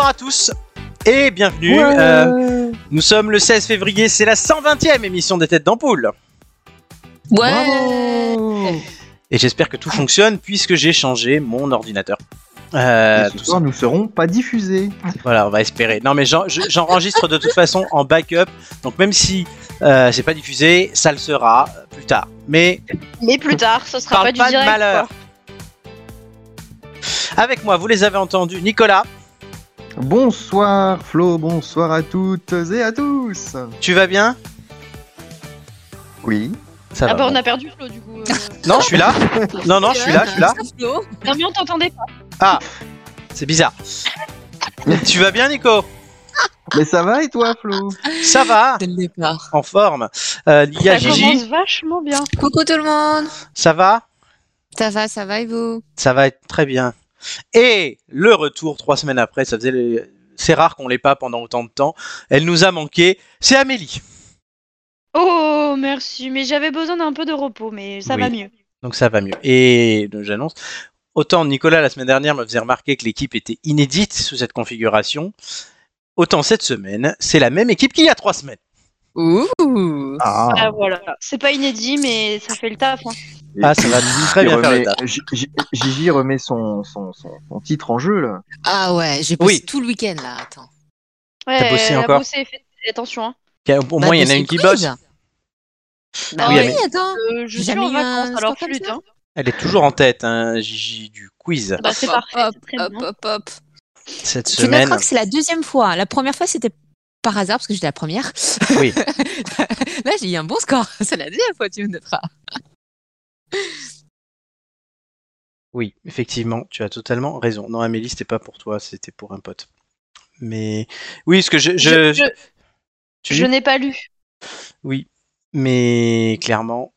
à tous et bienvenue. Euh, nous sommes le 16 février, c'est la 120e émission des Têtes d'Ampoule. Ouais. Et j'espère que tout fonctionne puisque j'ai changé mon ordinateur. Euh, Et ce tout soir, nous serons pas diffusés. Voilà, on va espérer. Non, mais j'en- je- j'enregistre de toute façon en backup. Donc même si euh, c'est pas diffusé, ça le sera euh, plus tard. Mais Mais plus tard, ce sera parle pas, pas du de direct. malheur. Avec moi, vous les avez entendus, Nicolas. Bonsoir Flo, bonsoir à toutes et à tous. Tu vas bien Oui. Ça Ah va. bah on a perdu Flo du coup. euh. Non, je suis là. Non, non, je suis là, je suis là. non mais on t'entendait pas. C'est bizarre. tu vas bien, Nico Mais ça va et toi Flo Ça va Dès le départ. En forme. Euh, Lia Ça Gigi, commence vachement bien. Coucou tout le monde ça va Ça va, ça va et vous Ça va être très bien. Et le retour trois semaines après, ça faisait. les- C'est rare qu'on l'ait pas pendant autant de temps. Elle nous a manqué. C'est Amélie. Oh merci, mais j'avais besoin d'un peu de repos, mais ça Oui. va mieux. Donc ça va mieux. Et donc, j'annonce. Autant Nicolas la semaine dernière me faisait remarquer que l'équipe était inédite sous cette configuration. Autant cette semaine, c'est la même équipe qu'il y a trois semaines. Ouh Ah, Ah voilà, c'est pas inédit, mais ça fait le taf. hein. Ah, ça va très bien faire le taf. Gigi remet son, son, son, son titre en jeu là. Ah ouais, j'ai bossé Oui. tout le week-end là, attends. Ouais, T'as bossé elle a encore bossé, fait- attention. Hein. Au- Au moins, il y en a une qui bosse. Bah Ah oui, oui, attends Euh, je J'ai suis jamais en eu un vacances, alors score comme flûte. ça. Hein. Elle est toujours en tête, hein, Gigi, du quiz Bah c'est Hop, parfait, hop, c'est très Hop, bien. hop, hop. cette Tu semaine. noteras que c'est la deuxième fois. La première fois, c'était par hasard, parce que j'étais la première. Oui. Là, j'ai eu un bon score. C'est la deuxième fois, tu me noteras. Oui, effectivement, tu as totalement raison. Non, Amélie, c'était pas pour toi, c'était pour un pote. Mais oui, ce que je, je, Je- je- tu- Je n'ai pas lu. oui, mais clairement,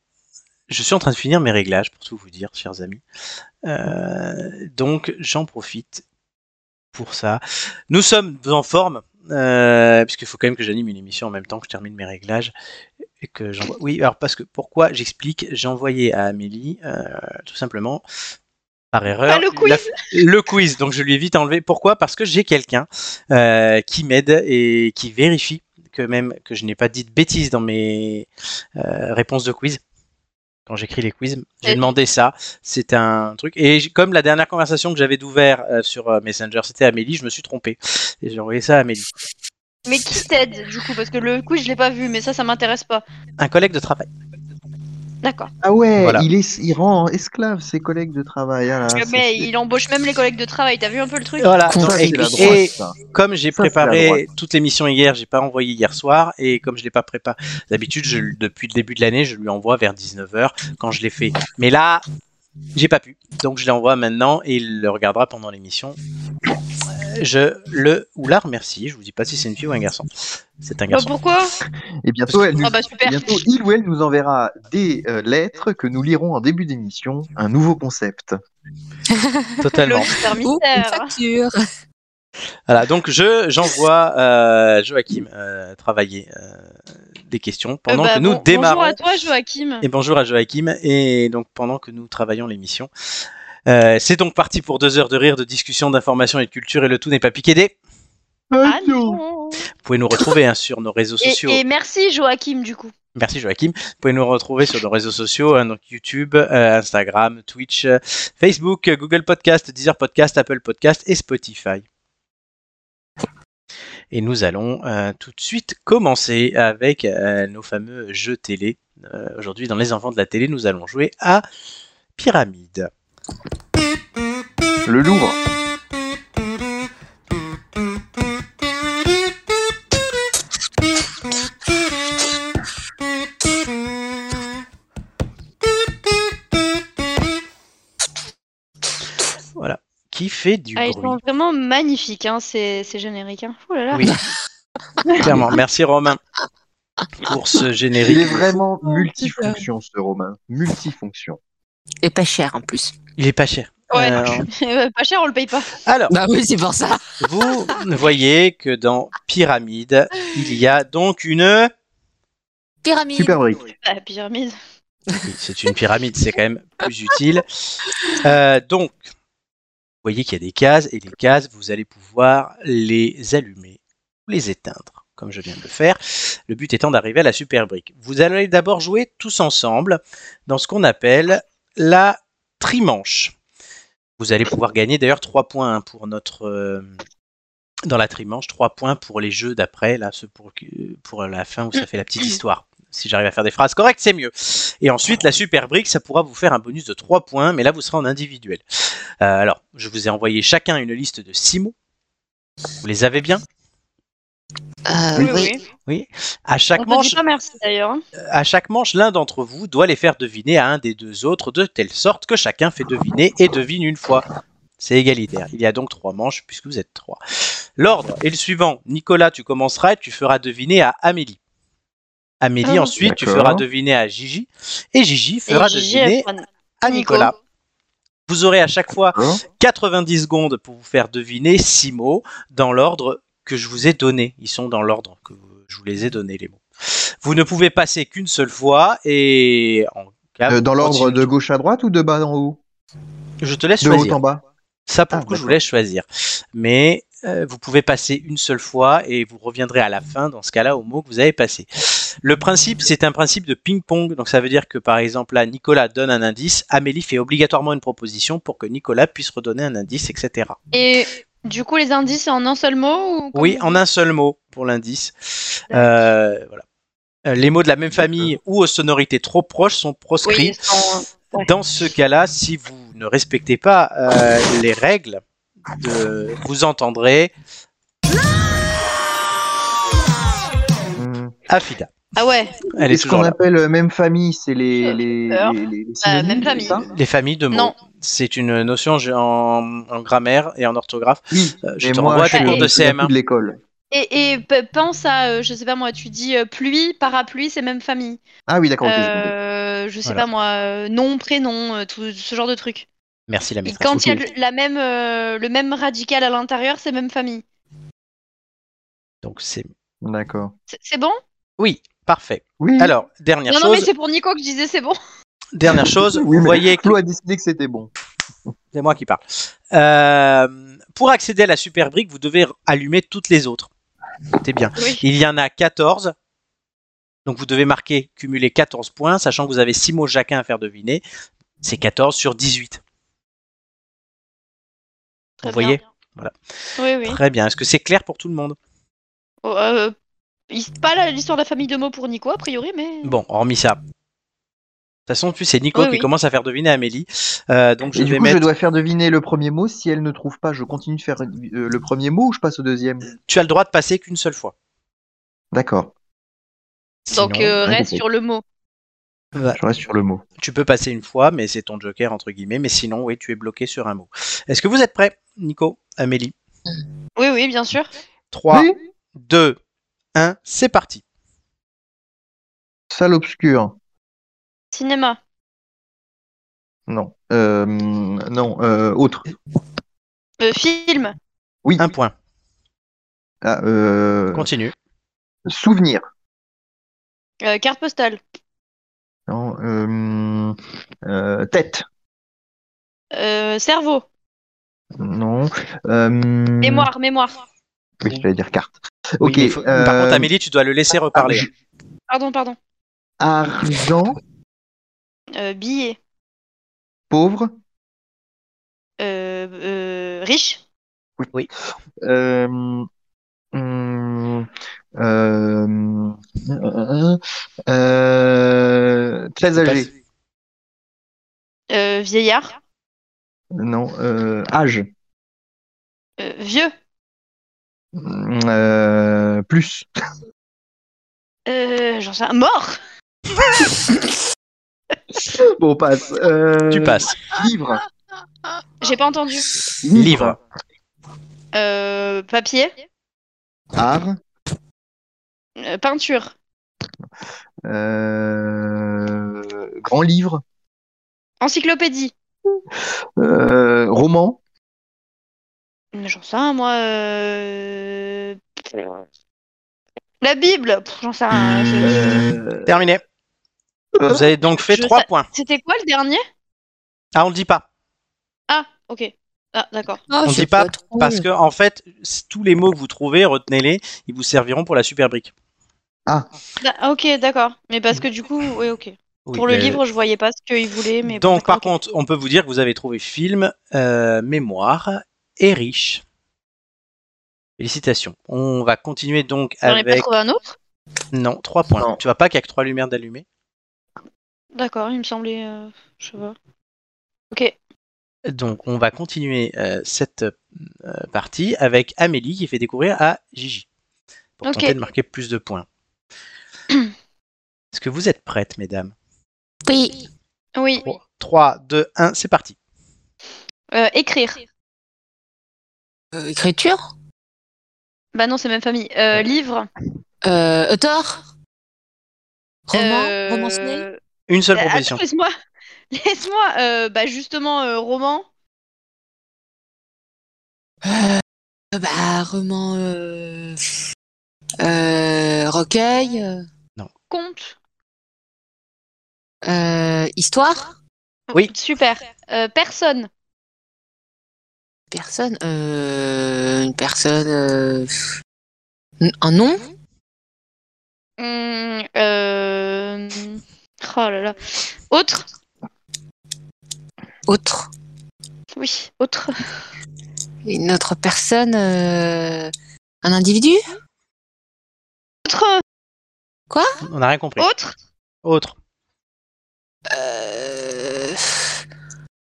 je suis en train de finir mes réglages pour tout vous dire, chers amis. Euh, donc, j'en profite pour ça. Nous sommes en forme, euh, puisqu'il faut quand même que j'anime une émission en même temps que je termine mes réglages. Et que j'envoie- oui, alors parce que pourquoi j'explique, j'ai envoyé à Amélie, euh, tout simplement, par erreur, Pas le quiz. la- le quiz. Donc je lui ai vite enlevé. Pourquoi Parce que j'ai quelqu'un euh, qui m'aide et qui vérifie que même que je n'ai pas dit de bêtises dans mes euh, réponses de quiz. Quand j'écris les quiz, j'ai Et- demandé ça. C'est un truc. Et j- comme la dernière conversation que j'avais d'ouvert euh, sur euh, Messenger, c'était Amélie, je me suis trompé. Et j'ai envoyé ça à Amélie. Mais qui t'aide du coup Parce que le quiz je l'ai pas vu, mais ça, ça m'intéresse pas. Un collègue de travail. D'accord. Ah ouais, Voilà. il, est, il rend esclave ses collègues de travail. Ah là, ça, c'est- mais il embauche même les collègues de travail, t'as vu un peu le truc Voilà. ça, Contre- Et- c'est la droite, et- ça. comme j'ai Ça, c'est la préparé droite. toute l'émission hier, j'ai pas envoyé hier soir, et comme je l'ai pas préparé, d'habitude, je- depuis le début de l'année, je lui envoie vers 19h quand je l'ai fait. Mais là, j'ai pas pu. Donc je l'envoie maintenant et il le regardera pendant l'émission. Euh, Je le ou la remercie. Je vous dis pas si c'est une fille ou un garçon. C'est un Bah, garçon. pourquoi Et bientôt, elle nous- Ah bah super. bientôt, il ou elle nous enverra des euh, lettres que nous lirons en début d'émission, un nouveau concept. Totalement. Logique, c'est Ouh, un Oh, une mystère. facture. Voilà. Donc je j'envoie euh, Joachim euh, travailler euh, des questions pendant Euh, bah, que nous bon- démarrons. Bonjour à toi, Joachim. Et bonjour à Joachim. Et donc, pendant que nous travaillons l'émission, euh, c'est donc parti pour deux heures de rire, de discussion, d'information et de culture. Et le tout n'est pas piqué des. Ah Allô non. Vous pouvez nous retrouver hein, sur nos réseaux Et, sociaux. et merci, Joachim, du coup. Merci Joachim. Vous pouvez nous retrouver sur nos réseaux sociaux, hein, donc YouTube, euh, Instagram, Twitch, euh, Facebook, euh, Google Podcast, Deezer Podcast, Apple Podcast et Spotify. Et nous allons euh, tout de suite commencer avec euh, nos fameux jeux télé. Euh, Aujourd'hui, dans Les Enfants de la télé, nous allons jouer à Pyramide. Le Louvre. Qui fait du Ah, ils bruit sont vraiment magnifiques, hein, ces, ces génériques. Hein. Ouh là là. Oui. Clairement. Merci Romain pour ce Il est générique. vraiment multifonction, ce Romain. Multifonction. Et pas cher en plus. Il est pas cher. Ouais. Eh ben, Euh, pas cher, on le paye pas. alors, Bah oui, c'est pour ça. vous voyez que dans Pyramide, il y a donc une. Pyramide. Super brique. La pyramide. Oui, C'est une pyramide, c'est quand même plus utile. Euh, donc, voyez qu'il y a des cases, et les cases, vous allez pouvoir les allumer ou les éteindre, comme je viens de le faire. Le but étant d'arriver à la super brique. Vous allez d'abord jouer tous ensemble dans ce qu'on appelle la trimanche. Vous allez pouvoir gagner d'ailleurs 3 points hein, pour notre. euh, dans la trimanche, 3 points pour les jeux d'après, là, ceux pour, pour la fin où ça fait la petite histoire. Si j'arrive à faire des phrases correctes, c'est mieux. Et ensuite, la super brique, ça pourra vous faire un bonus de 3 points, mais là, vous serez en individuel. Euh, alors, je vous ai envoyé chacun une liste de 6 mots. Vous les avez bien Euh, Oui, oui. oui. À On chaque te dit manche, pas merci d'ailleurs. hein. à chaque manche, l'un d'entre vous doit les faire deviner à un des deux autres, de telle sorte que chacun fait deviner et devine une fois. C'est égalitaire. Il y a donc trois manches, puisque vous êtes trois. L'ordre est le suivant. Nicolas, tu commenceras et tu feras deviner à Amélie. Amélie, Ah, ensuite, tu d'accord. feras deviner à Gigi. Et Gigi fera Et Gigi, deviner Efron. à Nico. Nicolas. Vous aurez à chaque fois Hein 90 secondes pour vous faire deviner six mots dans l'ordre que je vous ai donné. Ils sont dans l'ordre que vous- je vous les ai donnés, les mots. Vous ne pouvez passer qu'une seule fois et en cas, Euh, vous dans l'ordre continuez. de gauche à droite ou de bas en haut Je te laisse De haut choisir. en bas Ça, pour Ah, le coup, je vous d'accord. laisse choisir. Mais euh, vous pouvez passer une seule fois et vous reviendrez à la fin, dans ce cas-là, au mot que vous avez passé. Le principe, c'est un principe de ping-pong. Donc, ça veut dire que, par exemple, là, Nicolas donne un indice, Amélie fait obligatoirement une proposition pour que Nicolas puisse redonner un indice, etc. Et du coup, les indices, c'est en un seul mot ou Oui, en un seul mot pour l'indice. Euh, voilà. Euh, Les mots de la même famille ou aux sonorités trop proches sont proscrits. Oui, sans- ouais. Dans ce cas-là, si vous ne respectez pas euh, les règles, de- vous entendrez Mmh. Hmm. Afida. Ah ouais, Elle Et est ce qu'on toujours là. appelle euh, même famille, c'est les, les, Euh, les- les- les euh, synonymes, même c'est famille. ça Les familles de mots. Non. C'est une notion gé- en, en grammaire et en orthographe. Oui, Euh, je mais te moi, renvoie à je tes suis cours de hein. je suis CM1. de l'école. Et, et pe- pense à, euh, je sais pas moi, tu dis euh, pluie, parapluie, c'est même famille. Ah oui, d'accord. ok, j'ai compris. Euh, je sais Voilà. pas moi, euh, nom, prénom, euh, tout ce genre de truc. Merci la Et maîtresse. quand il y a le- la même, euh, le même radical à l'intérieur, c'est même famille. Donc c'est D'accord. C'est- C'est bon oui, parfait. Oui, Alors dernière Mm. Non, non, mais chose, c'est pour Nico que je disais c'est bon. dernière chose. Oui, vous mais- voyez que Flo a décidé que c'était bon. C'est moi qui parle. Euh, pour accéder à la super brique, vous devez allumer toutes les autres. C'est bien. Oui. Il y en a 14. Donc vous devez marquer, cumuler 14 points, sachant que vous avez 6 mots chacun à faire deviner. C'est 14 sur 18. Très Vous voyez bien. Voilà. Oui, oui. Très bien. Est-ce que c'est clair pour tout le monde Oh, euh, il- pas la- l'histoire de la famille de mots pour Nico, a priori, mais. Bon, hormis ça. De toute façon, tu sais, Nico Oui, qui oui. commence à faire deviner Amélie. Euh, donc je Et du vais coup, mettre. je dois faire deviner le premier mot. Si elle ne trouve pas, je continue de faire euh, le premier mot ou je passe au deuxième Tu as le droit de passer qu'une seule fois. D'accord, Donc Sinon, euh, ouais, reste compris. sur le mot. je reste sur le mot. tu peux passer une fois, mais c'est ton joker entre guillemets. Mais sinon, oui, tu es bloqué sur un mot. Est-ce que vous êtes prêts, Nico, Amélie Oui, oui, bien sûr. 3, Oui 2, 1, c'est parti. Salle obscure. Cinéma. Non. Euh, non, euh, autre. Euh, film. Oui. Un point. Ah, euh, Continue. souvenir. Euh, carte postale. Non, euh, euh, tête. Euh, cerveau. Non. Euh, Hmm. Mémoire, mémoire. Oui, j'allais dire carte. Oui, Ok. mais faut- euh, ah, Par contre, Amélie, tu dois le laisser reparler. arg- Pardon, pardon. Argent, Euh, billet. pauvre. Euh, euh, riche. Euh, hum, euh, euh, euh, très âgé. Euh, vieillard. Non, euh, âge. Euh, vieux. Euh, plus. Euh, j'en sais un mort. Bon, passe. Euh, Tu passes. Livre. J'ai pas entendu. Livre. Euh, papier. Art. Euh, peinture. euh, grand livre. Encyclopédie. euh, roman. Mais J'en sais un, moi. euh, La Bible. Pff, J'en sais un. c'est- euh, Terminé. Vous avez donc fait Je 3 sais- points. C'était quoi le dernier Ah, on le dit pas. Ah, ok. Ah, d'accord. Oh, On je dit sais pas trop. Parce que, en fait, c- tous les mots que vous trouvez, retenez-les, ils vous serviront pour la super brique. Da- Bah, ok, d'accord. Mais parce que du coup, oui, ok. Pour le Euh, livre, je voyais pas ce qu'il voulait, mais Donc, par d'accord, ok. contre, on peut vous dire que vous avez trouvé film, euh, mémoire et riche. Félicitations. On va continuer donc J'en ai pas avec. trouvé un autre Non, 3 points. Non. Tu vois pas qu'il y a que 3 lumières d'allumées. D'accord, il me semblait. euh, je sais pas. Ok. Donc, on va continuer euh, cette euh, partie avec Amélie qui fait découvrir à Gigi. Pour Ok. tenter de marquer plus de points. Est-ce que vous êtes prêtes, mesdames Oui. Oui. 3, 2, 1, c'est parti. Euh, écrire. Euh, écriture Bah non, c'est même famille. Euh, livre. Euh, Auteur Roman Euh, Romancier Une seule bah, proposition. attends, Laisse-moi. Laisse-moi. euh, bah justement, euh, roman. Euh, Bah, roman... Euh... euh, recueil euh, Conte. euh, Histoire Oui. Super. Euh, personne. Personne euh, Une personne... euh, Un nom Hum, euh... Oh là là. Autre. Autre Oui, autre. Une autre personne euh, Un individu Autre. On n'a rien compris. Autre. Autre. Euh,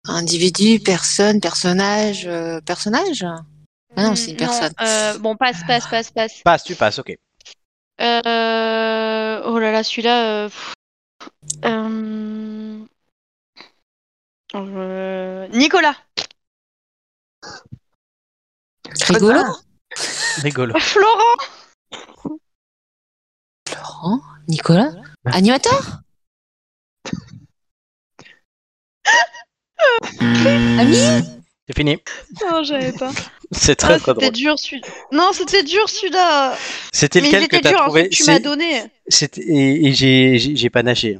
Individu, personne, personnage, euh, personnage Ah non, c'est une Hum, personne. euh, bon, passe, passe, passe, passe. Passe, tu passes, ok. Euh... Oh là là, celui-là. euh, pff. Euh, euh, Nicolas. Rigolo. Rigolo. Florent. Laurent, Nicolas, animateur Ami C'est fini. Non, j'avais pas. C'est très Ah, très c'était drôle. dur celui. Non, c'était dur celui-là. C'était Mais il lequel que était t'as dur. trouvé ensuite, hein, tu C'est- m'as donné. c'était- Et, et j'ai- j'ai j'ai pas nagé.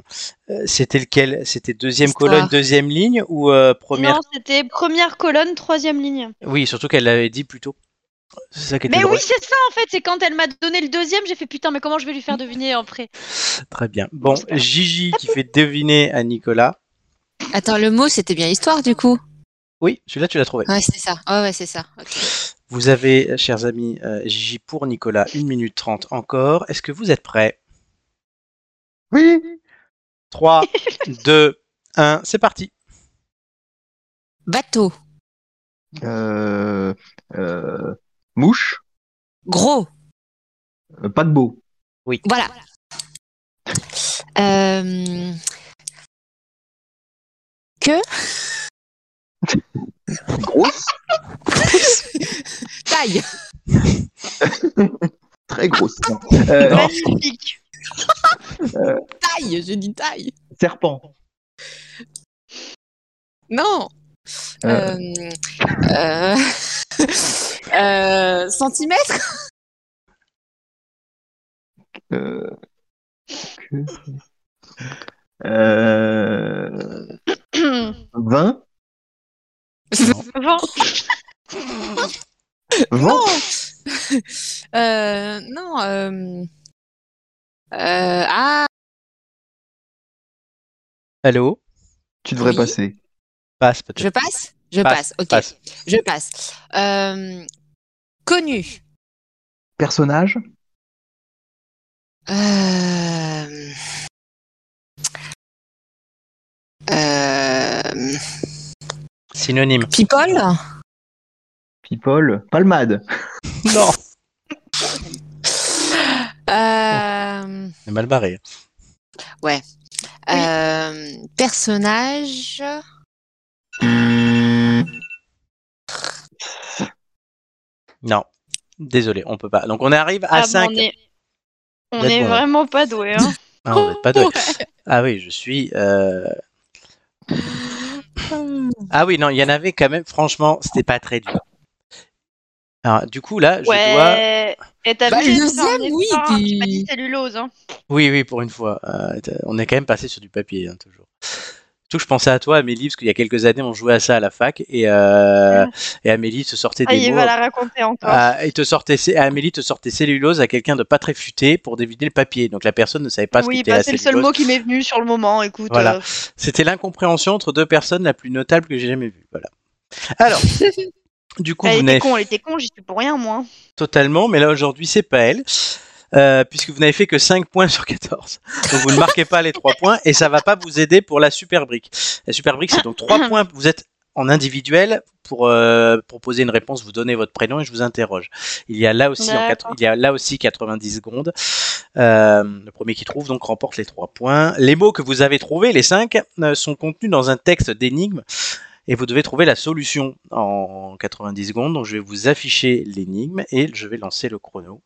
Euh, C'était lequel C'était deuxième Histoire. colonne, deuxième ligne ou euh, première Non, c'était première colonne, troisième ligne. Oui, surtout qu'elle l'avait dit plus tôt. C'est ça qui était Mais drôle. oui, c'est ça en fait. C'est quand elle m'a donné le deuxième, j'ai fait putain, mais comment je vais lui faire deviner après Très bien. Bon, J'espère. Gigi qui fait deviner à Nicolas. Attends, le mot c'était bien histoire du coup Oui, celui-là tu l'as trouvé. Ouais, c'est ça. Ouais, ouais, c'est ça. Ok. Vous avez, chers amis, euh, Gigi pour Nicolas, 1 minute 30 encore. Est-ce que vous êtes prêts Oui 3, 2, 1, c'est parti. Bateau, Euh, euh, Mouche, gros, euh, pas de beau. voilà. Euh, Grosse, Taille, très grosse. Euh, Non. Magnifique. taille, j'ai dit taille. serpent. Non. Euh. Euh, euh, euh, centimètre Euh, que- euh, 20 Vent. Vent Euh, non. Euh, euh, ah, Allô Tu devrais Oui. passer. Passe peut-être. je passe Je Passe, passe, ok. passe. Je passe. Euh, connu. Personnage Euh, euh, Synonyme. people People Palmade Non. Euh, C'est mal barré. euh, Personnage Non. Désolé, on peut pas. Donc on arrive à Ah, 5. bon, on est, on Vous êtes est bon. vraiment pas doué. Hein. Ah, vous êtes pas doués. Ah oui, je suis. euh, Ah oui, non, il y en avait quand même. Franchement, c'était pas très dur. Alors, du coup, là, je dois. ouais. Et t'as Bah, vu le ça, on deuxième, est oui, fort, hein. puis- J'ai pas dit cellulose. Hein. Oui, oui, pour une fois. euh, on est quand même passé sur du papier, hein, toujours. Surtout que je pensais à toi, Amélie, parce qu'il y a quelques années, on jouait à ça à la fac, et, euh, et Amélie se sortait Ah, des il mots. va la raconter encore. Ah, et te sortait, cé- Amélie te sortait cellulose à quelqu'un de pas très futé pour dévider le papier. Donc la personne ne savait pas ce oui, qu'était bah, la c'est le cellulose. seul mot qui m'est venu sur le moment, écoute. Voilà. euh, C'était l'incompréhension entre deux personnes la plus notable que j'ai jamais vue. Voilà. Alors, du coup, vous elle n'avez était con, elle était con, j'y suis pour rien, moi. totalement, mais là aujourd'hui, c'est pas elle. euh, puisque vous n'avez fait que 5 points sur 14. Donc vous ne marquez pas les 3 points et ça va pas vous aider pour la super brique. La super brique, c'est donc 3 points. Vous êtes en individuel pour euh, proposer une réponse, vous donnez votre prénom et je vous interroge. Il y a là aussi, en quatre- D'accord. il y a là aussi 90 secondes. Euh, le premier qui trouve donc remporte les 3 points. Les mots que vous avez trouvés, les 5, sont contenus dans un texte d'énigme et vous devez trouver la solution en 90 secondes. Donc je vais vous afficher l'énigme et je vais lancer le chrono.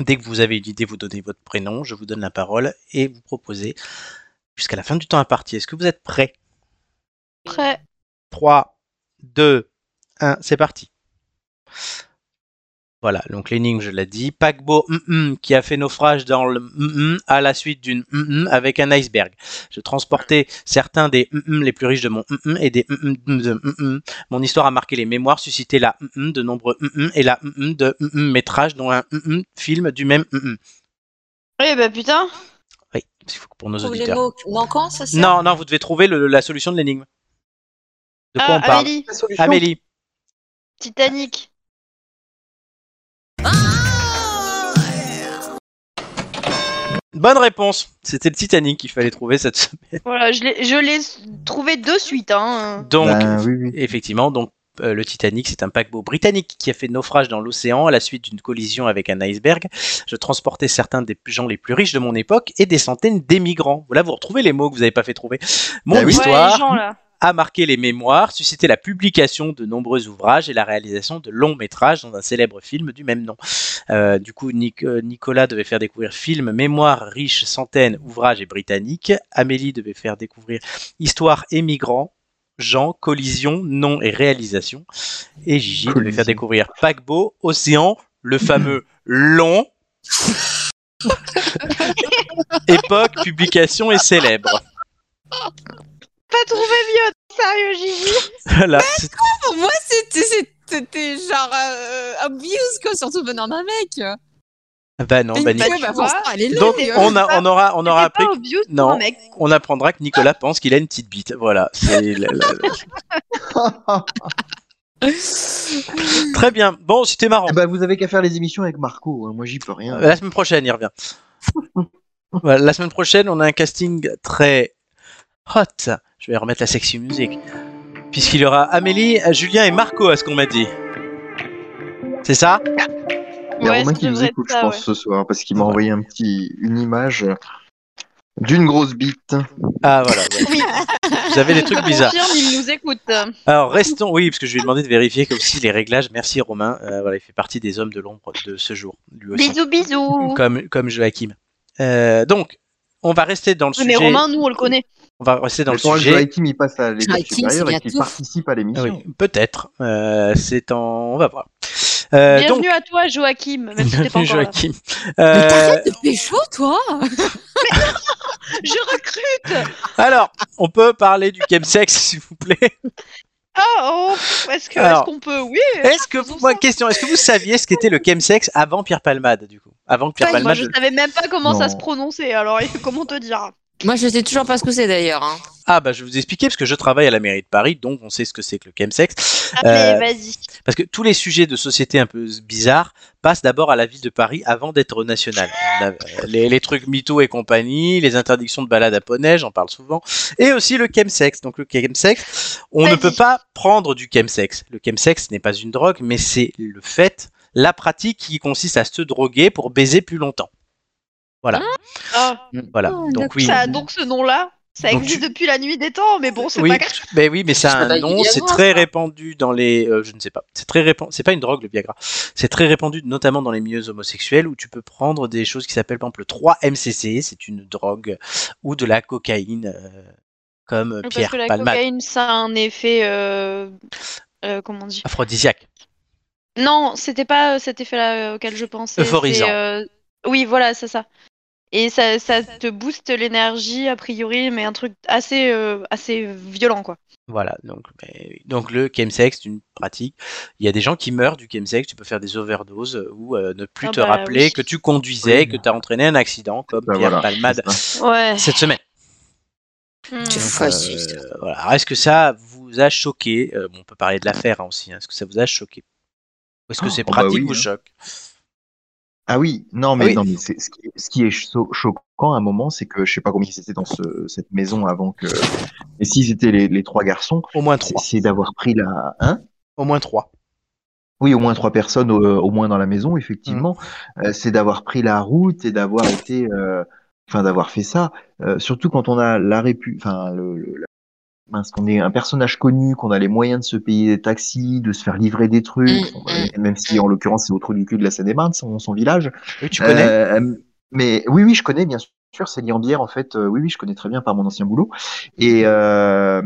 Dès que vous avez une idée, vous donnez votre prénom, je vous donne la parole et vous proposez jusqu'à la fin du temps imparti. Est-ce que vous êtes prêts Après, 3, 2, 1, c'est parti. Voilà, donc l'énigme, je l'ai dit. Paquebot hum, hum, qui a fait naufrage dans le hum, hum à la suite d'une hum, hum avec un iceberg. Je transportais certains des hum, hum les plus riches de mon hum, hum et des hum, hum, hum de hum, hum. Mon histoire a marqué les mémoires, suscité la hum, hum de nombreux hum, hum et la hum, hum de hum, hum métrage, dont un hum, hum film du même hum, hum. eh bah putain, Oui, parce qu'il faut que pour nos Trouve les auditeurs. mots manquants, ça sert Non, non, vous devez trouver le- la solution de l'énigme. De quoi Ah, on parle Amélie, La solution Amélie. Titanic. Bonne réponse. C'était le Titanic qu'il fallait trouver cette semaine. Voilà, je l'ai- je l'ai s- trouvé de suite. Hein. Donc, Bah, oui, oui. effectivement, donc euh, le Titanic, c'est un paquebot britannique qui a fait naufrage dans l'océan à la suite d'une collision avec un iceberg. Je transportais certains des gens les plus riches de mon époque et des centaines d'émigrants. Voilà, vous retrouvez les mots que vous n'avez pas fait trouver. Mon Bah oui. histoire Ouais, les gens, là. a marqué les mémoires, suscité la publication de nombreux ouvrages et la réalisation de longs métrages dans un célèbre film du même nom. Euh, du coup, Nic- euh, Nicolas devait faire découvrir film, mémoires, riches, centaines, ouvrages et britanniques. Amélie devait faire découvrir histoire, émigrants, Jean, collision, nom et réalisation. Et Gigi devait Collision. faire découvrir paquebot, océan, le fameux long. Époque, publication et célèbre. Pas trouvé mieux, sérieux, Gigi. Voilà, c'est- Pour moi, c'était- c'était genre euh, obvious, quoi, surtout venant d'un mec. Bah non, Une bah, queue, Nicolas- bah, forcément, elle est Donc longue. on, a, on aura, on aura C'était appris, pas obvious pour Non. un mec. on apprendra que Nicolas pense qu'il a une petite bite. Voilà. c'est la- la- la- Très bien. Bon, c'était marrant. Ah bah, vous avez qu'à faire les émissions avec Marco, hein, moi j'y peux rien. Euh, La semaine prochaine, il revient. Voilà, la semaine prochaine, on a un casting très hot. Je vais remettre la sexy musique. Puisqu'il y aura Amélie, Julien et Marco, à ce qu'on m'a dit. C'est ça Il y a Ouais, Romain ça qui nous devrait écoute, je être ça, pense, ouais. ce soir, parce qu'il m'a Ouais. envoyé un petit, une image d'une grosse bite. Ah voilà. ouais. Oui, Vous avez des je trucs te bizarres. confirme, il nous écoute. Alors restons, oui, parce que je lui ai demandé de vérifier comme si les réglages. Merci Romain. Euh, voilà, il fait partie des hommes de l'ombre de ce jour. Lui aussi. Bisous, bisous. comme, comme Joachim. Euh, donc, on va rester dans le Oui, Mais sujet. Romain, nous, on le connaît. On va rester dans le Quand sujet. Joachim, il passe à l'école Joachim, supérieure c'est et la qu'il tour. participe à Ah l'émission. oui, peut-être. Euh, c'est en. On va voir. Euh, donc, Bienvenue à toi, Joachim. Même si t'es pas bienvenue encore là. Joachim. Mais Euh, t'arrêtes de pécho, toi Je recrute. alors, on peut parler du chemsex, s'il vous plaît. Ah, oh, est-ce que- Alors. est-ce qu'on peut Oui. Est-ce que vous, faisons moi, ça. question, est-ce que vous saviez ce qu'était le chemsex avant Pierre Palmade, du coup, avant que Pierre Pas Moi, Palmade. je savais même pas comment ça Non. se prononçait. Alors, comment te dire Euh, Moi, je sais toujours pas ce que c'est, d'ailleurs. hein. Ah bah, je vais vous expliquer parce que je travaille à la mairie de Paris, donc on sait ce que c'est que le chemsex. Allez, Euh, Ah, vas-y. Parce que tous les sujets de société un peu bizarres passent d'abord à la ville de Paris avant d'être national. On a, euh, Les, les trucs mythos et compagnie, les interdictions de balade à poney, j'en parle souvent, et aussi le chemsex. Donc le chemsex, on ne Vas-y. peut pas prendre du chemsex. Le chemsex n'est pas une drogue, mais c'est le fait, la pratique qui consiste à se droguer pour baiser plus longtemps. Ah, Voilà. Ah, donc oui. Ça a donc ce nom-là. Ça Donc, existe tu- depuis la nuit des temps, mais bon, c'est oui, pas grave. mais oui, mais ça a C'est un pas nom, du c'est Viagra, très ça. répandu dans les, euh, je ne sais pas, c'est très répandu, c'est pas une drogue le Viagra, c'est très répandu notamment dans les milieux homosexuels où tu peux prendre des choses qui s'appellent par exemple le 3-MCC, c'est une drogue, ou de la cocaïne, euh, comme euh, Ah, Parce Pierre que la Palmade, cocaïne, ça a un effet. euh, euh, comment on dit aphrodisiaque. Non, c'était pas euh, cet effet-là euh, auquel je pensais. Euphorisant. c'est, euh, Oui, voilà, c'est ça. Et ça, ça te booste l'énergie, a priori, mais un truc assez, euh, assez violent, quoi. Voilà, donc, mais- donc le chemsex, c'est une pratique. Il y a des gens qui meurent du chemsex, tu peux faire des overdoses euh, ou euh, ne plus Ah te bah rappeler oui. que tu conduisais, Oui. que tu as entraîné un accident, comme Bah Pierre voilà. Palmade Ouais. cette semaine. Hmm. Donc, Tu fous, euh, c'est- voilà. Alors, Est-ce que ça vous a choqué Euh, bon, On peut parler de l'affaire hein, aussi. hein. Est-ce que ça vous a choqué Ou est-ce que Oh, c'est bah pratique oui, vous hein. choque Ah oui, non, mais, Ah oui. non, mais c'est- ce, qui, ce qui est cho- choquant à un moment, c'est que je sais pas combien ils étaient dans ce- cette maison avant que. Et s'ils étaient les, les trois garçons, Au moins c'est trois. c'est d'avoir pris la. Hein Au moins trois. oui, au moins trois personnes, au, euh, au moins dans la maison, effectivement. Euh, c'est d'avoir pris la route et d'avoir été. euh, Enfin, d'avoir fait ça. Euh, surtout quand on a la répu. Enfin, le. le- la- mince, qu'on est un personnage connu, qu'on a les moyens de se payer des taxis, de se faire livrer des trucs, Mm, Bon, bah, même si en l'occurrence c'est au trou du cul de la Seine-et-Marne, son, son village. Oui, tu connais Euh, mais oui, oui, je connais bien sûr. C'est Liambière en fait. Euh, oui, oui, je connais très bien par mon ancien boulot. Et euh,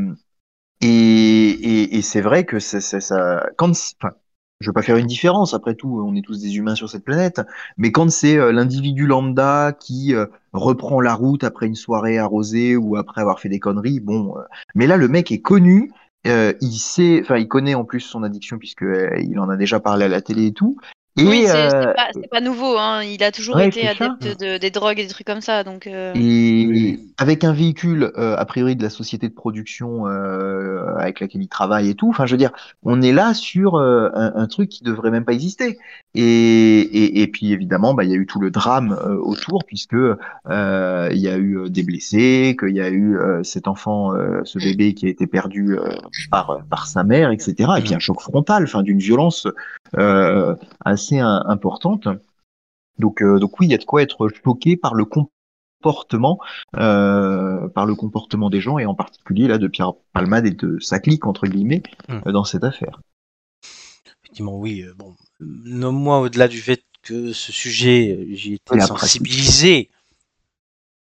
et, et, et c'est vrai que c'est c'est- ça. Quand c'est- enfin, je veux pas faire une différence. Après tout, on est tous des humains sur cette planète. Mais quand c'est euh, l'individu lambda qui euh, reprend la route après une soirée arrosée ou après avoir fait des conneries, bon. euh, mais là, le mec est connu. euh, il sait, enfin, il connaît en plus son addiction puisque euh, il en a déjà parlé à la télé et tout. Et oui, c'est c'est euh, pas, c'est pas nouveau, hein. il a toujours Ouais, été c'est ça. adepte de, des drogues et des trucs comme ça, donc... euh, Et Oui. avec un véhicule, euh, a priori, de la société de production euh, avec laquelle il travaille et tout, enfin, je veux dire, on est là sur euh, un, un truc qui devrait même pas exister. Et, et, et puis, évidemment, bah, il y a eu tout le drame euh, autour, puisque euh, il y a eu euh, des blessés, qu'il y a eu euh, cet enfant, euh, ce bébé qui a été perdu euh, par, par sa mère, etc. Et puis, un choc frontal, enfin, d'une violence euh, assez im- importante. Donc, euh, donc oui, il y a de quoi être choqué par le comportement, euh, par le comportement des gens et en particulier là de Pierre Palmade et de sa clique entre guillemets Mm. euh, dans cette affaire. Effectivement, oui. euh, bon, Euh, moi, au-delà du fait que ce sujet, euh, j'y ai été Oui, la sensibilisé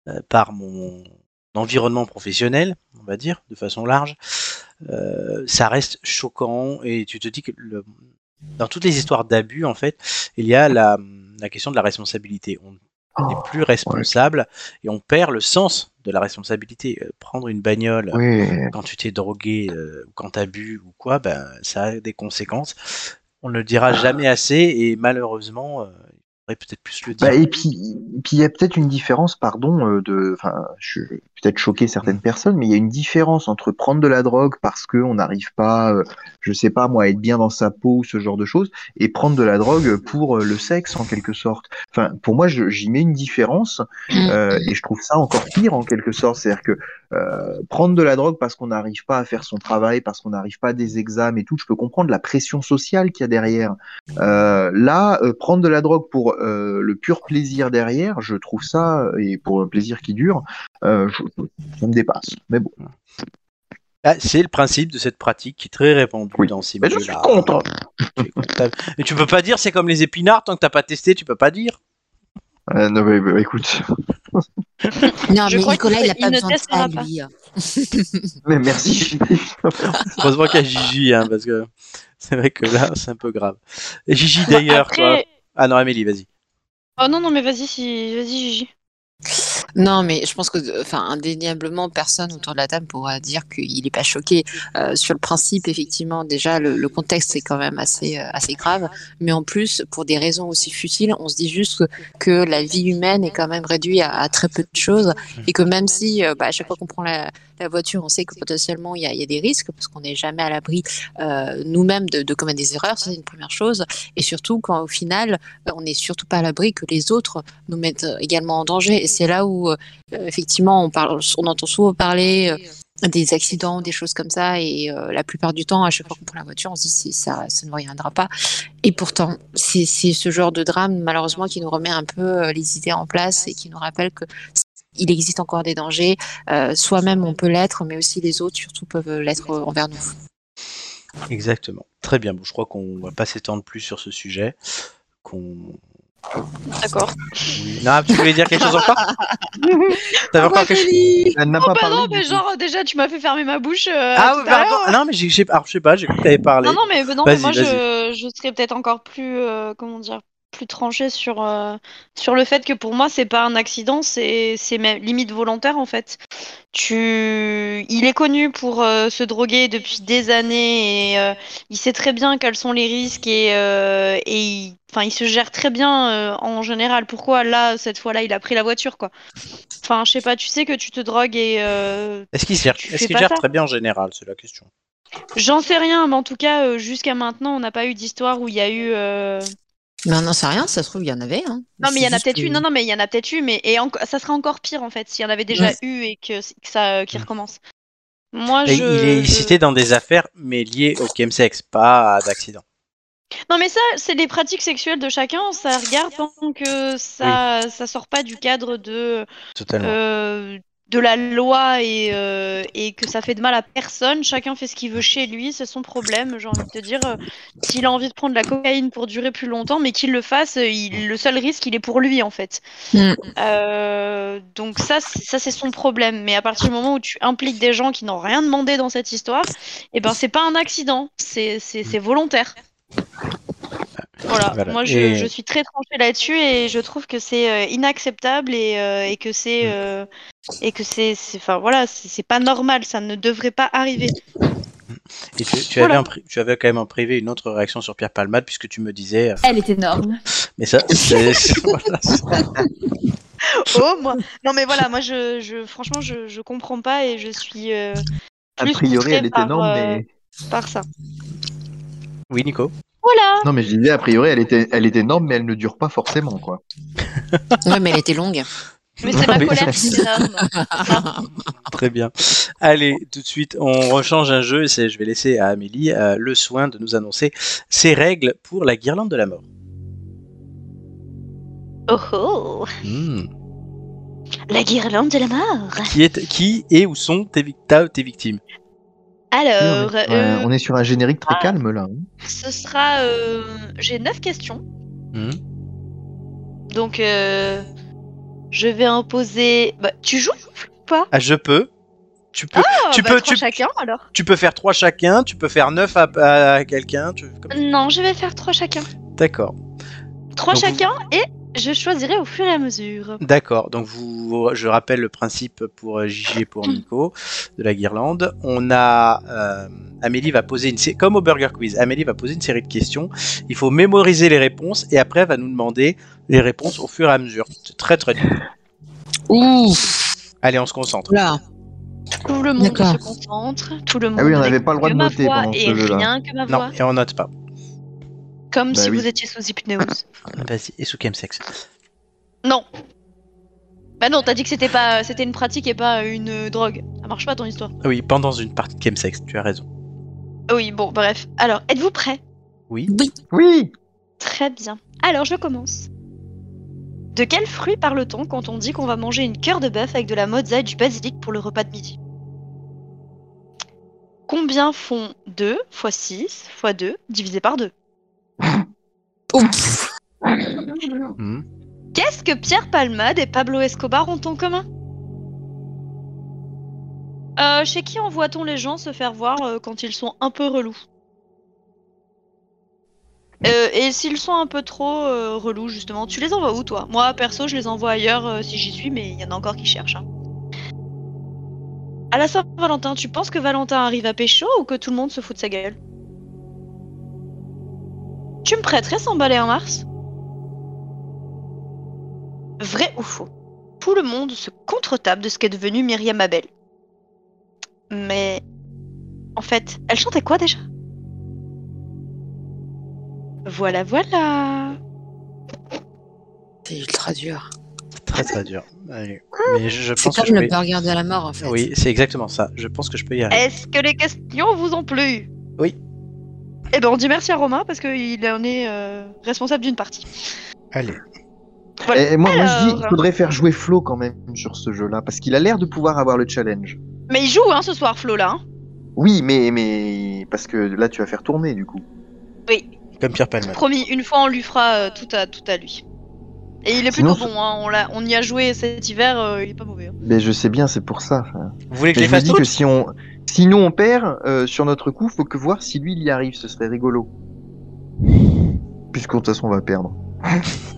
euh, par mon environnement professionnel, on va dire, de façon large, euh, ça reste choquant et tu te dis que le- dans toutes les histoires d'abus, en fait, il y a la, la question de la responsabilité. On n'est plus responsable et on perd le sens de la responsabilité. Euh, Prendre une bagnole oui, quand tu t'es drogué, euh, ou quand t'as bu ou quoi, ben, ça a des conséquences. On ne le Ah. dira jamais assez et malheureusement, euh, il faudrait peut-être plus le dire. Bah, et puis, et puis il y a peut-être une différence, pardon, euh, de, enfin, je vais peut-être choquer certaines personnes, mais il y a une différence entre prendre de la drogue parce que on n'arrive pas, euh, je sais pas moi, à être bien dans sa peau ou ce genre de choses, et prendre de la drogue pour euh, le sexe en quelque sorte. Enfin, pour moi, je- j'y mets une différence euh, et je trouve ça encore pire en quelque sorte. C'est-à-dire que euh, prendre de la drogue parce qu'on n'arrive pas à faire son travail, parce qu'on n'arrive pas à des examens et tout, je peux comprendre la pression sociale qu'il y a derrière. Euh, là, euh, prendre de la drogue pour euh, le pur plaisir derrière, je trouve ça, euh, et pour un plaisir qui dure, euh, je, ça me dépasse. Mais bon, Ah, c'est le principe de cette pratique qui est très répandue Oui. dans ces mais je milieux-là. suis content. Tu es comptable. Mais tu peux pas dire, c'est comme les épinards, tant que t'as pas testé, tu peux pas dire. Euh, non, mais, mais écoute, Non, Je mais crois Nicolas, qu'il il a ne- pas il ne besoin de testera ça, pas. lui. mais merci. Heureusement qu'il y a Gigi, hein, parce que c'est vrai que là, c'est un peu grave. Et Gigi d'ailleurs, toi. Après... Ah non, Amélie, vas-y. Oh non, non, mais vas-y, si... vas-y, Gigi. Non, mais je pense que, enfin, indéniablement, personne autour de la table pourra dire qu'il n'est pas choqué. Euh, sur le principe, effectivement, déjà, le, le contexte est quand même assez, euh, assez grave. Mais en plus, pour des raisons aussi futiles, on se dit juste que, que la vie humaine est quand même réduite à, à très peu de choses. Et que même si, euh, bah, à chaque fois qu'on prend la, la voiture, on sait que potentiellement, il y a, il y a des risques, parce qu'on n'est jamais à l'abri euh, nous-mêmes de, de commettre des erreurs, c'est une première chose. Et surtout, quand au final, on n'est surtout pas à l'abri que les autres nous mettent euh, également en danger. Et c'est là où, euh, effectivement, on, parle, on entend souvent parler euh, des accidents, des choses comme ça. Et euh, la plupart du temps, à chaque fois qu'on prend la voiture, on se dit c'est ça, ça ne reviendra pas. Et pourtant, c'est c'est ce genre de drame, malheureusement, qui nous remet un peu euh, les idées en place et qui nous rappelle que il existe encore des dangers. Euh, Soi-même, on peut l'être, mais aussi les autres, surtout, peuvent l'être euh, envers nous. Exactement. Très bien. Bon, je crois qu'on va pas s'étendre plus sur ce sujet. Qu'on. D'accord. Oui. Non, tu voulais dire quelque chose encore T'avais encore quelque chose Elle n'a Oh pas bah parlé. non, mais du- genre, déjà, tu m'as fait fermer ma bouche. euh, Ah tout oui, à l'heure. pardon. Non, mais j'ai- j'ai- alors, je sais pas, j'ai cru que t'avais parlé. Non, non, mais, non, mais Vas-y, moi, vas-y. je, je serais peut-être encore plus... euh, comment dire plus tranché sur, euh, sur le fait que pour moi, c'est pas un accident, c'est c'est même limite volontaire en fait. Tu... Il est connu pour euh, se droguer depuis des années et euh, il sait très bien quels sont les risques et, euh, et il... Enfin, il se gère très bien euh, en général. Pourquoi là, cette fois-là, il a pris la voiture quoi Enfin, je sais pas, tu sais que tu te drogues et euh, Est-ce qu'il gère, Tu est-ce fais qu'il pas gère ça. très bien en général C'est la question. J'en sais rien, mais en tout cas, euh, jusqu'à maintenant, on n'a pas eu d'histoire où il y a eu. euh, Mais on n'en sait rien, ça se trouve, il y en avait. hein. Non, mais il y C'est en a juste peut-être que- eu. Non, non, mais il y en a peut-être eu, mais et enco- ça serait encore pire en fait s'il y en avait déjà Ouais. eu et que, que ça, euh, qu'il recommence. Moi, Et Ah, je. il est je- cité dans des affaires, mais liées au chemsex, pas à d'accident. Non, mais ça, c'est les pratiques sexuelles de chacun. Ça regarde tant que ça, ça sort pas du cadre de Totalement. euh, de la loi et, euh, et que ça fait de mal à personne. Chacun fait ce qu'il veut chez lui, c'est son problème. J'ai envie de te dire, euh, s'il a envie de prendre de la cocaïne pour durer plus longtemps, mais qu'il le fasse, euh, il- le seul risque, il est pour lui en fait. Mm. Euh, donc ça, c'est- ça c'est son problème. Mais à partir du moment où tu impliques des gens qui n'ont rien demandé dans cette histoire, eh ben c'est pas un accident, c'est c'est- c'est volontaire. Voilà. Voilà. Moi, je, Et- je suis très tranchée là-dessus et je trouve que c'est euh, inacceptable et, euh, et que c'est Mm. euh, et que c'est c'est- enfin voilà, c'est c'est pas normal, ça ne devrait pas arriver. Et tu, tu Voilà. avais en pri- tu avais quand même en privé une autre réaction sur Pierre Palmade, puisque tu me disais. euh, Elle est énorme. mais ça, c'est. c'est- voilà, c'est- Oh moi. Non mais voilà, moi je, je franchement je, je comprends pas et je suis euh, A plus priori, frustrée elle est par, énorme, euh, mais. par ça. Oui, Nico Voilà. Non, mais je disais, a priori, elle était, elle est énorme, mais elle ne dure pas forcément, quoi. Ouais, mais elle était longue. Mais c'est ma Oui, colère qui est énorme. Ah. Très bien. Allez, tout de suite, on rechange un jeu. et c'est- Je vais laisser à Amélie euh, le soin de nous annoncer ses règles pour la guirlande de la mort. Oh oh Hmm. La guirlande de la mort Qui, est, qui et où sont tes, vic- ta- tes victimes Alors, Ouais, on, est, euh, ouais, on est sur un générique très ah. calme, là. hein. ce sera... euh, J'ai 9 questions, Hmm. donc euh, je vais en poser... Bah, tu joues ou pas Ah, Je peux. Tu peux, Ah, tu bah, peux- trois tu- chacun alors tu peux faire trois chacun, tu peux faire neuf à, à- à quelqu'un. tu- comme- Non, je vais faire trois chacun. D'accord. Trois Donc vous- chacun et je choisirai au fur et à mesure. D'accord, donc vous, je rappelle le principe pour euh, Gigi et pour Nico de la guirlande. On a euh, Amélie va poser une sé- comme au Burger Quiz. Amélie va poser une série de questions. Il faut mémoriser les réponses et après elle va nous demander les réponses au fur et à mesure. C'est très très dur. Ouf, Allez, on se concentre. là. Tout le monde D'accord. se concentre, tout le monde... Ah oui, on n'écoute n'avait pas le droit que de ma noter voix pendant ce et jeu-là. rien que ma voix, Non, et on note pas. comme Bah si oui. vous étiez sous hypnose. Vas-y, et sous sexe. Non. Bah non, t'as dit que c'était pas, c'était une pratique et pas une euh, drogue. Ça marche pas ton histoire. Ah Oui, pendant une partie de chemsex, tu as raison. Ah Oui, bon, bref. Alors, êtes-vous prêts Oui. Oui Très bien. Alors, je commence. De quel fruit parle-t-on quand on dit qu'on va manger une cœur de bœuf avec de la mozza et du basilic pour le repas de midi Combien font 2 x 6 x 2 divisé par 2 Ouf. Hmm. Qu'est-ce que Pierre Palmade et Pablo Escobar ont en commun euh, Chez qui envoie-t-on les gens se faire voir euh, quand ils sont un peu relous Euh, Et s'ils sont un peu trop euh, relous, justement, tu les envoies où, toi Moi, perso, je les envoie ailleurs euh, si j'y suis, mais il y en a encore qui cherchent. hein. À la Saint-Valentin, tu penses que Valentin arrive à pécho ou que tout le monde se fout de sa gueule Tu me prêterais 100 balais en mars Vrai ou faux Tout le monde se contre-tape de ce qu'est devenue Myriam Abel. Mais. En fait, elle chantait quoi déjà Voilà, voilà C'est ultra dur. Très très dur. Allez. Mais je, je C'est pense que comme je le peux. burger de la mort, en fait. Oui, c'est exactement ça. Je pense que je peux y arriver. Est-ce que les questions vous ont plu Oui. Eh ben, on dit merci à Romain parce qu'il en est euh, responsable d'une partie. Eh. Allez. Voilà. Et, et moi, moi, je dis, Alors. il faudrait faire jouer Flo quand même sur ce jeu-là, parce qu'il a l'air de pouvoir avoir le challenge. Mais il joue hein, ce soir, Flo là. hein. Oui, mais, mais. Parce que là, tu vas faire tourner, du coup. oui, Comme Pierre Palmade. promis, une fois on lui fera euh, tout, à, tout à lui. Et il est Sinon, plutôt bon, hein, on, l'a- on y a joué cet hiver, euh, il est pas mauvais. hein. Mais je sais bien, c'est pour ça. enfin. Vous voulez que Mais Bah, je les fasse je me dis que toutes si on. Si nous on perd euh, sur notre coup, faut que voir si lui il y arrive, ce serait rigolo. Puisqu'on de toute façon on va perdre.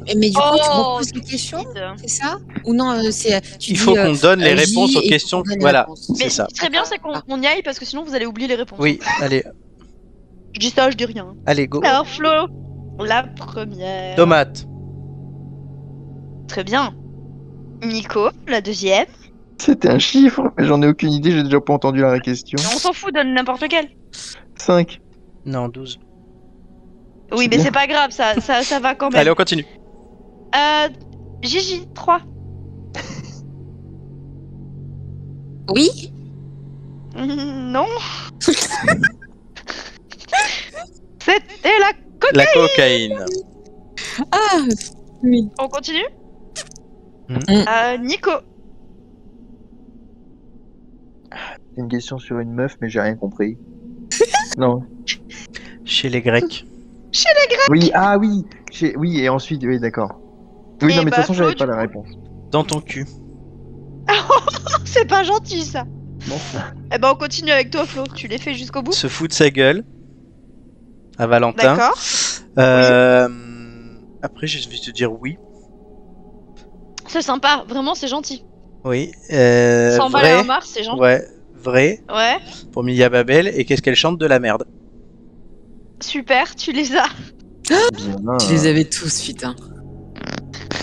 Mais, mais du coup, tu Oh, reposes les questions, Guide. c'est ça Ou non, euh, c'est. Tu Il dis, faut euh, qu'on donne les euh, J réponses aux et questions. qu'on donne les Voilà, réponses. c'est Mais ça. ce qui serait bien, c'est qu'on on y aille parce que sinon vous allez oublier les réponses. Oui, allez, Je dis ça, je dis rien. allez, go. Ah Alors, Flo, la première. Tomate. Très bien. Nico, la deuxième. C'était un chiffre, mais j'en ai aucune idée, j'ai déjà pas entendu la question. Mais on s'en fout, donne n'importe quel. 5. Non, 12. Ah, Oui, C'est mais bien. c'est pas grave, ça, ça, ça va quand même. Allez, on continue. Euh, Gigi, 3. Oui Non. C'était la cote. La cocaïne. Ah Oui. On continue Mm. Euh, Nico, Une question sur une meuf, mais j'ai rien compris. non. Chez les Grecs. Oui, ah oui, j'ai- oui, et ensuite, oui, d'accord. Oui, Et non, mais de bah, toute façon, Flo, j'avais pas du la réponse. Dans ton cul. c'est pas gentil ça. Non. Eh ben on continue avec toi Flo, tu les fais jusqu'au bout. Se fout de sa gueule. À Valentin. D'accord. Euh, Après, je vais te dire oui. C'est sympa, vraiment c'est gentil. Oui. Euh, 100 balles à vrai. un mars, c'est gentil. Ouais, vrai. Ouais. Pour Mia Babel. Et qu'est-ce qu'elle chante de la merde super, tu les as. Bien, Tu les avais tous, putain.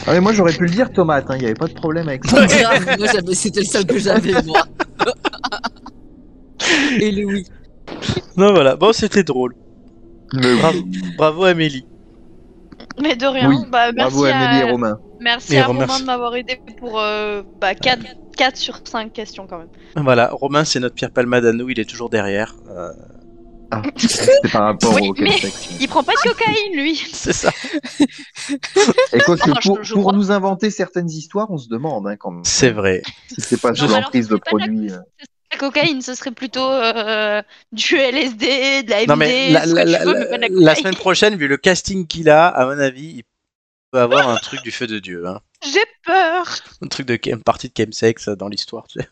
Ah, mais moi, j'aurais pu le dire, tomate, hein, il y avait pas de problème avec ça. Grave, moi, j'avais- c'était le seul que j'avais, moi. Et le oui. Non, voilà. Bon, c'était drôle. Mais oui. Bravo, bravo, Amélie. Mais de rien. Oui. Bah, merci Bravo, à... Amélie et Romain. Merci Et à Romain remercie. de m'avoir aidé pour euh, bah, 4, 4 sur 5 questions quand même. Voilà, Romain, c'est notre Pierre Palmade à nous. Il est toujours derrière. Euh, Ah, c'était par rapport Oui, au quel mais- sexe. Il prend pas de cocaïne lui. c'est ça. Et quoi que Non, je- pour, je pour crois- nous inventer certaines histoires, on se demande hein, quand même. C'est vrai. Si c'est pas sous Non, mais l'emprise de alors, c'est pas la- produits. euh. La cocaïne, ce serait plutôt euh, du LSD, de la MD, Non, mais la, ce la- Eh que la- tu veux, la- mais pas de la la cocaïne. semaine prochaine, vu le casting qu'il a, à mon avis, il peut avoir un truc du feu de Dieu. hein. J'ai peur. Un truc de une partie de chemsex euh, dans l'histoire. tu sais.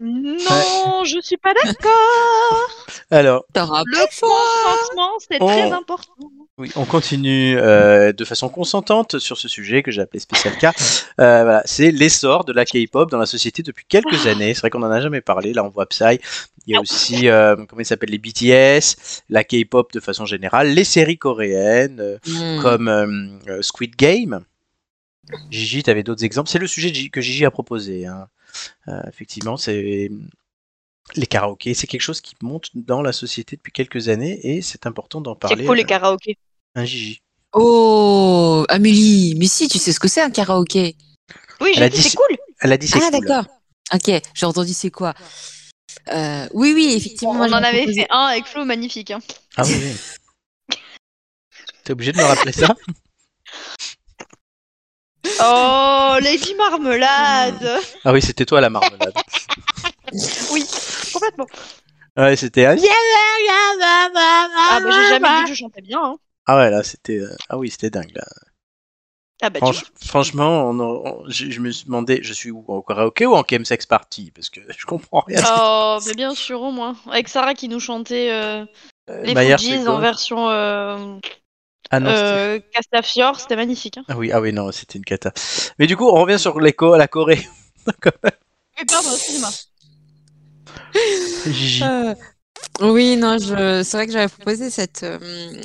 Non, je suis pas d'accord. Alors, T'auras Le consentement, c'est On- très important. Oui, on continue euh, de façon consentante sur ce sujet que j'ai appelé spécial cas. Euh, voilà, c'est l'essor de la K-pop dans la société depuis quelques Ah. années. C'est vrai qu'on en a jamais parlé. Là, on voit Psy. Il y a aussi euh, comment ils s'appellent les BTS, la K-pop de façon générale, les séries coréennes euh, Hmm. Hmm. comme euh, euh, Squid Game. Gigi, tu avais d'autres exemples. C'est le sujet de Gigi- que Gigi a proposé. hein. Euh, effectivement, c'est les karaokés. C'est quelque chose qui monte dans la société depuis quelques années et c'est important d'en parler. C'est cool les karaokés. Un Gigi. Oh, Amélie, mais si, tu sais ce que c'est un karaoké. Oui, Elle a j'ai dit dit- c'est cool. Elle a dit c'est Ah, cool. d'accord. Ok, j'ai entendu c'est quoi. Euh, oui, oui, effectivement. On je en avait proposais- fait un avec Flo, magnifique. hein. Ah oui. oui. T'es obligé de me rappeler ça Oh, Lady Marmelade. Ah oui, c'était toi la marmelade. Oui, complètement. Ouais, c'était. euh, un- Ah bah j'ai jamais dit que je chantais bien. hein. Ah ouais, là, c'était. euh, Ah oui, c'était dingue. Là. Ah bah tu Franch- Franchement, on en- on- je, je me suis demandé, je suis où En karaoké ou en chemsex party Parce que je comprends rien. Oh, mais bien sûr, au moins. Avec Sarah qui nous chantait euh, Euh, les Maillard, Fugees c'est en quoi version euh, Ah non, c'était- euh, Castafiore, c'était magnifique. Hein. ah oui, ah oui, non, c'était une cata. Mais du coup, on revient sur l'écho à la Corée. Oui, pardon, excuse-moi. Gigi. Euh, Oui, non, je... c'est vrai que j'avais proposé cette, euh,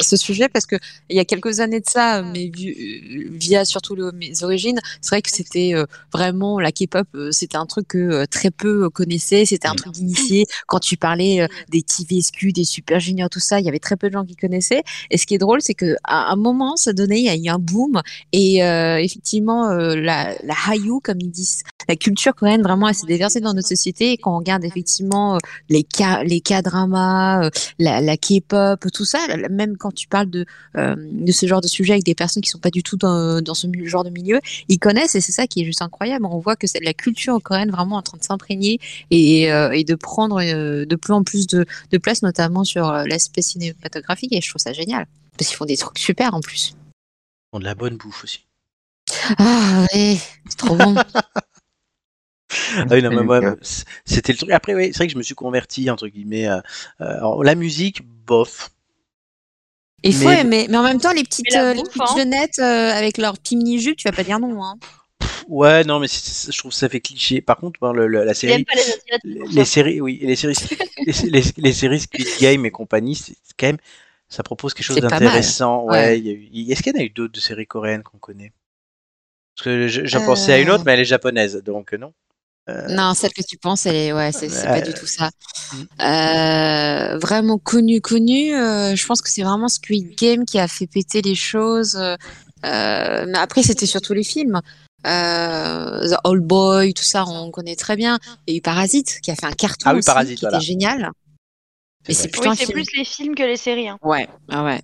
ce sujet parce que il y a quelques années de ça, mais vu- euh, via surtout le- mes origines, c'est vrai que c'était euh, vraiment la K-pop, euh, c'était un truc que euh, très peu euh, connaissaient, c'était un Mm. truc d'initié. Quand tu parlais euh, des TVSQ, des Super Junior, tout ça, il y avait très peu de gens qui connaissaient. Et ce qui est drôle, c'est que à un moment, ça donnait, il y a eu un boom et euh, effectivement euh, la, la Hallyu, comme ils disent, la culture coréenne vraiment, elle s'est déversée dans notre société. Et quand on regarde effectivement les K, les K-dramas, euh, la, la K-pop, tout ça, la- la- même quand tu parles de, euh, de ce genre de sujet avec des personnes qui sont pas du tout dans, dans ce mi- genre de milieu, ils connaissent et c'est ça qui est juste incroyable. On voit que c'est la culture coréenne vraiment en train de s'imprégner et, euh, et de prendre euh, de plus en plus de, de place, notamment sur euh, l'aspect cinématographique et je trouve ça génial. Parce qu'ils font des trucs super en plus. Ils ont de la bonne bouffe aussi. Ah ouais, c'est trop bon. Ah oui, non, Et mais le moi, gars. c- c'était le truc. Après, oui, c'est vrai que je me suis converti, entre guillemets. euh, euh, alors, la musique, bof. Il faut Mais- aimer. Mais en même temps, les petites, Mais la euh, les bouffe, petites hein. jeunettes euh, avec leur petit mini-jupe, tu vas pas dire non. Hein. Ouais, non, mais c'est- c'est- je trouve que ça fait cliché. Par contre, par le- le- la Il aime série, pas les Asiatiques. les, pour les ça. séries, oui, et les séries, les, les- les séries Squid Game et compagnie, c'est c'est quand même, ça propose quelque chose C'est pas mal. d'intéressant. Ouais. Ouais. il y a eu- il- Est-ce qu'il y en a eu d'autres de séries coréennes qu'on connaît Parce que je- j'en pensais à une Euh. autre, mais elle est japonaise, donc euh, non. Non, celle que tu penses, elle est, ouais, c'est c'est pas Euh, du tout ça. Euh, vraiment connu, connu. euh, je pense que c'est vraiment Squid Game qui a fait péter les choses. euh, euh, mais après, c'était surtout les films. Euh, The Old Boy, tout ça, on connaît très bien. Il y a eu Parasite qui a fait un carton Ah oui, aussi, Parasite, qui voilà. était génial. vrai. Mais c'est Oui, putain c'est film. plus les films que les séries. hein. Ouais, ah ouais.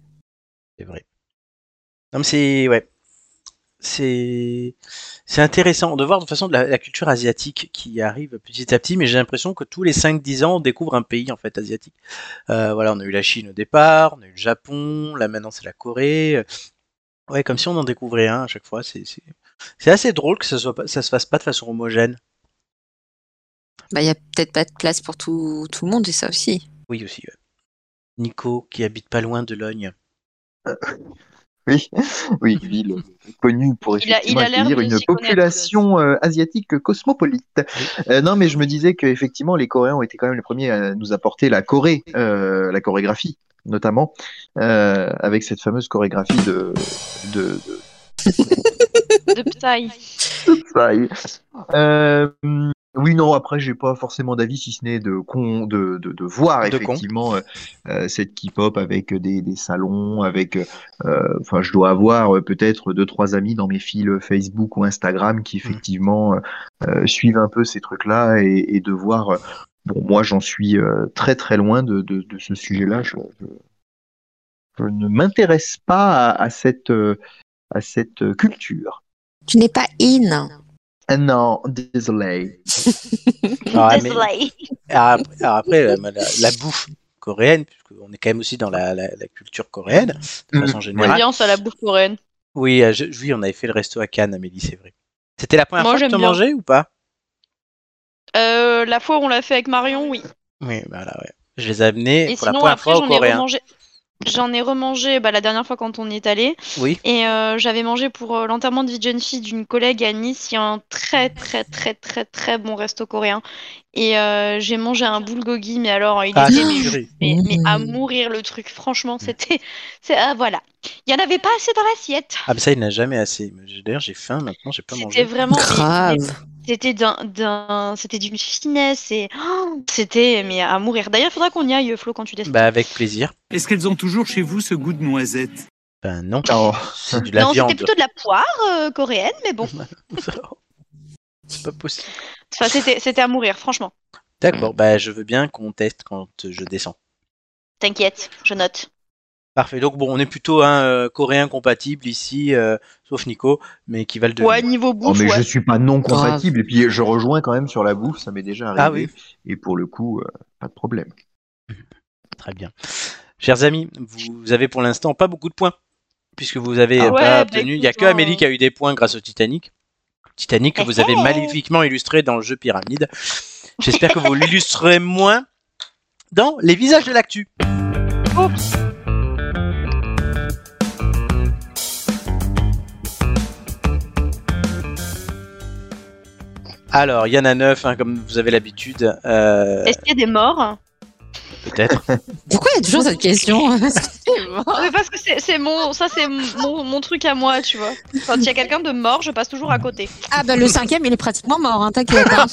C'est vrai. Non, mais c'est. Ouais. C'est. C'est intéressant de voir de toute façon de la, la culture asiatique qui arrive petit à petit, mais j'ai l'impression que tous les 5-10 ans, on découvre un pays en fait asiatique. Euh, voilà, on a eu la Chine au départ, on a eu le Japon, là maintenant c'est la Corée. Euh, Ouais, comme si on en découvrait un à chaque fois. C'est c'est- c'est assez drôle que ça, soit pas- ça se fasse pas de façon homogène. Bah, il y a peut-être pas de place pour tout, tout le monde, et ça aussi. Oui, aussi. ouais. Nico, qui habite pas loin de Logne. Oui, euh, oui, une ville connue pour Il a- il effectivement a l'air accueillir de une s'y connaître, population euh, asiatique cosmopolite. Euh, non, mais je me disais qu'effectivement, les Coréens ont été quand même les premiers à nous apporter la Corée, euh, la chorégraphie notamment, euh, avec cette fameuse chorégraphie de, de, de De Psy. Psy. Euh, oui, non, après, j'ai pas forcément d'avis, si ce n'est de, con, de, de, de voir De con. effectivement euh, euh, cette K-pop avec des, des salons, avec. euh, Enfin, je dois avoir euh, peut-être deux, trois amis dans mes fils Facebook ou Instagram Mm. qui effectivement euh, euh, suivent un peu ces trucs-là et, et de voir. euh, bon, moi, j'en suis euh, très très loin de, de, de ce sujet-là. Je, je, je ne m'intéresse pas à, à cette, euh, à cette euh, culture. Tu n'es pas in. Ah Non, désolé. Ah, mais- Désolé. Alors après, alors Ah, après, la, la- la bouffe coréenne, puisqu'on est quand même aussi dans la, la- la culture coréenne, de façon générale. Ambiance à la bouffe coréenne. Oui, euh, je- oui, on avait fait le resto à Cannes, Amélie, c'est vrai. C'était la première Moi, fois que j'aime tu bien. mangé ou pas Euh, la fois où on l'a fait avec Marion, oui. Oui, voilà, ouais. Je les ai amenés Et pour la sinon, première après, fois au j'en ai coréen. remangé. J'en ai remangé bah, la dernière fois quand on y est allé. Oui, Et euh, j'avais mangé pour euh, l'enterrement de vie de jeune fille d'une collègue à Nice. Il y a un très, très, très, très, très bon resto coréen. Et euh, j'ai mangé un bulgogi, mais alors, il ah, était c'est Mm. mais- curry. mais, mais à Mmh. mourir le truc. Franchement, c'était. c'est- Ah, voilà. Il n'y en avait pas assez dans l'assiette. Ah, mais ça, il n'a jamais assez. Mais j'ai- D'ailleurs, j'ai faim maintenant, j'ai pas C'était mangé. vraiment. Grave. C'était d'un, d'un- c'était d'une finesse et oh, c'était mais à mourir. D'ailleurs, il faudra qu'on y aille, Flo, quand tu descends. Bah, avec plaisir. Est-ce qu'elles ont toujours chez vous ce goût de noisette Ben non, Oh. c'est de la non, viande. c'était plutôt de la poire euh, coréenne, mais bon, c'est pas possible. enfin, c'était, c'était à mourir, franchement. D'accord, bah, je veux bien qu'on teste quand je descends. T'inquiète, je note. Parfait. Donc, bon, on est plutôt un euh, coréen compatible ici, euh, sauf Nico, mais qui va le devenir. Ouais, niveau Non, bouffe, oh, mais je ouais. suis pas non compatible. Et puis, je rejoins quand même sur la bouffe, ça m'est déjà arrivé. Ah oui. Et pour le coup, euh, pas de problème. Très bien. Chers amis, vous avez pour l'instant pas beaucoup de points, puisque vous avez Ah pas ouais, bah obtenu. Il n'y a écoute, que hein. Amélie qui a eu des points grâce au Titanic. Titanic que vous avez Hey. magnifiquement illustré dans le jeu Pyramide. J'espère que vous l'illustrerez moins dans Les visages de l'actu. Alors, il y en a neuf, hein, comme vous avez l'habitude. Euh, Est-ce qu'il y a des morts Peut-être. Pourquoi il y a toujours cette question Ah, Mais Parce que c'est, c'est mon, ça c'est mon, mon truc à moi, tu vois. Quand il y a quelqu'un de mort, je passe toujours à côté. Ah bah le cinquième, il est pratiquement mort, hein, t'inquiète. hein.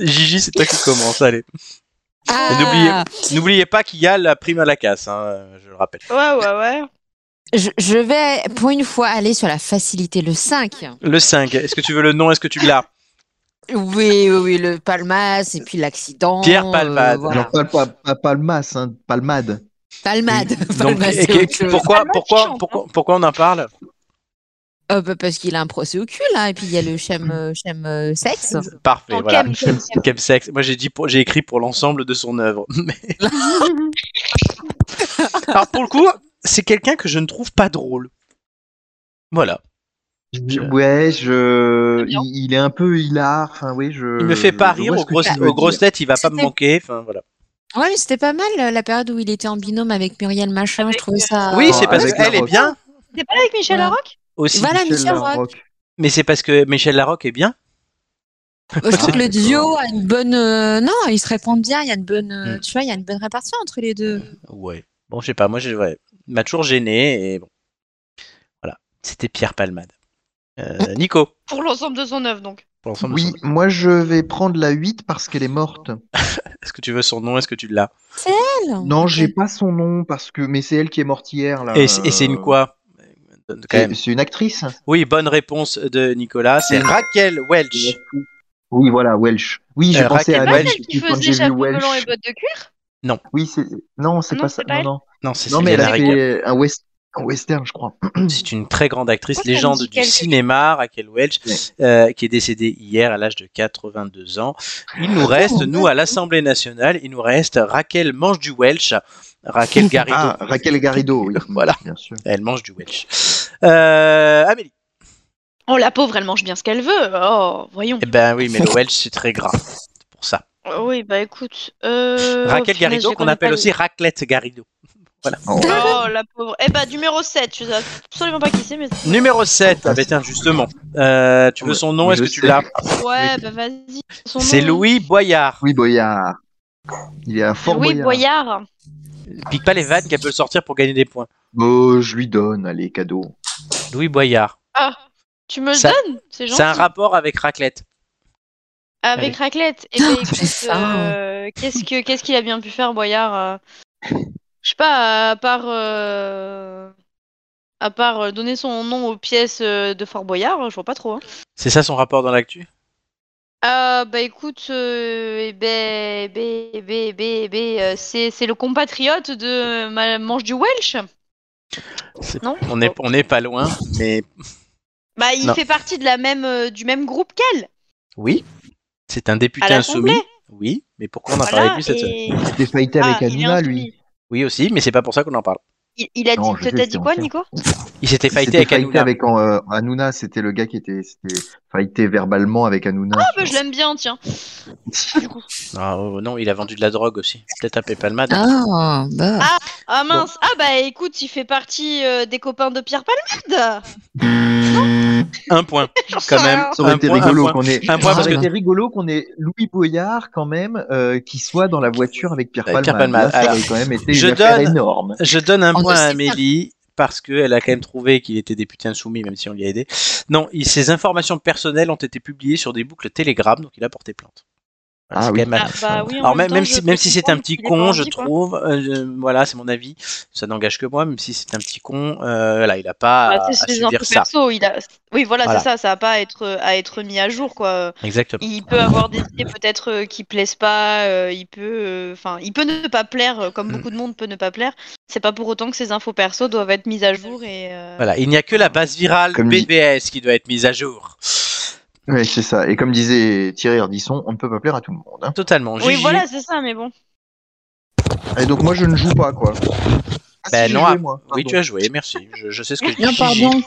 Gigi, c'est toi qui commence. Allez. Ah, n'oubliez- N'oubliez pas qu'il y a la prime à la casse, hein, je le rappelle. Ouais, ouais, ouais. je, je vais pour une fois aller sur la facilité, le 5. Le 5, est-ce que tu veux le nom Est-ce que tu l'as Oui, oui, oui, le Palmas et puis l'accident. euh, Pierre Palmade. voilà. Alors, pas, pas, pas Palmas, hein, Palmade. Palmade. Donc, Palmas, et- Bah, c'est et- autre chose. pourquoi, Palmade, il pourquoi, chante, pourquoi, pourquoi on en parle Euh, bah, parce qu'il a un procès au cul, là. Et puis il y a le chem, euh, chem euh, sexe. Parfait, En voilà. cam, cam, cam. Chemsex. Moi, j'ai dit, pour- j'ai écrit pour l'ensemble de son œuvre. Mais- Alors pour le coup, c'est quelqu'un que je ne trouve pas drôle. Voilà. Je- ouais, je. Bien. Il, il est un peu hilar. Enfin, oui, je. Il me fait pas Euh, je rire vois aux ce que grosses, tu veux aux grosses dire. têtes. Il va pas me C'était- manquer. Enfin voilà. Ouais, mais c'était pas mal euh, la période où il était en binôme avec Muriel Machin. Avec, je trouvais ça. Oui, Ah, c'est parce avec qu'elle est Larocque. bien C'est pas avec Michel Ouais. Larocque aussi. Voilà, Michel Michel Rock. Larocque. Mais c'est parce que Michel Larocque est bien. Euh, Je trouve que le d'accord. duo a une bonne. euh, non, ils se répondent bien. Il y a une bonne. euh, Mm. Tu vois, il y a une bonne répartition entre les deux. Ouais. Bon, je sais pas, moi, je, ouais. il m'a toujours gêné et bon. Voilà. C'était Pierre Palmade. Euh, Nico. Pour l'ensemble de son œuvre, donc. pour l'ensemble de Oui, son- moi je vais prendre la 8 parce qu'elle est morte. Est-ce que tu veux son nom Est-ce que tu l'as Elle Non, j'ai pas son nom parce que mais c'est elle qui est morte hier là. Euh, et, c'est- et c'est une quoi Quand C'est même. c'est une actrice. Oui, bonne réponse de Nicolas. C'est Raquel Welch. Oui, voilà, Welsh. Oui, j'ai Euh, pensé Raquel à Pas Welch, Welsh. celle Bah, qui quand faisait j'ai vu chapeau melon et Welsh. bottes de cuir Oui, c'est non, c'est Non, pas c'est ça. pas elle. non, non. Non, c'est Non, mais elle Céline a Raquel. fait un, west- un western, je crois. C'est une très grande actrice, Moi, ça me légende dit du quelque chose. cinéma, Raquel Welch, Ouais. euh, qui est décédée hier à l'âge de 82 ans. Il nous reste, nous, à l'Assemblée nationale, il nous reste Raquel mange du Welch. Raquel Garrido. Ah, Raquel Garrido, oui. Voilà. Bien sûr. Elle mange du Welch. Euh, Amélie. Oh, la pauvre, elle mange bien ce qu'elle veut. Oh, voyons. Eh ben oui, mais le Welch, c'est très gras. C'est pour ça. Oh, oui, bah écoute. euh, Raquel punaise, Garrido, je qu'on connais appelle pas aussi Raclette Garrido. Voilà. Oh. les- Oh, la pauvre. Eh bah, numéro 7, je sais absolument pas qui c'est, mais. Numéro 7. Ah, ben tiens, justement. Euh, tu veux Ouais, son nom Est-ce je que tu sais. l'as Ouais, bah vas-y. Son nom- C'est Louis Boyard. Oui, Boyard. Il est à Fort Louis Boyard. Boyard. Pique pas les vannes qu'elle peut le sortir pour gagner des points. Oh, je lui donne, allez, cadeau. Louis Boyard. Ah, tu me le Ça- donnes C'est gentil. C'est un rapport avec Raclette. Avec raclette. Ah, Eh ben, écoute, j'ai faim. euh, qu'est-ce que qu'est-ce qu'il a bien pu faire, Boyard euh, Je sais pas, à part euh, à part euh, donner son nom aux pièces euh, de Fort Boyard, je vois pas trop. hein. C'est ça son rapport dans l'actu Ah bah écoute, euh, eh ben, eh ben, eh ben, eh ben, eh ben, euh, c'est c'est le compatriote de ma mange du Welsh, C'est- non On n'est on est pas loin, mais Bah il Non. fait partie de la même euh, du même groupe qu'elle. oui. C'est un député À l'Assemblée. insoumis. Oui, mais pourquoi on a parlé Voilà. de lui cette semaine et- C'était fighté Ah, avec il est Hanouna, lui. insoumis. Oui aussi, mais c'est pas pour ça qu'on en parle. Il, il a Non, dit, je t'as sais, t'as c'est dit quoi, honteux. Nico Il s'était C'était fighté avec Hanouna. avec euh, Hanouna, c'était le gars qui était, c'était fighté verbalement avec Hanouna. Ah bah je l'aime bien, tiens. Du coup. Ah, oh, non, il a vendu de la drogue aussi. Peut-être à Palmade. Ah, bah. Ah mince, ah bah écoute, il fait partie euh, des copains de Pierre Palmade. Mmh. Un point, J'en sais quand même. rien. Ça aurait Un été point, un rigolo point. qu'on ait. Un point Ça parce aurait que été rigolo qu'on ait Louis Boyard quand même euh, qui soit dans la voiture avec Pierre Avec Palmade. Pierre Palmade, Là, ça alors, aurait quand même été je une affaire donne- énorme. je donne un On point ne à sait pas. Amélie parce qu'elle a quand même trouvé qu'il était député insoumis, même si on lui a aidé. Non, il- ses informations personnelles ont été publiées sur des boucles Telegram, donc il a porté plainte. Voilà, Ah c'est oui. quand même- Ah, bah oui, en Alors même, temps, même je si peux même si c'est un comprendre petit qu'il ait con, pas je envie, quoi. trouve, euh, je- voilà, c'est mon avis, ça n'engage que moi. Même si c'est un petit con, euh, là, il a pas à, Ah, à c'est se ses infos dire ça. perso, il a... Oui, voilà, Voilà. c'est ça, ça va pas à être, euh, à être mis à jour, quoi. Exactement. Il peut avoir des idées peut-être euh, qui plaisent pas, euh, il peut, euh, enfin, il peut ne pas plaire, euh, comme Mm. beaucoup de monde peut ne pas plaire. C'est pas pour autant que ses infos perso doivent être mises à jour et. euh, Voilà, il n'y a que la base virale Comme dit- BBS qui doit être mise à jour. Oui, c'est ça. Et comme disait Thierry Ardisson, on ne peut pas plaire à tout le monde. hein. Totalement. Oui, Gigi, voilà, c'est ça, mais bon. Et donc moi je ne joue pas quoi. Ah, Ben si, non, j'ai ah, joué, moi. Oui, Pardon. tu as joué, merci. Je, je sais ce que je dis. Non, Gigi, pardon.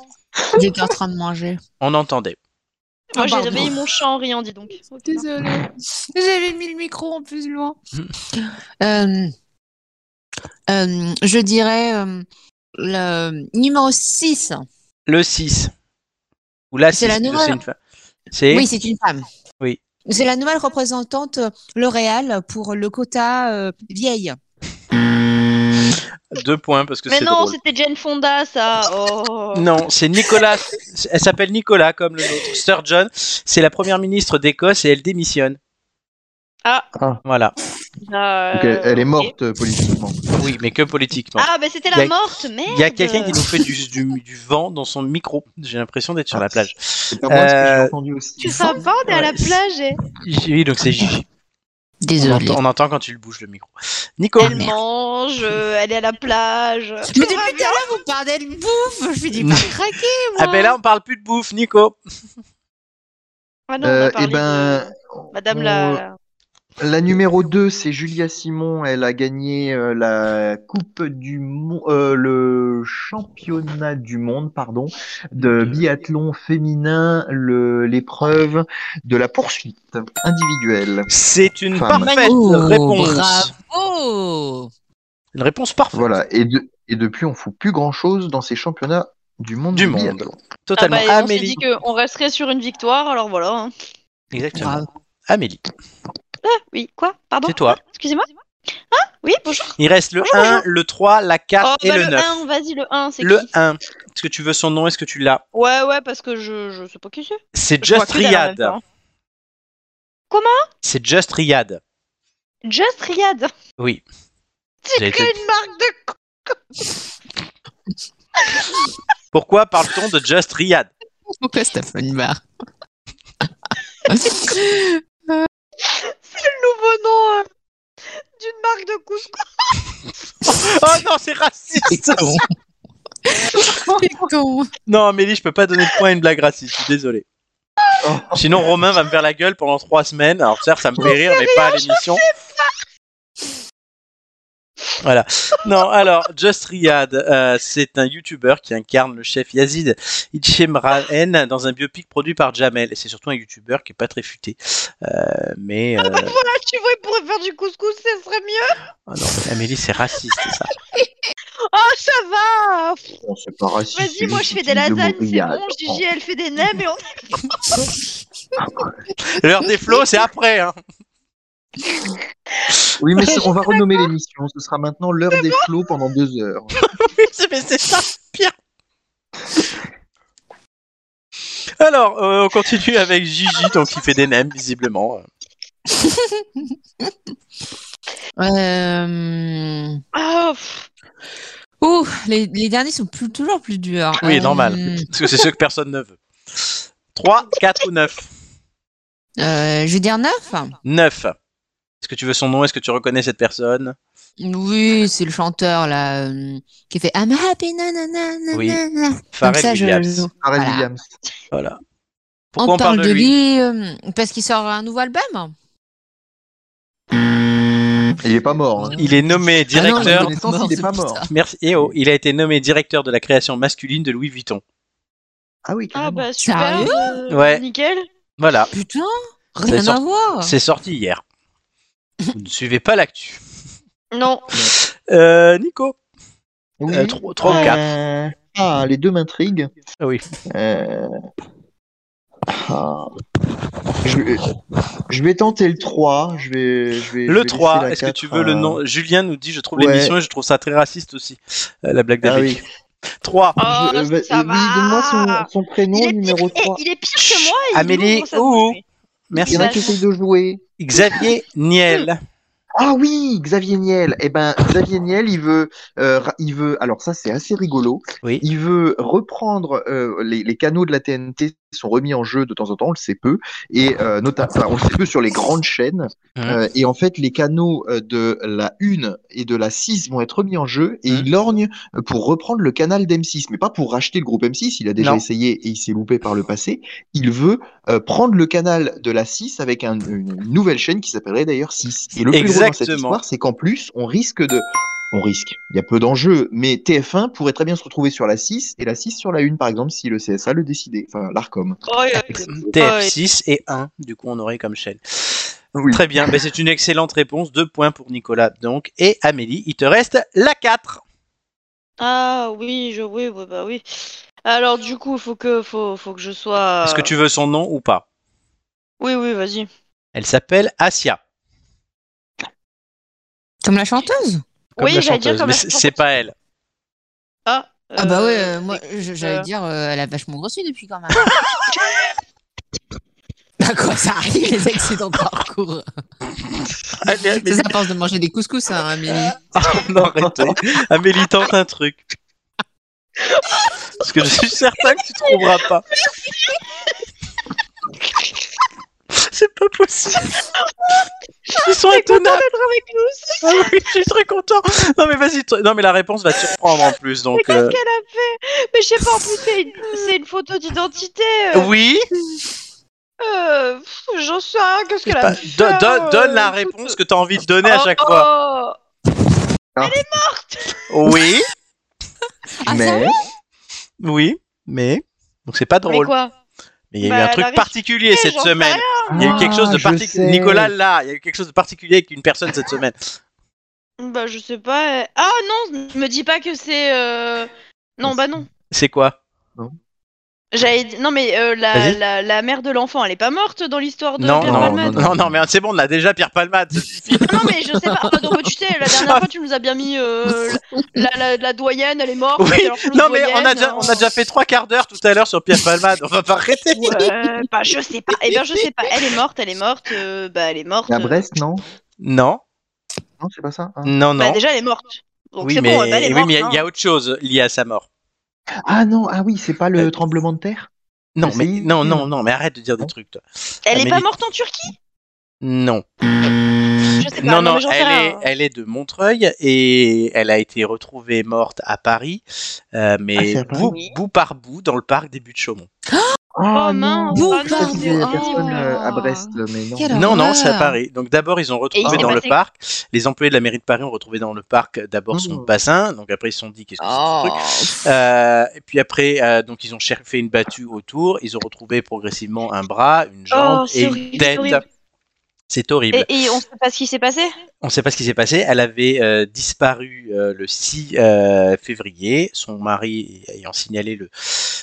J'étais en train de manger. on entendait. Moi, Ah, j'ai pardon. réveillé mon chat en riant, dis donc. Désolée. J'avais mis le micro en plus loin. Euh, euh, je dirais euh, le numéro 6. Le 6. Ou la 6. C'est la parce que nouvelle- une fa- C'est Oui, c'est une femme. Oui. C'est la nouvelle représentante euh, L'Oréal pour le quota euh, vieille. deux points parce que Mais c'est non, drôle. c'était Jane Fonda, ça. Oh. Non, c'est Nicolas. Elle s'appelle Nicolas comme le nôtre. Sturgeon, c'est la première ministre d'Écosse et elle démissionne. Ah. Voilà. Euh, Donc, elle, elle est ok. morte euh, politiquement. Oui, mais que politiquement. Ah, bah c'était Y la a- morte, merde. Il y a quelqu'un qui nous fait du, du- du vent dans son micro. J'ai l'impression d'être sur la plage. C'est pas moi ce que j'ai Euh, entendu aussi. Tu sens pas, on est à la Ouais. plage. eh. Oui, donc c'est Gigi. On Désolée. entend, on entend quand tu le bouges le micro. Nico. Elle mange, euh, elle est à la plage. Je me dis, putain, là, vous parlez de bouffe. Je me dis, pas craquer, moi. Ah ben là, on parle plus de bouffe, Nico. Ah non, on a Euh, eh parlé ben, de Madame on- la. La numéro 2, c'est Julia Simon. Elle a gagné euh, la Coupe du Mo- euh, le championnat du monde, pardon, de biathlon féminin, le- l'épreuve de la poursuite individuelle. C'est une Femme. parfaite Oh, réponse. Bravo Une réponse parfaite. Voilà. Et, de- et depuis, on fout plus grand chose dans ces championnats du monde Du de monde. biathlon. Ah Totalement. bah, on s'est Amélie. dit qu'on resterait sur une victoire, alors voilà. hein. Exactement. Bravo. Amélie, Oui, quoi Pardon c'est toi. Excusez-moi Hein Oui, bonjour. Il reste le Bonjour, 1, le 3, la 4 Oh, Ah, et bah, le 9. 1, vas-y, le 1, c'est Le qui 1. Est-ce que tu veux son nom Est-ce que tu l'as Ouais, ouais, parce que je, je sais pas qui c'est. C'est Je vois Just que dalle en même Riyad. temps. Comment C'est Just Riyad. Just Riyad Oui. J'ai C'est été- qu'une marque de con Pourquoi parle-t-on de Just Riyad Pourquoi Stéphane Barr nouveau nom euh, d'une marque de couscous. Oh non, c'est raciste Non, Amélie, je peux pas donner de point à une blague raciste, je suis désolé. Oh. Sinon, Romain va me faire la gueule pendant 3 semaines. Alors, certes, ça me fait rire, mais pas à l'émission. Voilà. Non, alors, Just Riyad, euh, c'est un youtubeur qui incarne le chef Yazid Itchemraen dans un biopic produit par Jamel. Et c'est surtout un youtubeur qui est pas très futé. Euh, mais. euh, Voilà, Ah, tu vois, il pourrait faire du couscous, ce serait mieux. ah non, mais Amélie, c'est raciste, ça. Oh, ça va Bon, c'est pas raciste, Vas-y, c'est moi, juste je fais une des petite lasagnes, c'est débrouillade. bon. Gigi, elle fait des nems et on... L'heure des flots, c'est après, hein. Oui, mais c'est- on va renommer l'émission. Ce sera maintenant l'heure des flots pendant deux heures. mais c'est ça, pire. Alors, euh, on continue avec Gigi, donc qui fait des nems, visiblement. Euh, Ah, pff. Ouh, les, les derniers sont plus- toujours plus durs. Oui, Euh, normal. Parce que c'est ceux que personne ne veut. 3, 4 ou 9 euh, je vais dire 9. 9. Est-ce que tu veux son nom Est-ce que tu reconnais cette personne Oui, c'est le chanteur là euh, qui fait I'm happy nanana. Oui, nanana. Comme Pharrell ça, je- Williams. je- Pharrell Voilà. Williams. Voilà. Pourquoi On on, parle de lui euh, parce qu'il sort un nouveau album. Il est pas mort. hein. Il est nommé Ah non, directeur. mais- connaissance, il est pas mort. putain. Merci. Eh oh, il a été nommé directeur de la création masculine de Louis Vuitton. Ah oui, Ah, carrément. bah, super. Sérieux euh, Ouais. Nickel. Voilà, Putain, C'est rien à sorti- voir. c'est sorti hier. Vous ne suivez pas l'actu. Non. Euh, Nico, Oui. 3, Euh, ou 4 Euh, Ah, les deux m'intriguent. Ah oui. Euh, ah. Je, je vais tenter le 3. Je vais, je vais, je vais Le laisser 3, la est-ce que tu 4, veux le euh, nom Julien nous dit, je trouve Ouais. l'émission et je trouve ça très raciste aussi, euh, la blague Ah d'Amélie. oui. 3. Oh, Je- euh, bah, ça oui, donne-moi va. son, Oh. son prénom, Il est numéro Eh, 3. il est pire que moi. Chut, il Amélie, ouvre sa oh, bouche. Il y Merci. en a qui essayent de jouer. Xavier Niel. Ah oui, Xavier Niel. Eh ben, Xavier Niel, il veut, euh, ra- il veut. Alors ça, c'est assez rigolo. Oui. Il veut reprendre euh, les, les canaux de la TNT sont remis en jeu de temps en temps. On le sait peu, et euh, notamment, enfin, on le sait peu sur les grandes chaînes. Mhm. Euh, et en fait, les canaux euh, de la 1 et de la 6 vont être remis en jeu, et Mhm. il lorgne pour reprendre le canal d'M6, mais pas pour racheter le groupe M6. Il a déjà Non. essayé et il s'est loupé par le passé. Il veut euh, prendre le canal de la 6 avec un- une nouvelle chaîne qui s'appellerait d'ailleurs 6. Et le plus drôle dans cette Exactement. histoire, c'est qu'en plus, on risque de... On risque. Il y a peu d'enjeux, mais TF1 pourrait très bien se retrouver sur la 6 et la 6 sur la 1, par exemple, si le CSA le décidait, enfin l'ARCOM. Oh, il a- TF6 et 1, du coup on aurait comme chaîne. Oui. Très bien, ben, c'est une excellente réponse. Deux points pour Nicolas donc. Et Amélie, il te reste la 4. Ah oui, je oui, ouais, bah oui. Alors du coup, faut que faut, faut que je sois. euh, Est-ce que tu veux son nom ou pas Oui, oui, vas-y. Elle s'appelle Asia. Comme la chanteuse. Comme Oui, la j'allais dire chanteuse, comme mais la c'est c'est pas elle. Ah. Ah bah euh, ouais, euh, moi je- euh, j'allais dire, euh, elle a vachement grossi depuis quand même. Bah quoi, ça arrive les accidents de parcours. Ah, C'est ça, à force de manger des couscous, hein, Amélie. Non, arrêtez. Amélie, tente un truc. Parce que je suis certain que tu trouveras pas. C'est pas possible. Ils sont étonnants. Ah oui, je suis très content. Non mais vas-y, toi- non mais la réponse va te surprendre en plus. Donc Qu'est-ce euh, qu'elle a fait Mais je sais pas. En plus, c'est une, c'est une photo d'identité. euh. oui, Euh, pff, J'en sais rien, qu'est-ce qu'elle a Bah, pu do- faire, do- euh, donne la écoute. réponse que tu as envie de donner à Oh, chaque fois. Ah. Elle est morte Oui, Ah, ça mais oui, mais. Donc c'est pas Mais drôle. quoi Mais il y a eu Bah, un la truc riche- particulier Eh, cette j'en sais semaine. Il y a eu quelque chose de Ah, je sais. particulier. Nicolas, là, il y a eu quelque chose de particulier avec une personne cette semaine. Bah je sais pas. euh. Ah non, me dis pas que c'est. euh, Non, bah non. C'est quoi J'avais dit- Non mais euh, la, Vas-y. la, la mère de l'enfant, elle est pas morte dans l'histoire de non, Pierre non, Palmade non, non, non, mais c'est bon, on a déjà Pierre Palmade. ça suffit. Ah non mais je sais pas. Ah, non, mais tu sais, la dernière fois tu nous as bien mis euh, la, la, la doyenne, elle est morte. Oui, alors que l'autre non, mais on a, doyenne, déjà, euh, on a déjà fait trois quarts d'heure tout à l'heure sur Pierre Palmade. On va pas arrêter. Ouais, bah je sais pas. Eh bien je sais pas. Elle est morte, elle est morte. euh, bah elle est morte. la Brest, non Non, Non, c'est pas ça. hein non, Bah non. déjà elle est morte. Donc oui, c'est mais bon, bah, elle est oui, morte. mais il y a- il y hein. a autre chose lié à sa mort. Ah non, ah oui, c'est pas le Euh, tremblement de terre Bah, Non, Le mais séisme. non, non, non, mais arrête de dire des trucs, toi. Elle est Amélie- pas morte en Turquie Non. Je sais pas. Mm. Non, non, Eh ben, mais j'en sais elle, rien, est, hein. elle est de Montreuil et elle a été retrouvée morte à Paris, euh, Ah, mais c'est à Paris bout, Oui. bout par bout dans le parc des Buttes de Chaumont. Ah Oh, mince. non, Ah, je crois que non, c'était la oh. personne euh, à Brest, mais non. Quelle non. horreur. non, non, horreur. c'est à Paris. Donc d'abord, ils ont retrouvé s'est dans le passé- parc. Les employés de la mairie de Paris ont retrouvé dans le parc euh, d'abord son Oh. bassin. Donc après, ils se sont dit qu'est-ce que c'est Ah. que ce Oh. truc. Euh, et puis après, euh, donc ils ont cher- fait une battue autour. Ils ont retrouvé progressivement un bras, une jambe Oh, c'est et une horrible, c'est tête. horrible. C'est horrible. Et, et on sait pas ce qui s'est passé On ne sait pas ce qui s'est passé. Elle avait euh, disparu euh, le 6 euh, février, son mari ayant signalé le,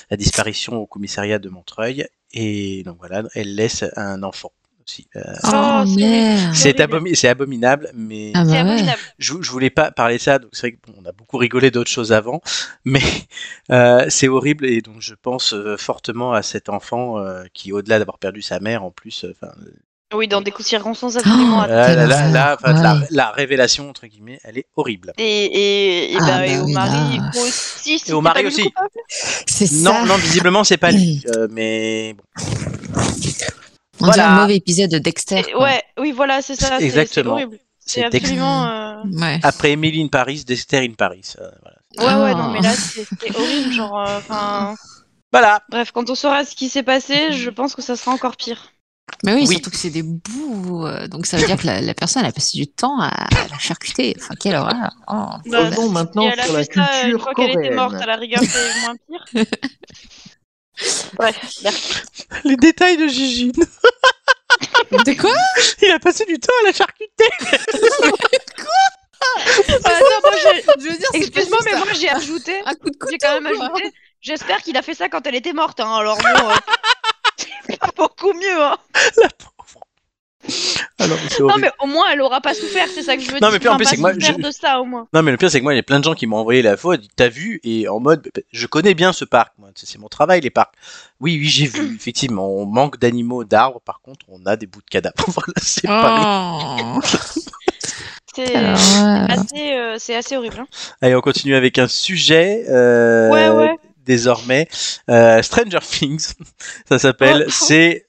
la disparition au commissariat de Montreuil. Et donc voilà, elle laisse un enfant aussi. Euh, Oh, c'est- merde. c'est horrible. abomi- c'est abominable, mais Ah C'est bah ouais. abominable. je, je voulais pas parler de ça. Donc c'est vrai qu'on a beaucoup rigolé d'autres choses avant, mais euh, c'est horrible. Et donc je pense euh, fortement à cet enfant euh, qui, au-delà d'avoir perdu sa mère, en plus, euh, enfin, Oui, dans des circonstances absolument Oh. atroces. là, là, là, horreur. là, enfin, la- Ouais. la révélation entre guillemets, elle est horrible. Et, et, et, Ah, bah, bah et au oui, mari là. aussi. si Et au t'as mari pas vu le aussi. coupable. C'est ça. Non, non, visiblement c'est pas lui, euh, mais bon. On dirait Voilà. un mauvais épisode de Dexter. Et- quoi. ouais, oui, voilà, c'est ça. c'est- C'est Exactement. horrible. C'est C'est Dex- absolument. euh, Ouais. Après Emily in Paris, Dexter in Paris. euh, voilà. Ouais, ouais, non, Ah. mais là, c'est c'est horrible. Genre, euh, enfin. Voilà. Bref, quand on saura ce qui s'est passé, je pense que ça sera encore pire. Mais oui, Oui. surtout que c'est des bouts. euh, Donc ça veut dire que la, la personne, elle a passé du temps à, à la charcuter. Enfin, quelle horreur. Oh. Revenons maintenant et Bah, elle a sur la fait ça une culture fois qu'elle était coréenne. morte, à la rigueur, c'est moins pire. Bref, merci. Les détails de Gigi. De quoi Il a passé du temps à la charcuter. Ah, Je veux dire, c'est Excuse-moi, pas mais juste moi j'ai ajouté. un coup de couteau. J'ai quand même quoi. ajouté. J'espère qu'il a fait ça quand elle était morte. Hein. Alors bon, euh, c'est pas beaucoup mieux. Hein. Alors, mais c'est Non horrible. mais au moins elle aura pas souffert. C'est ça que je veux dire. Non, mais puis, en Enfin, plus, pas c'est que moi, souffert je- de ça au moins. Non, mais le pire, c'est que moi, il y a plein de gens qui m'ont envoyé la photo. T'as vu Et en mode, je connais bien ce parc. Moi, c'est c'est mon travail, les parcs. Oui, oui, j'ai vu. Effectivement, on manque d'animaux, d'arbres. Par contre, on a des bouts de cadavres. voilà, c'est Ah. pas. Oh. C'est Quelle horreur. assez, euh, c'est assez horrible. hein. Allez, on continue avec un sujet. euh, Ouais, ouais. Désormais, Euh, Stranger Things, ça s'appelle. Oh. C'est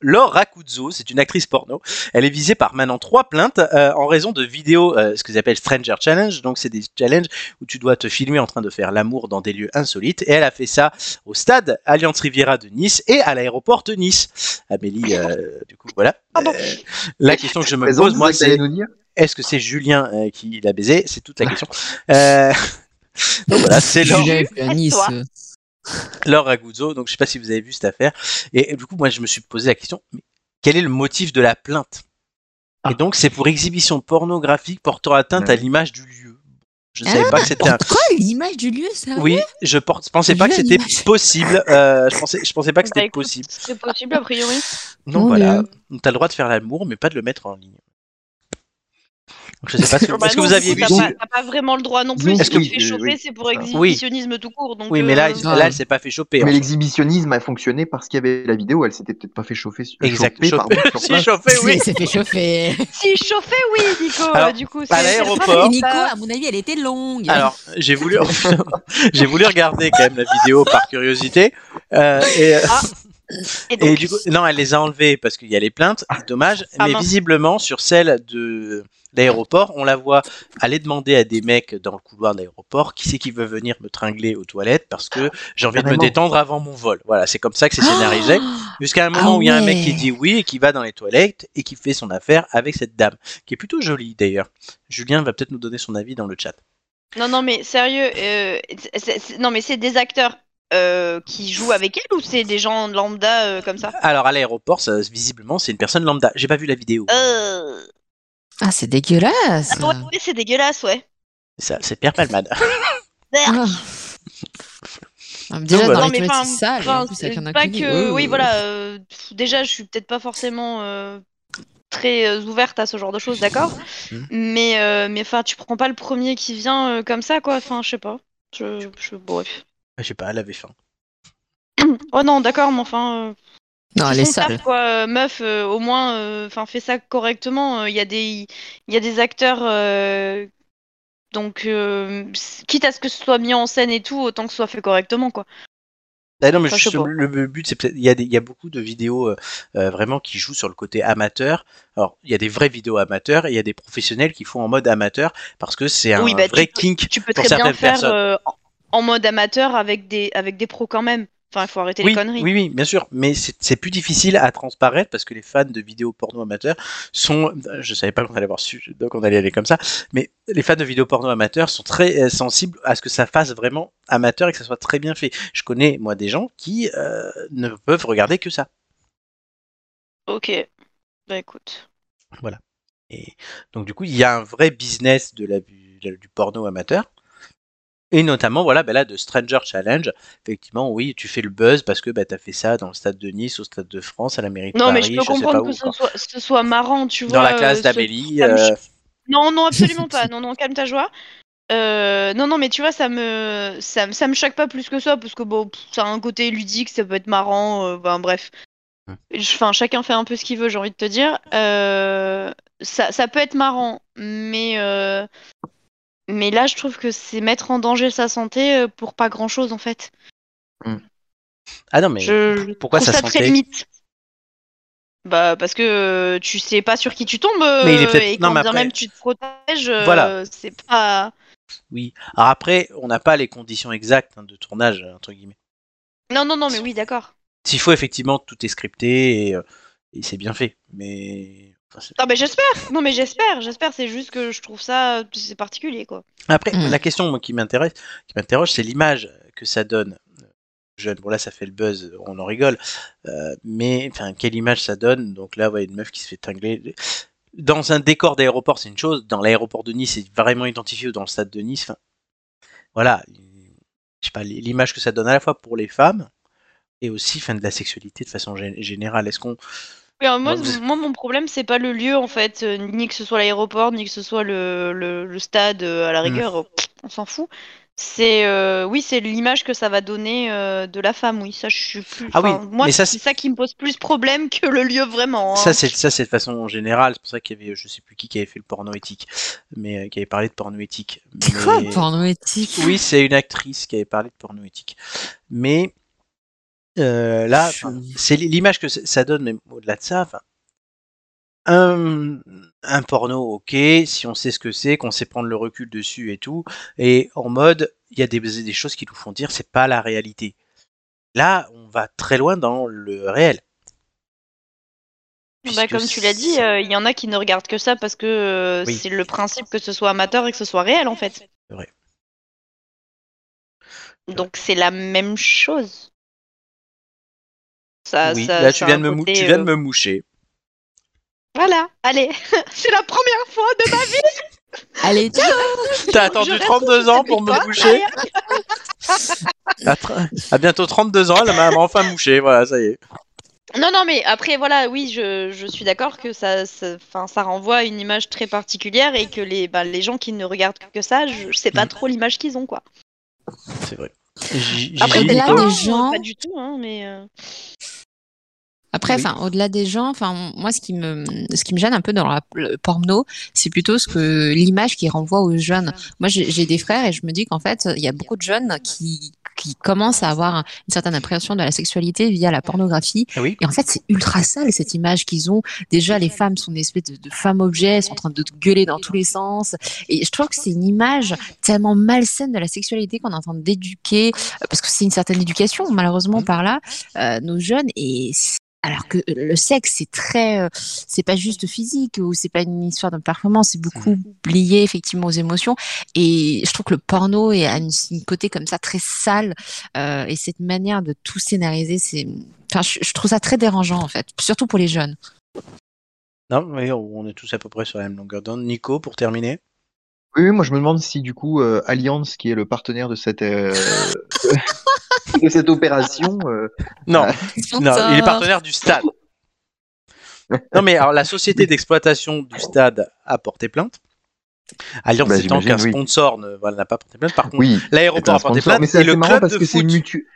Laure Rakuzo, c'est une actrice porno. Elle est visée par maintenant trois plaintes euh, en raison de vidéos, euh, ce qu'ils appellent Stranger Challenge. Donc, c'est des challenges où tu dois te filmer en train de faire l'amour dans des lieux insolites. Et elle a fait ça au stade Allianz Riviera de Nice et à l'aéroport de Nice. Amélie, euh, du coup, voilà. Pardon. Euh, la question que je me Présente, pose, moi, c'est ça que t'allais c'est nous dire est-ce que c'est Julien euh, qui l'a baisé C'est toute la question. Euh, Donc voilà, c'est Laure, Julien et puis à Nice. Toi. euh. Laure Aguzzo. Donc je sais pas si vous avez vu cette affaire. Et euh, du coup, moi, je me suis posé la question mais quel est le motif de la plainte Ah. Et donc, c'est pour exhibition pornographique portant atteinte à Ouais. l'image du lieu. Je ne savais pas que c'était un. Quoi L'image du lieu, ça Oui, je por- pensais pas que Julien, c'était l'image. possible. euh, je pensais, je pensais pas que Bah, c'était écoute, possible. C'est possible a priori. Non, Mon voilà. Dieu. T'as le droit de faire l'amour, mais pas de le mettre en ligne. Donc, je sais pas. ce- Bah Est-ce que non, vous du aviez coup, vu T'as ce- pas, t'as pas vraiment le droit non plus. Disons Si que- tu te fais oui, choper, oui. c'est pour exhibitionnisme tout court. Donc, Oui, mais là, euh, elle- là, elle s'est pas fait choper. Mais en fait. l'exhibitionnisme a fonctionné parce qu'il y avait la vidéo, elle s'était peut-être pas fait chauffer. euh, Exact. choper, Chopé. pardon, sur Si, place. chopé, oui. Il s'est fait chauffer. Si chauffé, oui, Nico. Alors, euh, du coup, à c'est- c'est le l'aéroport- principe. Et Nico, à mon avis, elle était longue. Alors, j'ai voulu, j'ai voulu regarder quand même la vidéo par curiosité. Euh, et, Et donc, et du coup, non, elle les a enlevées parce qu'il y a les plaintes, dommage. Ah, mais mince. visiblement, sur celle de l'aéroport, on la voit aller demander à des mecs dans le couloir de l'aéroport qui c'est qui veut venir me tringler aux toilettes parce que j'ai envie de me Carrément. détendre avant mon vol. Voilà, c'est comme ça que c'est scénarisé. Ah, Jusqu'à un moment Ah où il y a un mec ouais. qui dit oui et qui va dans les toilettes et qui fait son affaire avec cette dame, qui est plutôt jolie d'ailleurs. Julien va peut-être nous donner son avis dans le chat. Non, non, mais sérieux, euh, c'est- c'est- c'est- non, mais c'est des acteurs euh, qui jouent avec elle ou c'est des gens lambda euh, comme ça Alors à l'aéroport, ça, visiblement, c'est une personne lambda. J'ai pas vu la vidéo. Euh, Ah, c'est dégueulasse. Ouais, ouais, c'est dégueulasse, ouais. Ça, c'est Pierre Palman. Merde. Ah. Ah, mais Déjà, Non, dans Non, les mais toilettes, enfin, c'est sale. et en enfin, plus, avec un c'est pas inconnu. que. Ouais, Oui, ouais, voilà. euh, pff, déjà, je suis peut-être pas forcément euh, très euh, ouverte à ce genre de choses, d'accord Mhm. Mais euh, mais enfin, tu prends pas le premier qui vient euh, comme ça, quoi. Enfin, je sais pas. Je, je- bref. Je sais Ah, pas, elle avait faim. Oh non, d'accord, mais enfin. euh, Non, C'est elle est son taf, sale. quoi, euh, meuf, euh, au moins, euh, enfin, fais ça correctement. euh, Il y a des, il y a des acteurs, euh, donc euh, s- quitte à ce que ce soit mis en scène et tout, autant que ce soit fait correctement, quoi. Ah non, mais Enfin, je sais justement, pas. le le but, c'est peut-être. Il y, a des- il y a beaucoup de vidéos euh, euh, vraiment qui jouent sur le côté amateur. Alors, il y a des vraies vidéos amateurs et il y a des professionnels qui font en mode amateur parce que c'est un Oui, bah, tu vrai peux- kink. Tu peux Pour très bien certaines faire personnes. euh, en- en mode amateur avec des, avec des pros quand même. Enfin, il faut arrêter Oui, les conneries. oui, oui, bien sûr, mais c'est c'est plus difficile à transparaître parce que les fans de vidéos porno amateurs sont, je savais pas qu'on allait avoir su, donc on allait aller comme ça, mais les fans de vidéos porno amateurs sont très euh, sensibles à ce que ça fasse vraiment amateur et que ça soit très bien fait. Je connais moi des gens qui euh, ne peuvent regarder que ça. Ok. Bah écoute. Et donc du coup, il y a un vrai business de la, bu- de- du porno amateur. Et notamment, voilà, ben là, de Stranger Challenge, effectivement, oui, tu fais le buzz parce que ben, tu as fait ça dans le stade de Nice, au stade de France, à la mairie de Non, mais Paris, je peux sais pas comprendre où. que ce quoi. soit, ce soit marrant, tu vois. Dans la euh, classe ce- d'Amélie. ça me euh, Non, non, absolument pas. Non, non, calme ta joie. Euh, non, non, mais tu vois, ça me, ça, me- ça me choque pas plus que ça, parce que bon, pff, ça a un côté ludique, ça peut être marrant, euh, ben bref. Ouais. Enfin, chacun fait un peu ce qu'il veut, j'ai envie de te dire. Euh, ça, ça peut être marrant, mais, euh, mais là, je trouve que c'est mettre en danger sa santé euh, pour pas grand-chose, en fait. Ah non, mais Je pourquoi trouve ça ça très sentait limite. Bah, parce que euh, tu sais pas sur qui tu tombes, Mais il est euh, peut-être- et non, quand mais bien après- même tu te protèges, euh, Voilà. c'est pas... Oui. Alors après, on n'a pas les conditions exactes hein, de tournage, entre guillemets. Non, non, non, mais oui, d'accord. S'il faut, effectivement, tout est scripté et, euh, et c'est bien fait. Mais. enfin, c'est- Non mais j'espère, non mais j'espère, j'espère, c'est juste que je trouve ça euh, c'est particulier quoi. Après, Mm. la question moi, qui m'intéresse, qui m'interroge, c'est l'image que ça donne. euh, Jeune, bon là ça fait le buzz, on en rigole, Euh, mais enfin quelle image ça donne Donc là, ouais, une meuf qui se fait tingler dans un décor d'aéroport, c'est une chose. Dans l'aéroport de Nice, c'est vraiment identifié ou dans le stade de Nice. Enfin, voilà, je sais pas l'image que ça donne à la fois pour les femmes et aussi fin de la sexualité de façon gé- générale. Est-ce qu'on Oui, alors moi, Bon, vous- moi mon problème c'est pas le lieu en fait, euh, ni que ce soit l'aéroport, ni que ce soit le, le, le stade euh, à la Hmm. rigueur, euh, pff, on s'en fout. C'est euh, oui c'est l'image que ça va donner euh, de la femme, oui ça je suis plus. Ah oui, enfin, moi mais ça, c'est ça qui me pose plus problème que le lieu vraiment. hein. Ça, c'est ça, c'est de façon générale. C'est pour ça qu'il y avait, je sais plus qui, qui avait fait le porno éthique, mais euh, qui avait parlé de porno éthique. C'est quoi, Mais- porno éthique Oui, c'est une actrice qui avait parlé de porno éthique. Mais euh, là, Je- enfin, c'est l'image que ça- ça donne, même au-delà de ça. enfin, Un, un porno, ok, si on sait ce que c'est, qu'on sait prendre le recul dessus et tout, et en mode, il y a des, des choses qui nous font dire c'est pas la réalité. Là, on va très loin dans le réel. Bah, Puisque comme tu l'as dit, c'est- euh, il y en a qui ne regardent que ça parce que euh, Oui. c'est le principe que ce soit amateur et que ce soit réel en fait. C'est vrai. Donc c'est la même chose. Ça, oui, euh, ça- là, ça tu a viens, un de me mou- côté, tu viens de me euh, moucher. Voilà, allez, c'est la première fois de ma vie. Allez, tiens T'as attendu reste 32 ans pour sur me cette moucher à, tra- à bientôt 32 ans, elle m'a m'a enfin mouché, voilà, ça y est. Non, non, mais après, voilà, oui, je, je suis d'accord que ça, ça, 'fin, ça renvoie à une image très particulière et que les, bah, les gens qui ne regardent que ça, je, je sais pas Mm. Mhm. trop l'image qu'ils ont, quoi. C'est vrai. J- Après, Gigi- Et là, pas, les hein, gens- Pas du tout, hein, mais... euh, Après, Oui. enfin, au-delà des gens, enfin, moi, ce qui me, ce qui me gêne un peu dans la- le porno, c'est plutôt ce que l'image qui renvoie aux jeunes. Moi, j'ai j'ai des frères et je me dis qu'en fait, il y a beaucoup de jeunes qui, qui commencent à avoir une certaine appréhension de la sexualité via la pornographie. Ah oui. Et en fait, c'est ultra sale cette image qu'ils ont. Déjà, les femmes sont une espèce de, de femmes objets, elles sont en train de te gueuler dans tous les sens. Et je trouve que c'est une image tellement malsaine de la sexualité qu'on est en train Mm. d'éduquer, euh, parce que c'est une certaine éducation, malheureusement, par là, euh, nos jeunes. Et Alors que le sexe, c'est très, euh, c'est pas juste physique ou c'est pas une histoire de performance, c'est beaucoup lié effectivement aux émotions. Et je trouve que le porno est à une, une côté comme ça très sale euh, et cette manière de tout scénariser, c'est, enfin, je, je trouve ça très dérangeant en fait, surtout pour les jeunes. Non, mais on est tous à peu près sur la même longueur d'onde. Nico, pour terminer. Oui, oui, moi je me demande si du coup euh, Allianz, qui est le partenaire de cette, euh, de cette opération, euh, Non, non, Ah, Putain. il est partenaire du stade. Non, mais alors la société d'exploitation du stade a porté plainte. Allianz Bah, étant qu'un j'imagine, oui. sponsor ne- voilà, n'a pas porté plainte. Par contre, oui, c'est l'aéroport un a porté sponsor, mais plainte c'est et assez le marrant club parce de que c'est foot. une mutu-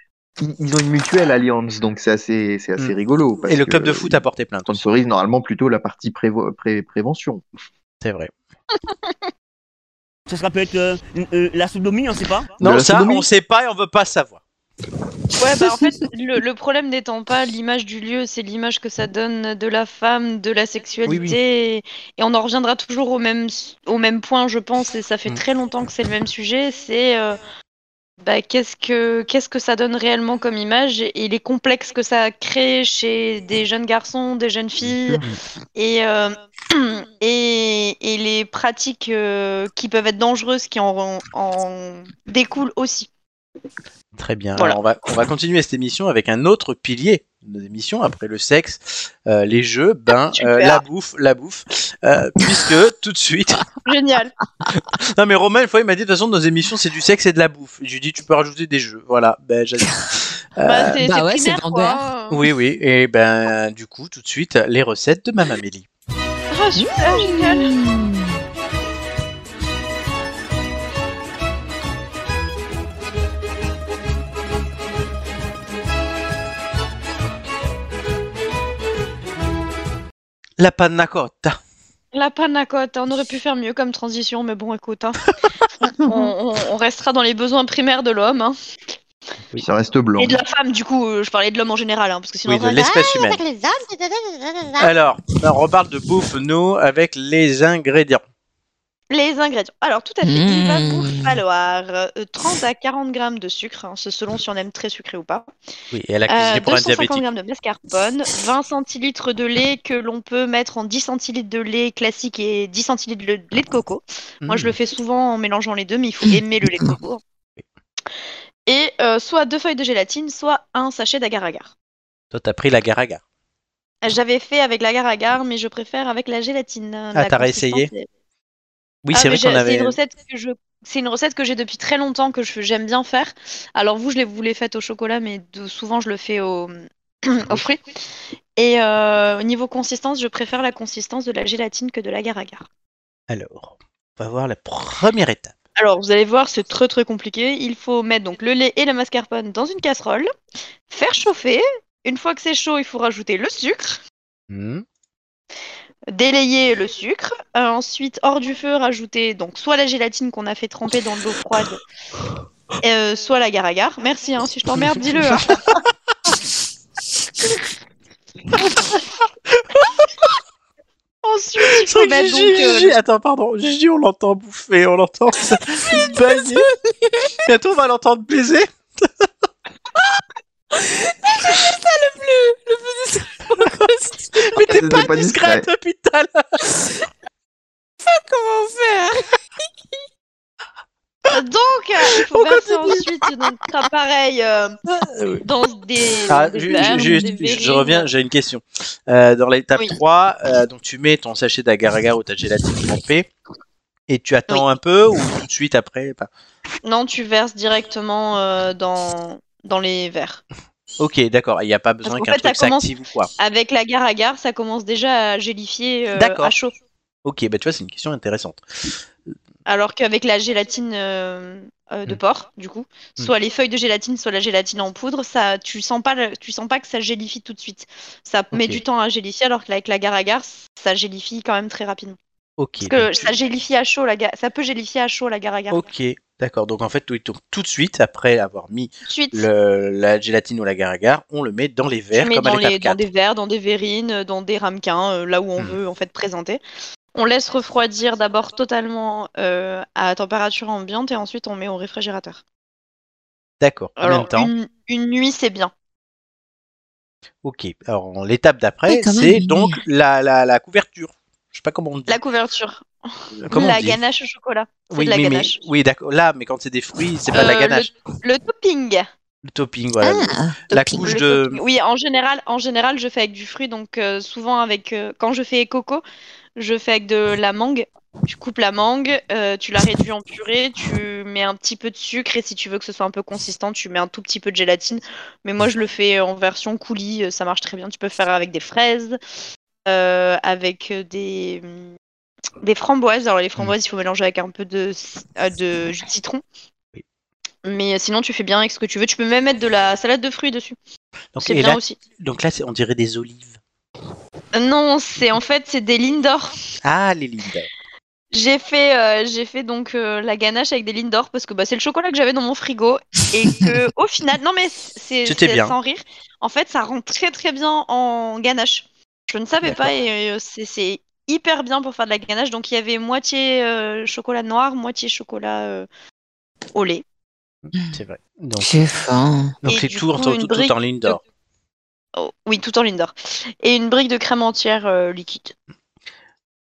ils- Ils ont une mutuelle Allianz, donc c'est assez, c'est assez Mm. rigolo. parce Et le que club de foot a porté plainte. aussi, sponsorise normalement plutôt la partie prévo- pré- prévention. C'est vrai. Ce sera peut-être euh, une- euh, la sodomie, on sait pas. De Non, la ça, sodomie. on sait pas et on veut pas savoir. Ouais, bah en fait, le, le problème n'étant pas l'image du lieu, c'est l'image que ça donne de la femme, de la sexualité. Et, et on en reviendra toujours au même, s- au même point, je pense, et ça fait Mm. très longtemps que c'est le même sujet. C'est euh, bah, qu'est-ce que qu'est-ce que ça donne réellement comme image et, et les complexes que ça crée chez des jeunes garçons, des jeunes filles, et, euh, et, et les pratiques euh, qui peuvent être dangereuses qui en, en découlent aussi. Très bien. Voilà. Alors, on, va, on va continuer cette émission avec un autre pilier de l'émission après le sexe, euh, les jeux, ben, Super. euh, la bouffe, la bouffe, euh, puisque tout de suite. Génial. Non mais Romain, une fois, il m'a dit de toute façon, dans nos émissions, c'est du sexe et de la bouffe. J'ai dit, tu peux rajouter des jeux. Voilà. Ben, j'ai- Bah, c'est bah c'est ouais, c'est primaire, quoi. hein. Oui, oui, et ben du coup, tout de suite, les recettes de Maman Amélie. Ah, super, génial. Euh, La panna cotta. La panna cotta, on aurait pu faire mieux comme transition, mais bon, écoute, hein. on, on- on restera dans les besoins primaires de l'homme hein. Oui. Ça reste blanc. et de la femme. Du coup, euh, je parlais de l'homme en général, hein, parce que sinon, Oui, on de va- l'espèce humaine. avec les hommes, c'est- c'est- c'est- c'est- c'est- Alors, ben, on reparle de bouffe, nous, avec les ingrédients. les ingrédients. Alors, tout à fait, il va Mmh. vous falloir euh, 30 à 40 grammes de sucre, hein, c'est selon si on aime très sucré ou pas. Oui, et à la Euh, cuisine pour un 250 diabétique. grammes de mascarpone, 20 centilitres de lait que l'on peut mettre en 10 centilitres de lait classique et 10 centilitres de lait de coco. Moi, Mm. je le fais souvent en mélangeant les deux, mais il faut aimer le lait de coco. Et euh, soit deux feuilles de gélatine, soit un sachet d'agar-agar. Toi, t'as pris la garaga. J'avais fait avec l'agar-agar, mais je préfère avec la gélatine. La Ah, t'as consistance réessayé est- Oui, Ah, c'est vrai mais j'ai- qu'on C'est avait. une recette que je. C'est une recette que j'ai depuis très longtemps que je j'aime bien faire. Alors vous, je l'ai vous l'ai faite au chocolat, mais de- souvent je le fais au, aux fruits. Et euh, au niveau consistance, je préfère la consistance de la gélatine que de l'agar-agar. Alors, on va voir la première étape. Alors, vous allez voir, c'est très très compliqué. Il faut mettre donc le lait et la mascarpone dans une casserole, faire chauffer. Une fois que c'est chaud, il faut rajouter le sucre, Hmm. délayer le sucre. Euh, ensuite, hors du feu, rajouter donc soit la gélatine qu'on a fait tremper dans de l'eau froide, euh, soit la agar Merci, hein, si je t'emmerde, dis-le. hein. ensuite, C'est vrai il faut que mettre donc Gigi, euh, Gigi- attends, pardon, Gigi, on l'entend bouffer, on l'entend se bailler. Bientôt, on va l'entendre baiser. Mais t'es C'était pas, pas discrète discret. depuis tout à l'heure. Comment faire Donc, euh, il faut verser ensuite donc, ça, pareil euh, Ah, oui. dans des. Ah, dans des ju- verres, ju- des juste, je, verrines. reviens, j'ai une question. Euh, dans l'étape Oui. 3, euh, donc tu mets ton sachet d'agar-agar ou ta gélatine trempée et tu attends un peu ou tout de suite après bah. Non, tu verses directement euh, dans, dans les verres. Ok, d'accord, il n'y a pas besoin qu'en qu'un fait, truc ça commence- s'active ou quoi. Avec la gare à gare, ça commence déjà à gélifier, euh, D'accord. à chaud. Ok, bah tu vois, c'est une question intéressante. Alors qu'avec la gélatine euh, euh, de Mm. porc, du coup, Mm. soit les feuilles de gélatine, soit la gélatine en poudre, ça, tu sens pas, le- tu sens pas que ça gélifie tout de suite. Ça met Ok. du temps à gélifier, alors qu'avec la gare à gare, ça gélifie quand même très rapidement. Ok. Parce donc que tu- ça gélifie à chaud, la ga- ça peut gélifier à chaud la gare à gare. Ok, d'accord. Donc en fait, oui, donc, tout de suite, après avoir mis Tout de suite. le, la gélatine ou la agar on le met dans les Tu verres mets comme dans, à l'étape les, dans 4. des verres, dans des verrines, euh, dans des ramequins, euh, là où on Hmm. veut en fait présenter. On laisse refroidir d'abord totalement euh, à température ambiante et ensuite on met au réfrigérateur. D'accord. Combien de temps une, une nuit c'est bien. Ok. Alors on- l'étape d'après, Oui, quand même, c'est oui. donc la, la, la couverture. Je sais pas comment on dit. euh, La couverture. Comment on la dit ganache au chocolat. c'est oui, de la mais- mais- ganache. oui, d'accord. Là, mais quand c'est des fruits, c'est pas de la Euh, ganache. Le topping. Le topping, voilà. Ah, la topping. couche Le de. topping. Oui, en général, en général, je fais avec du fruit. Donc euh, souvent avec, euh, quand je fais coco, je fais avec de la mangue. Tu coupes la mangue, euh, tu la réduis en purée, tu mets un petit peu de sucre et si tu veux que ce soit un peu consistant, tu mets un tout petit peu de gélatine. Mais moi, je le fais en version coulis, euh, ça marche très bien. Tu peux faire avec des fraises, euh, avec des mm, des framboises. Alors les framboises, il faut mélanger avec un peu de euh, de jus de citron. Oui. Mais sinon, tu fais bien avec ce que tu veux. Tu peux même mettre de la salade de fruits dessus. Donc, C'est et bien là, aussi. donc là, c'est- on dirait des olives. Euh, Non, c'est en fait c'est des Lindor. Ah, les Linda. J'ai fait euh, j'ai fait donc euh, la ganache avec des Lindor parce que bah, c'est le chocolat que j'avais dans mon frigo et que au final non mais c'est C'était c'est bien. sans rire. En fait, ça rend très très bien en ganache. Je ne savais pas et euh, c'est- c'est hyper bien pour faire de la ganache. Donc il y avait moitié euh, chocolat noir, moitié chocolat euh, au lait. C'est vrai. Donc, J'ai faim. donc Et c'est du tout, coup, tout- une tout brique en ligne d'or. Oh, oui, tout en Lindor et une brique de crème entière euh, liquide.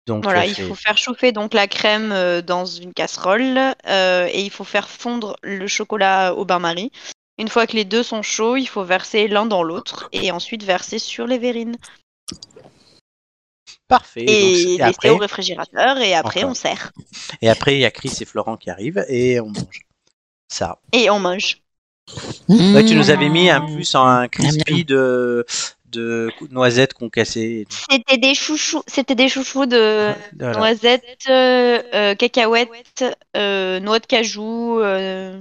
Donc, Voilà, euh, il c'est- faut faire chauffer donc la crème euh, dans une casserole euh, et il faut faire fondre le chocolat au bain-marie. Une fois que les deux sont chauds, il faut verser l'un dans l'autre et ensuite verser sur les verrines parfait. donc, et, c'est- laisser après, au réfrigérateur et après Encore. on sert et après, il y a Chris et Florent qui arrivent et on mange. Ça. et on mange. Ouais, tu Mmh. nous avais mis un plus en un crispy Miam. de, de noisettes concassées. C'était des chouchous, c'était des chouchous de Voilà. noisettes, euh, euh, cacahuètes, euh, noix de cajou, euh,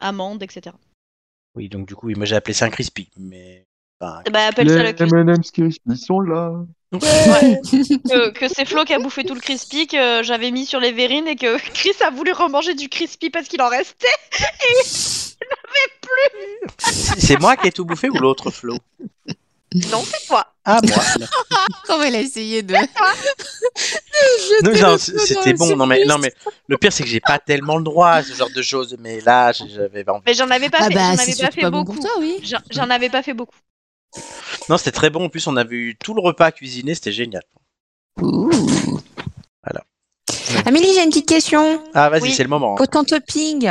amandes, etc. Oui, donc du coup, oui, moi j'ai appelé ça un crispy. Mais. enfin, Bah appelle ça Les le M&M's qui ils sont là. Ouais. que, que c'est Flo qui a bouffé tout le crispy que euh, j'avais mis sur les verrines et que Chris a voulu remanger du crispy parce qu'il en restait. c'est c'est moi qui ai tout bouffé ou l'autre Flo Non, c'est toi. Ah, moi. Comment elle a essayé de. Non, Jeter non, le c- feu dans c'était le bon. Non mais, supplice. non, mais le pire, c'est que j'ai pas tellement le droit à ce genre de choses. Mais là, j- j'avais pas envie. Mais j'en avais pas Ah fait, bah, j'en c'est avais pas surtout fait pas bon beaucoup. pour toi, oui. J'en- J'en avais pas fait beaucoup. Non, c'était très bon. En plus, on avait eu tout le repas cuisiné. C'était génial. Voilà. Amélie, j'ai une petite question. Ah, vas-y, Oui. c'est le moment. Pour ton topping,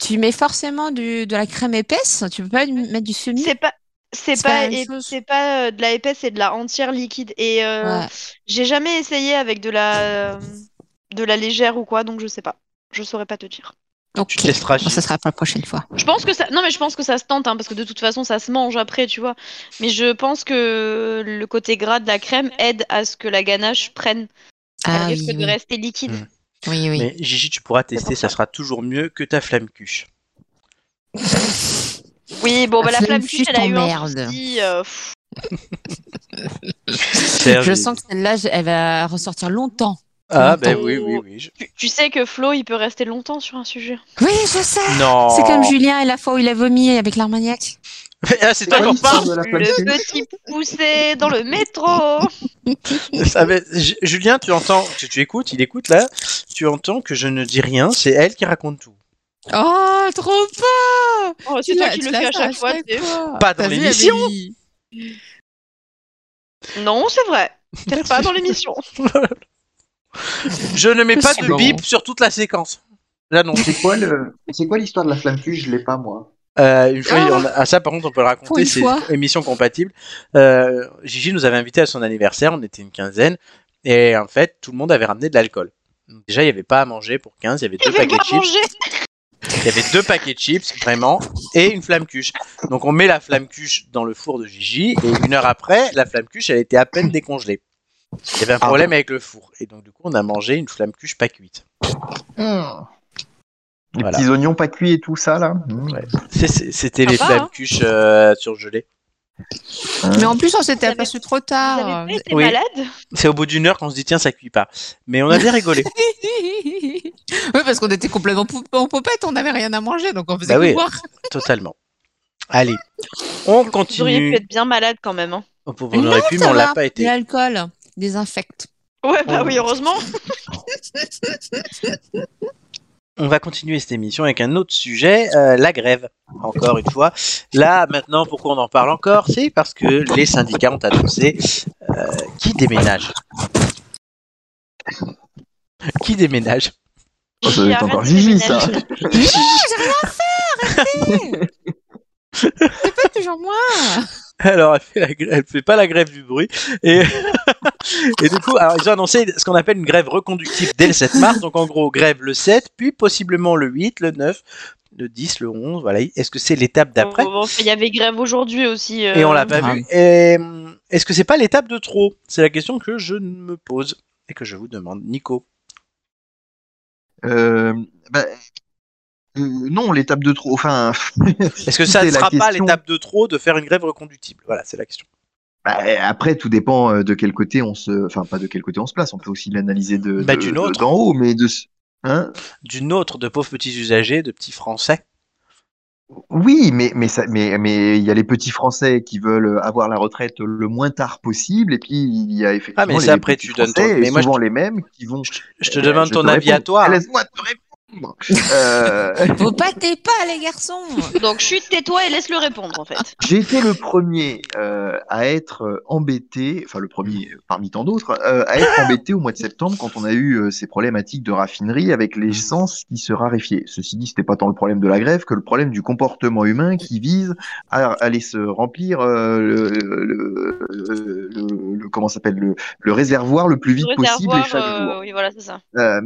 tu mets forcément du, de la crème épaisse Tu peux pas mettre du semi C'est pas. C'est C'est pas pas, la même ép- chose. c'est pas euh, de la épaisse, c'est de la entière liquide. Et euh, Ouais. j'ai jamais essayé avec de la, euh, de la légère ou quoi, donc je sais pas. Je saurais pas te dire. Tu Ok. te laisseras. Bon, ça sera pour la prochaine fois. Je pense que ça. Non, mais je pense que ça se tente, hein, parce que de toute façon, ça se mange après, tu vois. Mais je pense que le côté gras de la crème aide à ce que la ganache prenne. Elle Ah risque oui, de oui. rester liquide. Mm. oui, oui. Mais Gigi, tu pourras pour tester. Ça ça. sera toujours mieux que ta flamme cuche. Hmm. Oui, bon, bah, la La flamme flamme cuite, elle a eu un t'emmerde. souci, euh, pff. Je sens que celle-là, je- elle va ressortir longtemps. Ah, ben longtemps. oui, oui, oui. je- tu, tu sais que Flo, il peut rester longtemps sur un sujet. Oui, je sais. Non. C'est comme Julien et la fois où il a vomi avec l'Armagnac. Ah, c'est Ah, toi qu'on l'histoire parle. de la flamme Le cuite. petit poussé dans le métro. Ça va- Ah, ben, Ju- Julien, tu entends, tu, tu écoutes, il écoute là, tu entends que je ne dis rien, c'est elle qui raconte tout. Oh, trop pas Oh, c'est Tu toi l'as- qui tu le l'as fais à fait chaque fois. t'es- fois. Pas dans T'as vu, l'émission. Amélie Non, c'est vrai. Peut-être pas dans l'émission. Je ne mets pas de Absolument. bip sur toute la séquence. L'annonce. C'est quoi le- c'est quoi l'histoire de la flamme cuite Je l'ai pas moi. Euh, une fois, Ah. on a- ah, ça par contre, on peut le Pour raconter, une c'est fois. émission compatible. Euh, Gigi nous avait invités à son anniversaire, on était une quinzaine, et en fait, tout le monde avait ramené de l'alcool. Donc, Déjà, il n'y avait pas à manger pour 15, il y avait Je deux vais paquets de pas chips. manger. Il y avait deux paquets de chips, vraiment, et une flamme cuche. Donc on met la flamme cuche dans le four de Gigi, et une heure après, la flamme cuche, elle était à peine décongelée. Il y avait un Ah. problème avec le four. Et donc du coup, on a mangé une flamme cuche pas cuite. Les Voilà. petits oignons pas cuits et tout ça là. Mmh. Ouais. C'est- c'est- C'était les Sympa, flammes hein. cuches euh, surgelées. Mais en plus, on s'était Vous avez- aperçu trop Vous tard. avez pas été Oui. malade C'est au bout d'une heure qu'on se dit, tiens, ça cuit pas. Mais on a bien rigolé. oui, parce qu'on était complètement pou- en popette, on n'avait rien à manger, donc on faisait Bah que oui. boire. Totalement. Allez, on Vous auriez pu continue. être bien malade quand même. hein. On peut- on aurait pu, mais Ça on l'a va, pas été. L'alcool désinfecte. Ouais, bah Oh. oui, heureusement. on va continuer cette émission avec un autre sujet, euh, la grève. Encore une fois. Là, maintenant, pourquoi on en parle encore C'est parce que les syndicats ont annoncé euh, qui déménage. Qui déménage Oh, ça Gigi, doit être arrête encore hein. de Gigi, ça. déménager. C'est pas toujours moi. Alors, elle fait, la grève- elle fait pas la grève du bruit. Et, et du coup, alors, ils ont annoncé ce qu'on appelle une grève reconductible dès le 7 mars. Donc, en gros, grève le 7, puis possiblement le 8, le 9, le 10, le 11. Voilà. Est-ce que c'est l'étape d'après Oh, Bon, Il y avait grève aujourd'hui aussi. euh, Et on l'a pas Ah. vu. Et, hum, Est-ce que c'est pas l'étape de trop C'est la question que je me pose et que je vous demande, Nico. Euh, bah, euh, non, l'étape de trop. Enfin, Est-ce que ça C'est ne la sera pas question. l'étape de trop de faire une grève reconductible Voilà, c'est la question. bah, après, tout dépend euh, de quel côté on se. Enfin, pas de quel côté on se place. On peut aussi l'analyser de, Bah, de- d'une de- autre. d'en haut, mais de. Hein D'une autre, de pauvres petits usagers, de petits Français. Oui, mais mais ça, mais mais il y a les petits Français qui veulent avoir la retraite le moins tard possible, et puis il y a effectivement Ah, mais ça, les après, petits tu donnes ton- Français, et mais moi, je souvent te- les mêmes qui vont. euh, Je te demande ton te avis réponds. à toi. Laisse-moi te répondre. Euh, Vous pâtez pas, les garçons. Donc chute, tais-toi et laisse-le répondre en fait. J'ai été le premier euh, à être embêté, enfin le premier euh, parmi tant d'autres, euh, à être embêté au mois de septembre quand on a eu euh, ces problématiques de raffinerie avec les essences qui se raréfiaient. Ceci dit, c'était pas tant le problème de la grève que le problème du comportement humain qui vise à aller se remplir euh, le, le, le- le- le- comment ça s'appelle le, le réservoir le plus vite Le possible et réservoir, chaque euh, jour. oui, voilà, c'est ça. Euh,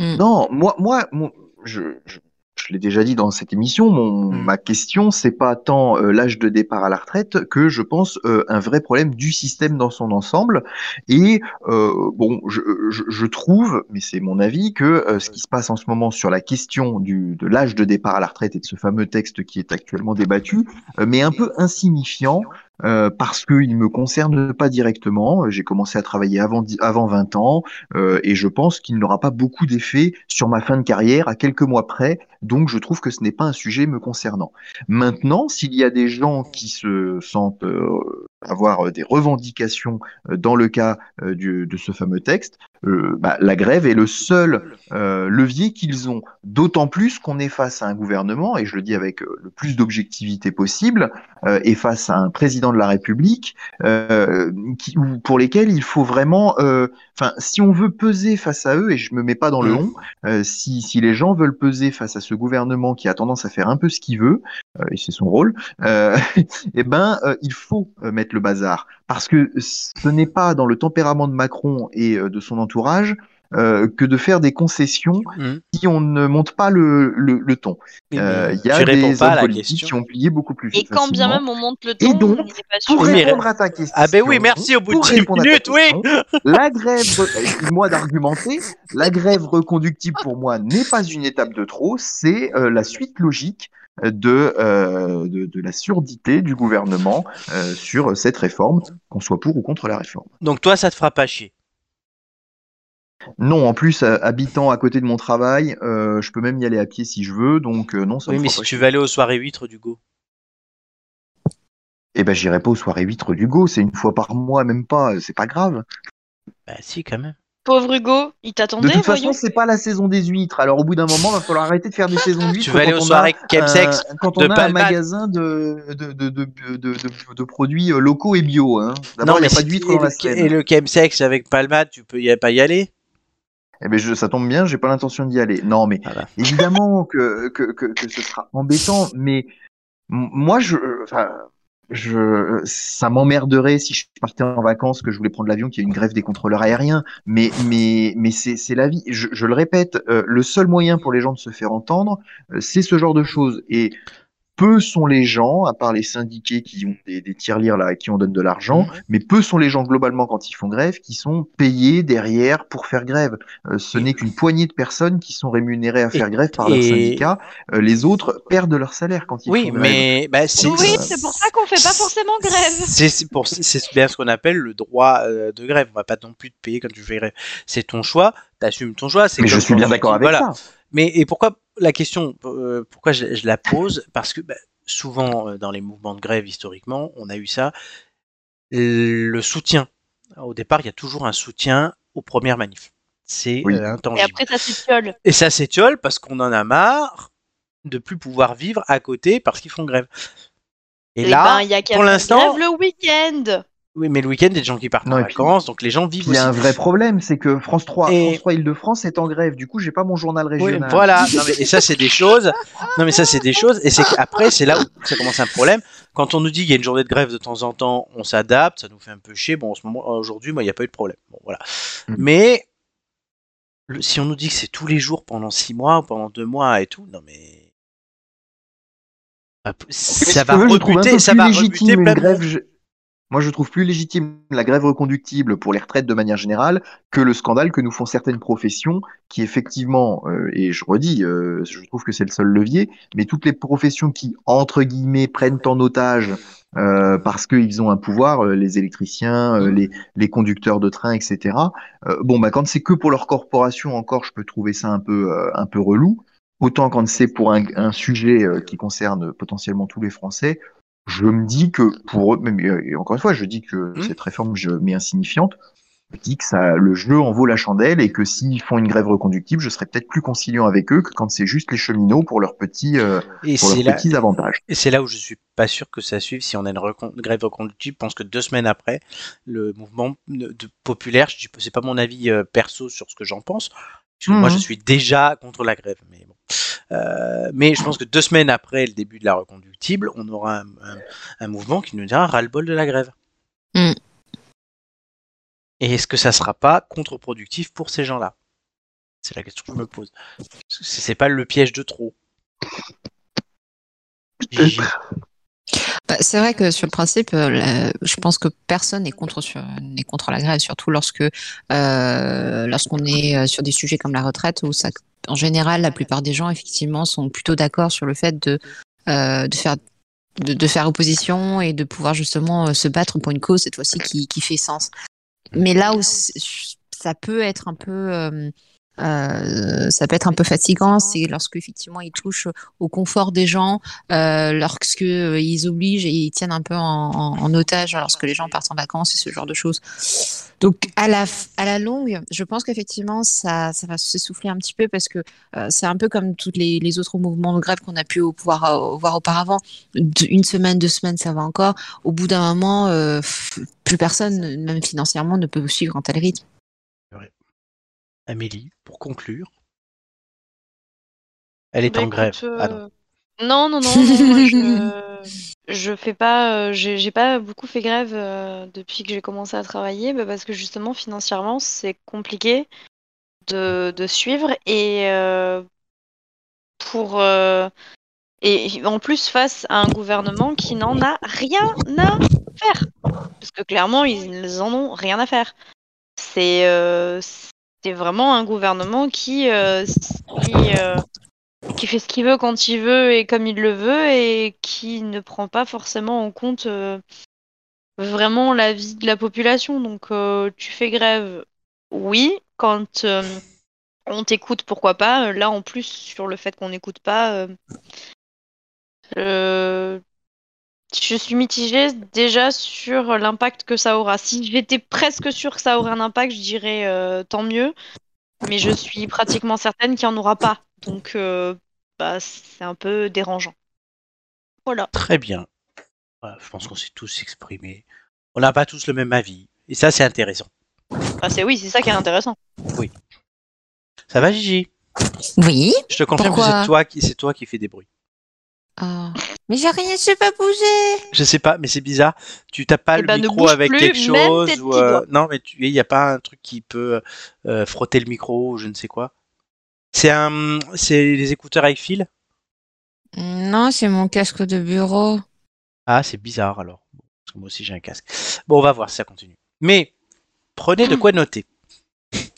Mm. non, moi, moi, moi, je, je, je l'ai déjà dit dans cette émission, mon, Mm. ma question, c'est pas tant euh, l'âge de départ à la retraite que, je pense, euh, un vrai problème du système dans son ensemble. Et euh, bon, je, je, je trouve, mais c'est mon avis, que euh, ce qui se passe en ce moment sur la question du, de l'âge de départ à la retraite et de ce fameux texte qui est actuellement débattu, euh, mais un peu insignifiant. euh, parce qu'il me concerne pas directement. J'ai commencé à travailler avant, dix- avant 20 ans. Euh, et je pense qu'il n'aura pas beaucoup d'effet sur ma fin de carrière à quelques mois près. Donc, je trouve que ce n'est pas un sujet me concernant. Maintenant, s'il y a des gens qui se sentent euh, avoir euh, des revendications euh, dans le cas euh, du- de ce fameux texte, euh, bah, la grève est le seul euh, levier qu'ils ont. D'autant plus qu'on est face à un gouvernement, et je le dis avec euh, le plus d'objectivité possible, euh, et face à un président de la République, euh, qui, ou- pour lesquels il faut vraiment euh, enfin, si on veut peser face à eux, et je me mets pas dans le Mhm. long, euh, si, si les gens veulent peser face à ce gouvernement qui a tendance à faire un peu ce qu'il veut, euh, et c'est son rôle, euh, eh ben, euh, il faut euh, mettre le bazar. Parce que ce n'est pas dans le tempérament de Macron et euh, de son entourage euh, que de faire des concessions Mhm. si on ne monte pas le, le, le ton. Euh, Il y tu a réponds des pas à hommes la politiques question. qui ont plié beaucoup plus Et vite. quand bien facilement. même on monte le ton, donc, on n'est pas sûr. Pour Oui, mais- répondre à ta question. Ah ben oui, merci, au bout de pour dix répondre à ta minutes, oui. question, La grève, excuse-moi d'argumenter, la grève reconductible pour moi n'est pas une étape de trop, c'est euh, la suite logique de, euh, de, de la surdité du gouvernement euh, sur cette réforme, qu'on soit pour ou contre la réforme. Donc toi, ça te fera pas chier. Non, en plus, euh, habitant à côté de mon travail, euh, je peux même y aller à pied si je veux, donc euh, non, ça oui, me mais fera si pas tu chier. veux aller aux soirées huîtres du Go. Eh ben, j'irai pas aux soirées huîtres d'Hugo, c'est une fois par mois, même pas, euh, c'est pas grave. Bah si, quand même. Pauvre Hugo, il De t'attendait, toute façon, voyons. c'est pas la saison des huîtres. Alors au bout d'un moment, va falloir arrêter de faire des saisons d'huîtres. Tu vas aller quand aux on a soirées Kemsex. un- quand de on a un Palma. magasin de, de, de, de, de, de- de produits euh, locaux et bio. Hein. Non, D'abord, il n'y mais a pas si- d'huîtres et dans la le- Et Seine. le Kemsex avec Palmade, tu peux y pas y aller Eh ben, je- ça tombe bien, j'ai pas l'intention d'y aller. Non, mais Voilà. évidemment que, que, que, que ce sera embêtant, mais m- moi, je, enfin, je, ça m'emmerderait si je partais en vacances, que je voulais prendre l'avion, qu'il y ait une grève des contrôleurs aériens. Mais, mais, mais c'est, c'est la vie. Je, je le répète, euh, le seul moyen pour les gens de se faire entendre, euh, c'est ce genre de choses. Et peu sont les gens, à part les syndiqués qui ont des, des tirelires là, à qui on donne de l'argent, mais peu sont les gens globalement quand ils font grève qui sont payés derrière pour faire grève. Euh, ce Et- n'est qu'une poignée de personnes qui sont rémunérées à faire Et- grève par et- leur syndicat. Euh, les autres perdent leur salaire quand ils Oui, font grève. mais bah, c'est Donc, Oui, euh, c'est pour ça qu'on fait pas forcément grève. C'est c'est pour c'est bien ce qu'on appelle le droit euh, de grève. On va pas non plus te payer quand tu fais grève. C'est ton choix. T'assumes ton choix. c'est Mais je comme suis quand bien tu d'accord dis- avec voilà. ça. Mais et pourquoi la question euh, Pourquoi je, je la pose Parce que bah, souvent euh, dans les mouvements de grève historiquement, on a eu ça. Le soutien. Au départ, il y a toujours un soutien aux premières manifs. c'est Oui. euh, Et intangible. après, ça s'étiole. Et ça s'étiole parce qu'on en a marre de plus pouvoir vivre à côté parce qu'ils font grève. Et, Eh là, ben, il y a qu'à pour faire l'instant- grève le week-end. oui, mais le week-end, il y a des gens qui partent Non, en et puis- vacances, donc les gens Puis vivent Il y aussi. a un vrai problème, c'est que France 3, Et- France 3 Île-de-France est en grève. Du coup, j'ai pas mon journal Oui, régional. voilà. Non, mais- et ça, c'est des choses. Non, mais ça, c'est des choses. Et c'est qu'après, c'est là où ça commence un problème. Quand on nous dit qu'il y a une journée de grève de temps en temps, on s'adapte, ça nous fait un peu chier. Bon, en ce moment, aujourd'hui, moi, il n'y a pas eu de problème. Bon, voilà. Mm. Mais le- si on nous dit que c'est tous les jours pendant six mois ou pendant deux mois et tout, non, mais. Ah, p- Ça Si va tu veux, je trouve un rebuter, peu ça plus va légitime rebuter une plein de grève. monde. je- Moi, je trouve plus légitime la grève reconductible pour les retraites de manière générale que le scandale que nous font certaines professions qui, effectivement, euh, et je redis, euh, je trouve que c'est le seul levier, mais toutes les professions qui, entre guillemets, prennent en otage euh, parce qu'ils ont un pouvoir, euh, les électriciens, euh, les, les conducteurs de train, etc. Euh, bon, bah, quand c'est que pour leur corporation, encore, je peux trouver ça un peu, euh, un peu relou. Autant quand c'est pour un, un sujet euh, qui concerne potentiellement tous les Français, je me dis que pour eux, mais- mais- et encore une fois, je dis que cette réforme, je mets insignifiante, je dis que ça, le jeu en vaut la chandelle et que s'ils font une grève reconductible, je serais peut-être plus conciliant avec eux que quand c'est juste les cheminots pour leurs petits, euh, Et pour c'est leurs là, petits avantages. et c'est là où je suis pas sûr que ça suive si on a une recon- grève reconductible. Je pense que deux semaines après, le mouvement ne- de- populaire, je dis- c'est pas mon avis euh, perso sur ce que j'en pense, puisque moi Mhm. je suis déjà contre la grève. Mais, bon. Euh, mais je pense que deux semaines après le début de la reconductible, on aura un, un- un mouvement qui nous dira ras-le-bol de la grève. Mhm. Et est-ce que ça sera pas contre-productif pour ces gens-là C'est la question que je me pose. C'est c'est pas le piège de trop. Gigi. Bah, c'est vrai que sur le principe, euh, la- je pense que personne n'est contre, sur- n'est contre la grève, surtout lorsque euh, lorsqu'on est euh, sur des sujets comme la retraite, où ça, en général, la plupart des gens, effectivement, sont plutôt d'accord sur le fait de, euh, de faire de, de faire opposition et de pouvoir justement euh, se battre pour une cause cette fois-ci qui, qui fait sens. Mais là où c'est- ça peut être un peu euh, euh, ça peut être un peu fatigant, c'est lorsque effectivement ils touchent au confort des gens, euh, lorsque euh, ils obligent et ils tiennent un peu en, en- en otage lorsque les gens partent en vacances et ce genre de choses. Donc à la f- à la longue, je pense qu'effectivement ça ça va s'essouffler un petit peu parce que euh, c'est un peu comme tous les, les autres mouvements de grève qu'on a pu au- pouvoir euh, voir auparavant d- une semaine, deux semaines, ça va encore. Au bout d'un moment, euh, pff, plus personne, même financièrement, ne peut suivre un tel rythme. Amélie, pour conclure. Elle est Bah, en écoute, grève. euh, Ah non. non. non, non, non, moi, je, je fais pas, euh, j'ai j'ai pas beaucoup fait grève euh, depuis que j'ai commencé à travailler, bah, parce que justement financièrement c'est compliqué de, de suivre et euh, pour euh, et en plus face à un gouvernement qui n'en a rien à faire, parce que clairement ils en ont rien à faire. C'est euh, c'est vraiment un gouvernement qui euh, qui euh, qui fait ce qu'il veut quand il veut et comme il le veut et qui ne prend pas forcément en compte euh, vraiment la vie de la population. Donc euh, tu fais grève, oui, quand euh, on t'écoute, pourquoi pas. Là en plus sur le fait qu'on n'écoute pas, euh, euh, je suis mitigée déjà sur l'impact que ça aura. Si j'étais presque sûre que ça aurait un impact, je dirais euh, tant mieux. Mais je suis pratiquement certaine qu'il n'y en aura pas. Donc, euh, bah, c'est un peu dérangeant. Voilà. Très bien. Voilà, je pense qu'on s'est tous exprimés. On n'a pas tous le même avis. Et ça, c'est intéressant. Ah, c'est oui, c'est ça qui est intéressant. Ça va, Gigi Oui. Je te confirme que Pourquoi c'est toi qui c'est toi qui fais des bruits. Mais j'ai rien, je sais pas bouger. Je sais pas, mais c'est bizarre. Tu tapes pas Eh le ben, ne micro bouge avec plus, quelque même chose tes ou euh, petits doigts. non, mais tu- il n'y a pas un truc qui peut euh, frotter le micro ou je ne sais quoi. C'est un, c'est les écouteurs avec fil. Non, c'est mon casque de bureau. Ah, c'est bizarre alors. Bon, parce que moi aussi j'ai un casque. Bon, on va voir si ça continue. Mais prenez de quoi noter.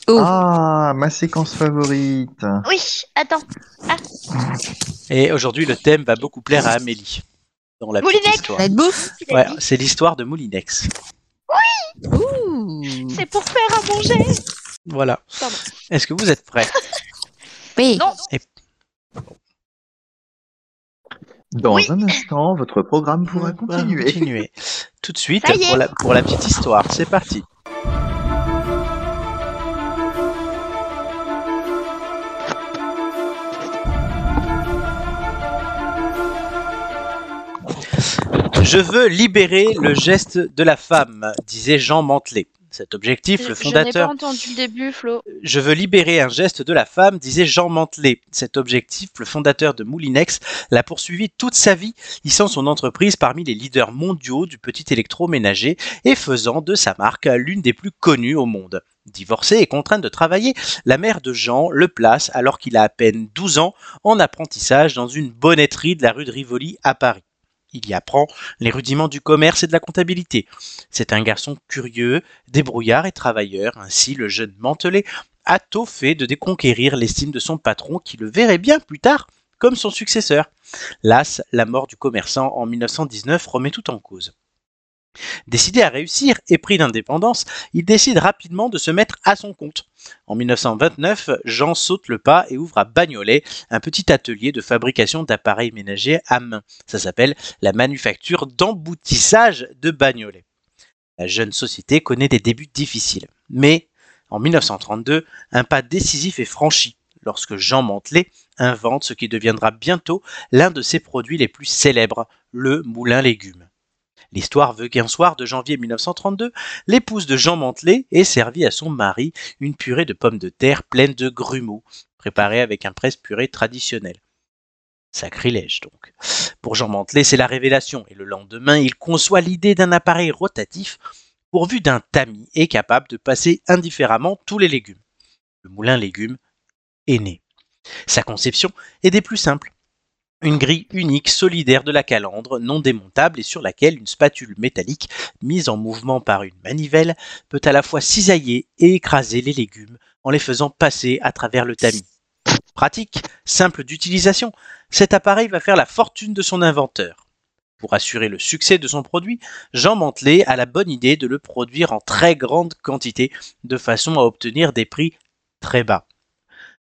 Oh. Ah, ma séquence favorite. Oui, attends. Et aujourd'hui, le thème va beaucoup plaire à Amélie. Dans la petite Moulinex histoire. La bouffe. Tu l'as Ouais, dit. c'est l'histoire de Moulinex. Ouh. C'est pour faire à manger. Voilà. Pardon. Est-ce que vous êtes prêts Oui. Non, Dans Oui. un instant, votre programme pourra On va continuer. continuer. Tout de suite, Ça y est. pour la, pour la petite histoire. C'est parti. Je veux libérer le geste de la femme, disait Jean Mantelet. Cet objectif, le Je- Je n'ai pas fondateur. entendu le début, Flo. Je veux libérer un geste de la femme, disait Jean Mantelet. Cet objectif, le fondateur de Moulinex, l'a poursuivi toute sa vie, hissant son entreprise parmi les leaders mondiaux du petit électroménager et faisant de sa marque l'une des plus connues au monde. Divorcée et contrainte de travailler, la mère de Jean le place, alors qu'il a à peine 12 ans, en apprentissage dans une bonnetterie de la rue de Rivoli à Paris. Il y apprend les rudiments du commerce et de la comptabilité. C'est un garçon curieux, débrouillard et travailleur, ainsi le jeune Mantelet a tôt fait de déconquérir l'estime de son patron qui le verrait bien plus tard comme son successeur. Las, la mort du commerçant en 1919 remet tout en cause. Décidé à réussir et pris d'indépendance, il décide rapidement de se mettre à son compte. En 1929, Jean saute le pas et ouvre à Bagnolet un petit atelier de fabrication d'appareils ménagers à main. Ça s'appelle la manufacture d'emboutissage de Bagnolet. La jeune société connaît des débuts difficiles, mais en 1932, un pas décisif est franchi lorsque Jean Mantelet invente ce qui deviendra bientôt l'un de ses produits les plus célèbres, le moulin légumes. L'histoire veut qu'un soir de janvier 1932, l'épouse de Jean Mantelet ait servi à son mari une purée de pommes de terre pleine de grumeaux, préparée avec un presse-purée traditionnel. Sacrilège donc. Pour Jean Mantelet, c'est la révélation, et le lendemain, il conçoit l'idée d'un appareil rotatif pourvu d'un tamis et capable de passer indifféremment tous les légumes. Le moulin légumes est né. Sa conception est des plus simples. Une grille unique, solidaire de la calandre, non démontable et sur laquelle une spatule métallique, mise en mouvement par une manivelle, peut à la fois cisailler et écraser les légumes en les faisant passer à travers le tamis. Pratique, simple d'utilisation, cet appareil va faire la fortune de son inventeur. Pour assurer le succès de son produit, Jean Mantelet a la bonne idée de le produire en très grande quantité de façon à obtenir des prix très bas.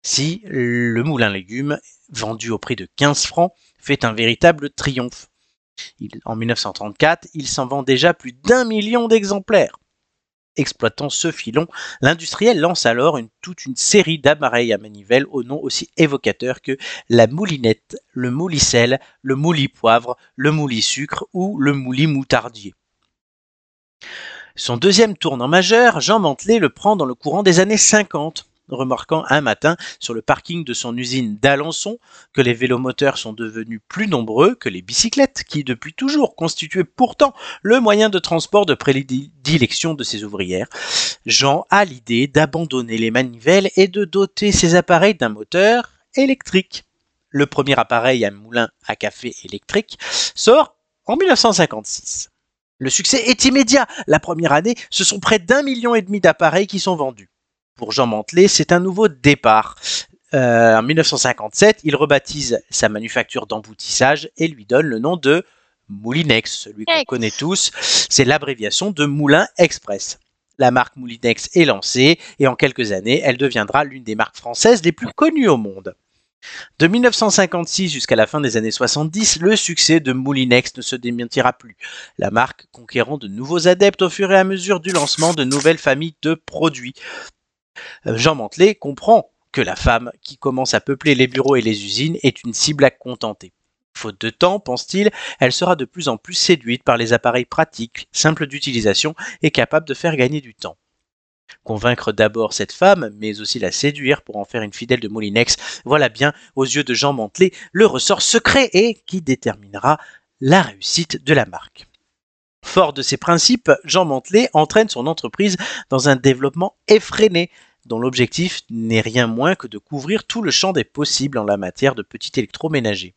Si le moulin légumes, vendu au prix de 15 francs, fait un véritable triomphe. Il- en 1934, il s'en vend déjà plus d'un million d'exemplaires. Exploitant ce filon, l'industriel lance alors une- toute une série d'appareils à manivelle au nom aussi évocateur que la moulinette, le moulicelle, le moulis poivre, le moulis sucre ou le moulis moutardier. Son deuxième tournant majeur, Jean Mantelet le prend dans le courant des années 50, remarquant un matin sur le parking de son usine d'Alençon que les vélomoteurs sont devenus plus nombreux que les bicyclettes, qui depuis toujours constituaient pourtant le moyen de transport de prédilection de ses ouvrières. Jean a l'idée d'abandonner les manivelles et de doter ses appareils d'un moteur électrique. Le premier appareil à moulin à café électrique sort en 1956. Le succès est immédiat. La première année, ce sont près d'un million et demi d'appareils qui sont vendus. Pour Jean Mantelet, c'est un nouveau départ. Euh, en 1957, il rebaptise sa manufacture d'emboutissage et lui donne le nom de Moulinex, celui qu'on Ex. connaît tous. C'est l'abréviation de Moulin Express. La marque Moulinex est lancée et en quelques années, elle deviendra l'une des marques françaises les plus connues au monde. De 1956 jusqu'à la fin des années 70, le succès de Moulinex ne se démentira plus. La marque conquérant de nouveaux adeptes au fur et à mesure du lancement de nouvelles familles de produits. Euh, Jean Mantelet comprend que la femme qui commence à peupler les bureaux et les usines est une cible à contenter. Faute de temps, pense-t-il, elle sera de plus en plus séduite par les appareils pratiques, simples d'utilisation et capables de faire gagner du temps. Convaincre d'abord cette femme, mais aussi la séduire pour en faire une fidèle de Moulinex, voilà bien, aux yeux de Jean Mantelet, le ressort secret et qui déterminera la réussite de la marque. Fort de ses principes, Jean Mantelet entraîne son entreprise dans un développement effréné, dont l'objectif n'est rien moins que de couvrir tout le champ des possibles en la matière de petit électroménager.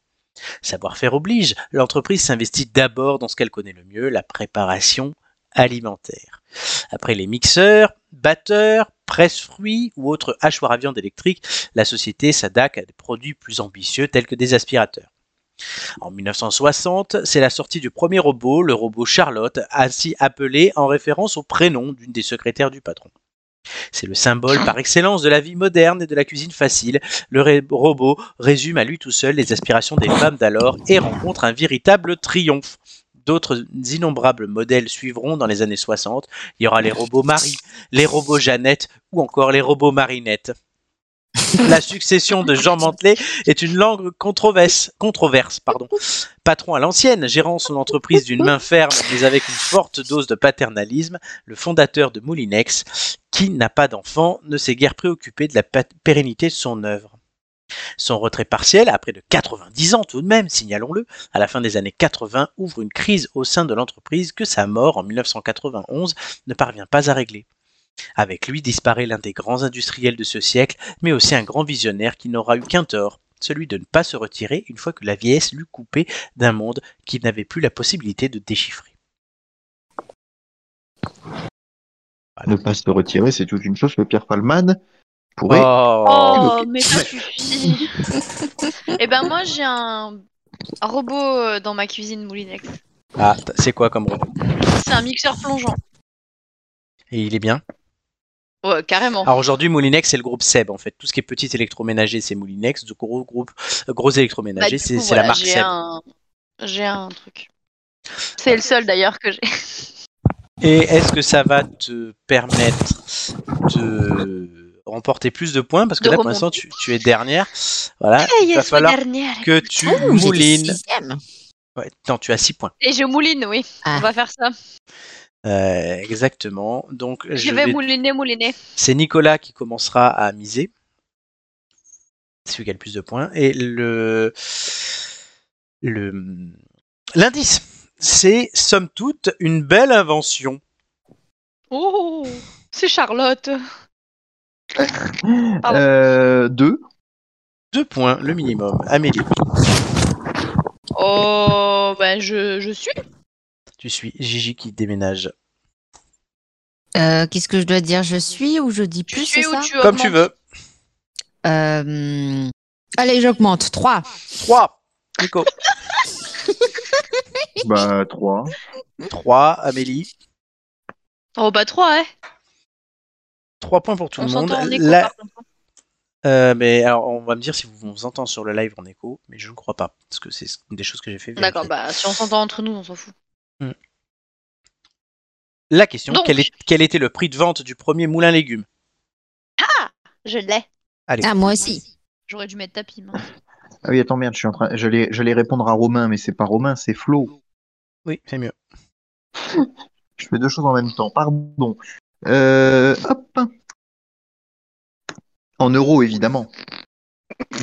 Savoir-faire oblige, l'entreprise s'investit d'abord dans ce qu'elle connaît le mieux, la préparation alimentaire. Après les mixeurs, batteurs, presse-fruits ou autres hachoirs à viande électrique, la société s'attaque à des produits plus ambitieux tels que des aspirateurs. En 1960, c'est la sortie du premier robot, le robot Charlotte, ainsi appelé en référence au prénom d'une des secrétaires du patron. C'est le symbole par excellence de la vie moderne et de la cuisine facile. Le ré- robot résume à lui tout seul les aspirations des femmes d'alors et rencontre un véritable triomphe. D'autres innombrables modèles suivront dans les années 60. Il y aura les robots Marie, les robots Jeannette ou encore les robots Marinette. La succession de Jean Mantelet est une langue controverse, controverse pardon. Patron à l'ancienne, gérant son entreprise d'une main ferme mais avec une forte dose de paternalisme, le fondateur de Moulinex, qui n'a pas d'enfant, ne s'est guère préoccupé de la pa- pérennité de son œuvre. Son retrait partiel, après de 90 ans tout de même, signalons-le, à la fin des années 80, ouvre une crise au sein de l'entreprise que sa mort en 1991 ne parvient pas à régler. Avec lui disparaît l'un des grands industriels de ce siècle, mais aussi un grand visionnaire qui n'aura eu qu'un tort, celui de ne pas se retirer une fois que la vieillesse l'eut coupé d'un monde qu'il n'avait plus la possibilité de déchiffrer. Ne pas se retirer, c'est toute une chose que Pierre Palman pourrait. Oh. Oh, mais ça suffit. Eh ben moi j'ai un un robot euh, dans ma cuisine Moulinex. Ah, t- c'est quoi comme robot C'est un mixeur plongeant. Et il est bien. Ouais, carrément. Alors aujourd'hui, Moulinex, c'est le groupe Seb en fait. Tout ce qui est petit électroménager, c'est Moulinex. De gros groupes, euh, gros Bah, électroménager, du c'est coup, c'est voilà, la marque j'ai Seb. un- J'ai un truc. C'est le seul d'ailleurs que j'ai. Et est-ce que ça va te permettre de remporter plus de points Parce que De là, pour remonter. l'instant, tu, tu es dernière. Voilà, Hey, il va yes, la falloir dernière. que tu Oh, Ouh, j'étais moulines. Ah, sixième. Ouais, non, tu as 6 points. Et je mouline, oui. Ah. On va faire ça. Euh, exactement. Donc, Je, je vais, vais- mouliner, mouliner. c'est Nicolas qui commencera à miser. C'est Celui qui a le plus de points. Et le. le... L'indice, c'est somme toute une belle invention. Oh, c'est Charlotte. pardon. Euh, deux. Deux points, le minimum. Amélie, Oh, ben je, je suis. tu suis Gigi qui déménage. Euh, Qu'est-ce que je dois dire Je suis ou je dis Tu plus, c'est suis ou ça tu Comme tu augmentes. veux. Euh, Allez, j'augmente. 3. 3. Nico. Bah, trois. 3. Amélie. Oh, bah 3, hein. 3 points pour tout On le monde. s'entend en écho, La- par contre. euh, mais alors, on va me dire si vous- on vous entend sur le live en écho, mais je ne crois pas, parce que c'est une des choses que j'ai fait. vérifier. D'accord, bah si on s'entend entre nous, on s'en fout. La question, bah. Donc- quel, est- quel était le prix de vente du premier moulin légumes Je l'ai. Allez. Ah, moi aussi. J'aurais dû mettre hein. tapis. moi. Ah oui, attends, merde, je suis en train. J'allais, j'allais répondre à Romain, mais c'est pas Romain, c'est Flo. Oui, c'est mieux. Je fais deux choses en même temps, pardon. Euh, hop. En euros, évidemment.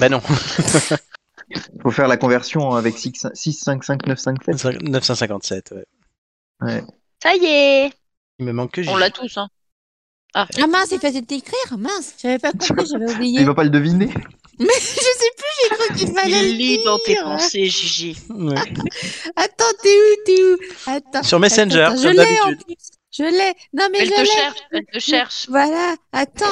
Bah non, Faut faire la conversion avec 6, 6 5, 5, 9, 5, 7. 957. ouais. Ça y est. Il me manque que Gigi. On l'a tous, hein. Ah mince, il fallait t'écrire. Mince, j'avais pas compris, j'avais oublié. Il va pas le deviner. Mais je sais plus, j'ai cru qu'il fallait. le lit dans tes dire. pensées, Gigi. Ouais. Attends, t'es où, t'es où Ah, Attends. Sur Messenger, attends, je comme l'ai en d'habitude. plus. Je l'ai. Non, mais Elle je te l'ai. cherche, elle te cherche. Voilà, attends.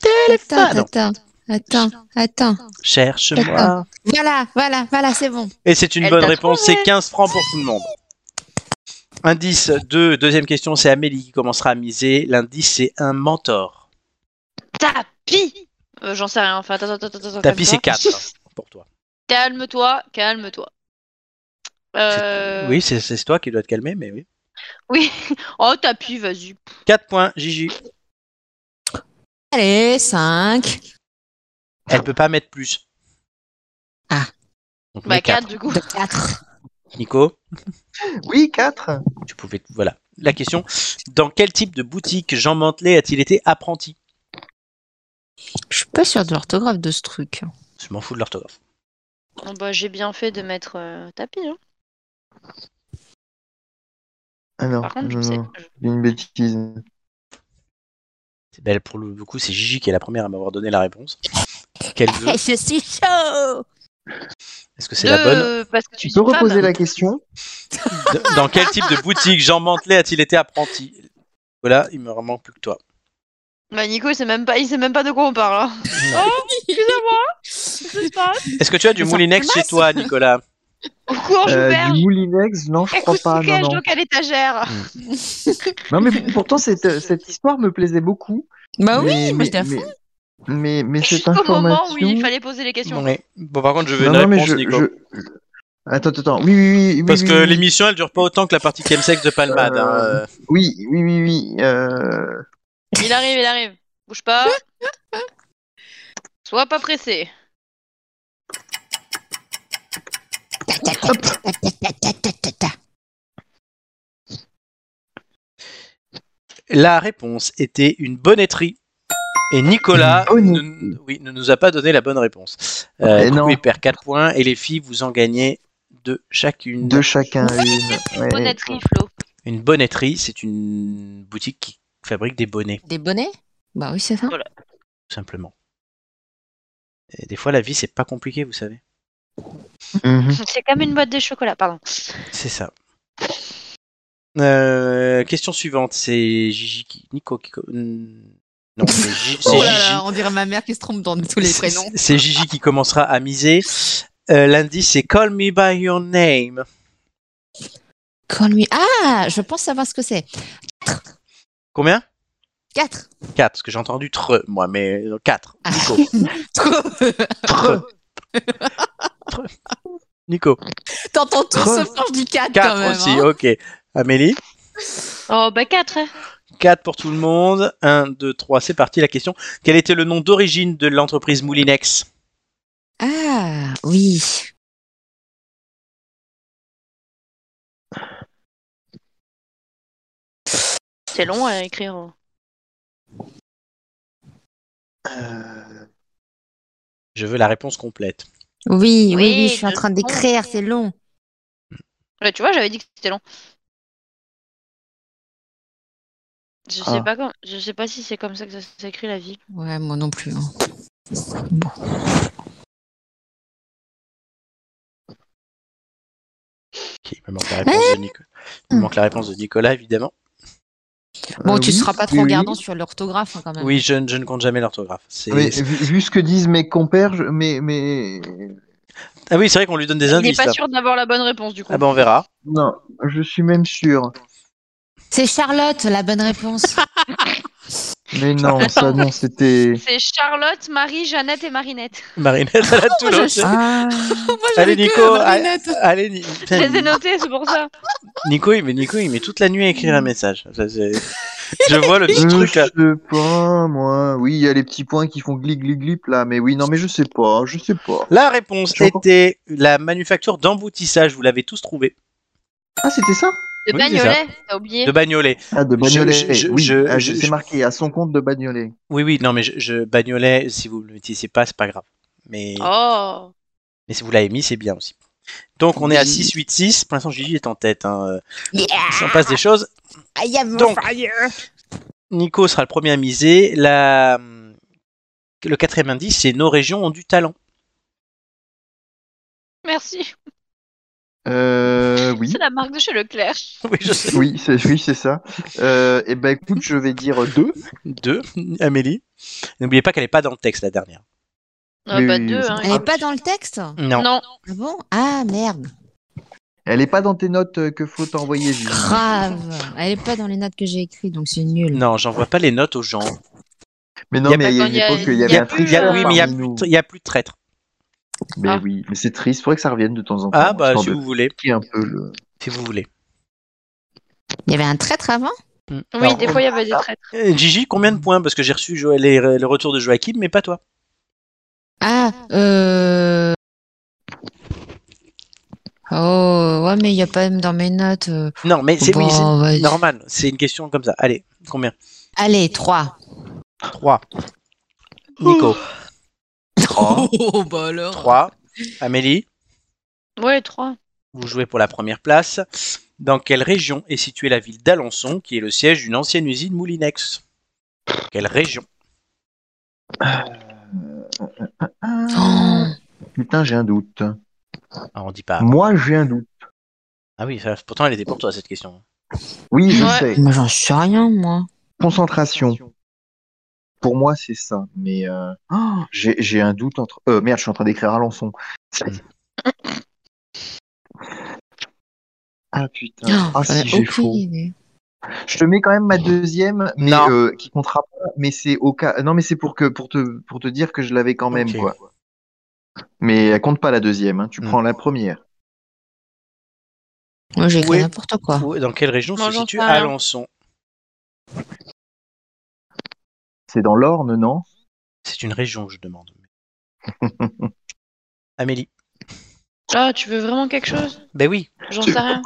Téléphone. Attends, attends, attends, attends. hein. Cherche-moi. Attends. Voilà, voilà, voilà, c'est bon. Et c'est une Elle bonne t'a réponse, trouvé. c'est 15 francs pour tout le monde. Indice 2, deuxième question, c'est Amélie qui commencera à miser. L'indice, c'est un mentor. Tapis Euh, J'en sais rien, enfin, attends, attends, attends, attends. Tapis, calme-toi. c'est 4 pour toi. Calme-toi, calme-toi. Euh... Oui, c'est c'est toi qui dois te calmer, mais oui. Oui. Oh, tapis, vas-y. 4 points, Gigi. Allez, 5. Elle peut pas mettre plus. Ah. Donc, Bah, mets 4 quatre. du coup. 4. Nico, Oui, 4. tu pouvais. Voilà. La question Dans quel type de boutique Jean Mantelet a-t-il été apprenti Je suis pas sûre de l'orthographe de ce truc. Je m'en fous de l'orthographe. Bon, bah, j'ai bien fait de mettre euh, tapis. Hein. Ah non, Par contre, je non, sais. non, c'est une bêtise. C'est belle pour le coup, c'est Gigi qui est la première à m'avoir donné la réponse. Quelle veut Eh, je suis chaud. Est-ce que c'est Euh. la bonne Deux, Parce que Tu tu peux dis femme. reposer la question D- Dans quel type de boutique Jean Mantelet a-t-il été apprenti Voilà, il me manque plus que toi. Bah, Nico, il sait, même pas... il sait même pas de quoi on parle. hein. Excusez-moi. Qu'est-ce qui se passe Est-ce que tu as du Mais ça moulinex chez toi, Nicolas Au cours, Euh, Joubert. Du Moulinex Non, je crois Écoute, pas. Non, stockage, non. donc à l'étagère. non, mais pourtant, cette, euh, cette histoire me plaisait beaucoup. Ah Bah oui, mais, moi j'étais à mais, fond. mais, mais, mais cette Jusqu'au moment information. où il fallait poser les questions. Ouais. Bon, par contre, je veux Non, une non, mais réponse, je- Nico. je- Attends, attends, oui, oui, oui, oui. Parce oui, que oui, l'émission, elle dure pas autant que la partie chemsex de Palmade. hein, Euh, euh. Oui, oui, oui, oui. euh, Il arrive, il arrive. Bouge pas. Sois pas pressé. Ta, ta, ta, ta, ta, ta, ta, ta, ta, ta. La réponse était une bonnetterie. Et Nicolas Une ne, oui, ne nous a pas donné la bonne réponse. Euh, Eh du coup, non. il perd 4 points et les filles, vous en gagnez deux chacune. De chacun une. Ouais. Bonnetterie, Flo. Une bonnetterie, c'est une boutique qui fabrique des bonnets, Des bonnets Bah oui, c'est ça. tout simplement. Et des fois, la vie, c'est pas compliqué, vous savez. Mhm. C'est comme une boîte de chocolat, pardon. C'est ça. Euh, question suivante, c'est Gigi qui. Nico qui. co- Hmm, Non, c'est Gi- c'est Oh là Gigi. là, on dirait ma mère qui se trompe dans tous les C'est- prénoms. c'est- C'est Gigi qui commencera à miser. Euh, Lundi, c'est Call Me By Your Name. Call me- Ah, je pense savoir ce que c'est. Combien 4. 4, parce que j'ai entendu tre, moi, mais 4. Ah. Nico. Trop. Nico. T'entends tout Trop. sauf quand je dis 4 quand 4 même. aussi, hein. ok. Amélie Oh, bah 4. 4 pour tout le monde. 1, 2, 3, c'est parti la question. Quel était le nom d'origine de l'entreprise Moulinex Ah, oui. C'est long à écrire. oh. Euh, Je veux la réponse complète. Oui, oui, oui, Oui, je suis en je train le sens. d'écrire, c'est long. Là, tu vois, j'avais dit que c'était long. Je sais Ah. pas quand... je sais pas si c'est comme ça que ça s'écrit la vie. Ouais, moi non plus. hein. Ok, il me manque la réponse de Nico. Il me manque la réponse de Nicolas, évidemment. Bon, Ah euh, tu oui, seras pas oui, trop oui. regardant sur l'orthographe hein, quand même. Oui, je, ne- je ne compte jamais l'orthographe. C'est- Mais vu, vu ce que disent mes compères, je- mes, mes... Ah oui, c'est vrai qu'on lui donne des Il n'est indices. pas là. sûr d'avoir la bonne réponse du coup. Ah ben on verra. Non, je suis même sûr. C'est Charlotte, la bonne réponse. Mais non, ça non, c'était. C'est Charlotte, Marie, Jeannette et Marinette. Marinette Oh, à la Toulouse. Ah, moi, Allez, j'avais que Nico, la allez. brunette. Allez, Ni- Je putain, les ai notées, c'est pour ça. Nico, il met, Nico, il met toute la nuit à écrire un message. Ça, c'est- je vois le petit je truc là. sais pas, moi. Oui, il y a les petits points qui font glip glip glip là, mais oui, non, mais je sais pas, je sais pas. La réponse Je comprends. était la manufacture d'emboutissage, vous l'avez tous trouvé, Ah, c'était ça De Oui, c'est ça. Bagnolet, t'as oublié. de Bagnolet. Ah, de Bagnolet. Je- je- oui, je- ah, je- c'est je- marqué à son compte de Bagnolet. Oui, oui, non, mais je, je- Bagnolet, si vous ne l'utilisez pas, c'est pas grave. Mais, Oh, mais si vous l'avez mis, c'est bien aussi. Donc on est à Oui. 6-8-6. Pour l'instant, Gigi est en tête. Hein. Yeah, Si on passe des choses, I am Donc. fire. Nico sera le premier à miser. La... hum, Le quatrième indice, c'est nos régions ont du talent. merci. Euh, oui. C'est la marque de chez Leclerc. Oui, je sais. Oui, c'est oui, c'est ça. Euh, et ben écoute, je vais dire deux. Deux, Amélie. N'oubliez pas qu'elle n'est pas dans le texte, la dernière. Non, Mais- pas deux. Elle Hein. est pas dans le texte Ah Non. Non, bon Ah merde, Elle est pas dans tes notes euh, que faut t'envoyer. Gilles. grave. Elle est pas dans les notes que j'ai écrites, donc c'est nul. Non, j'envoie pas les notes aux gens. Mais Y non, a mais pas- il y a non, une y a- époque, il y y a avait un plus, tricheur euh, oui, mais il y a parmi plus nous. de- il y a plus de traître. Mais Ah. oui, mais c'est triste. Faudrait que ça revienne de temps en temps. Ah, bah, histoire si de vous voulez. piquer un peu le. Si vous voulez. Il y avait un traître avant Hmm. oui, Alors, des fois il y avait des traîtres. euh, Gigi, combien de points Parce que j'ai reçu Jo- les- le retour de Joachim, mais pas toi. Ah, euh... Oh, ouais, mais il y a pas même dans mes notes. euh. Non, mais c'est oui, Bon, c'est vas-y. normal. C'est une question comme ça. Allez, combien Allez, 3. Trois. Nico, Trois. Oh, bah alors. trois. Amélie, Ouais, trois. vous jouez pour la première place. Dans quelle région est située la ville d'Alençon, qui est le siège d'une ancienne usine Moulinex Quelle région Oh. Putain, j'ai un doute. Ah, On dit pas. Moi, j'ai un doute. Ah oui, ça- pourtant elle était pour toi cette question. Oui, je Ouais. sais. Moi, j'en sais rien, moi. Concentration. Pour moi, c'est ça. Mais euh, oh, j'ai j'ai un doute entre. Euh, merde, je suis en train d'écrire Alençon. Ah putain. Oh, Ah j'en si, ai j'ai aucune faux. idée. Je te mets quand même ma deuxième, mais Non. euh, qui comptera pas. Mais c'est au cas. Non, mais c'est pour que pour te pour te dire que je l'avais quand même Ok. quoi. Mais elle compte pas la deuxième. hein. Tu Hmm. prends la première. Moi, j'ai Où écrit est- n'importe quoi. Où- Dans quelle région Non, se j'en situe sais rien. Alençon C'est dans l'Orne, non C'est une région, je demande. Amélie. Ah, tu veux vraiment quelque chose Ben oui, J'en sais rien.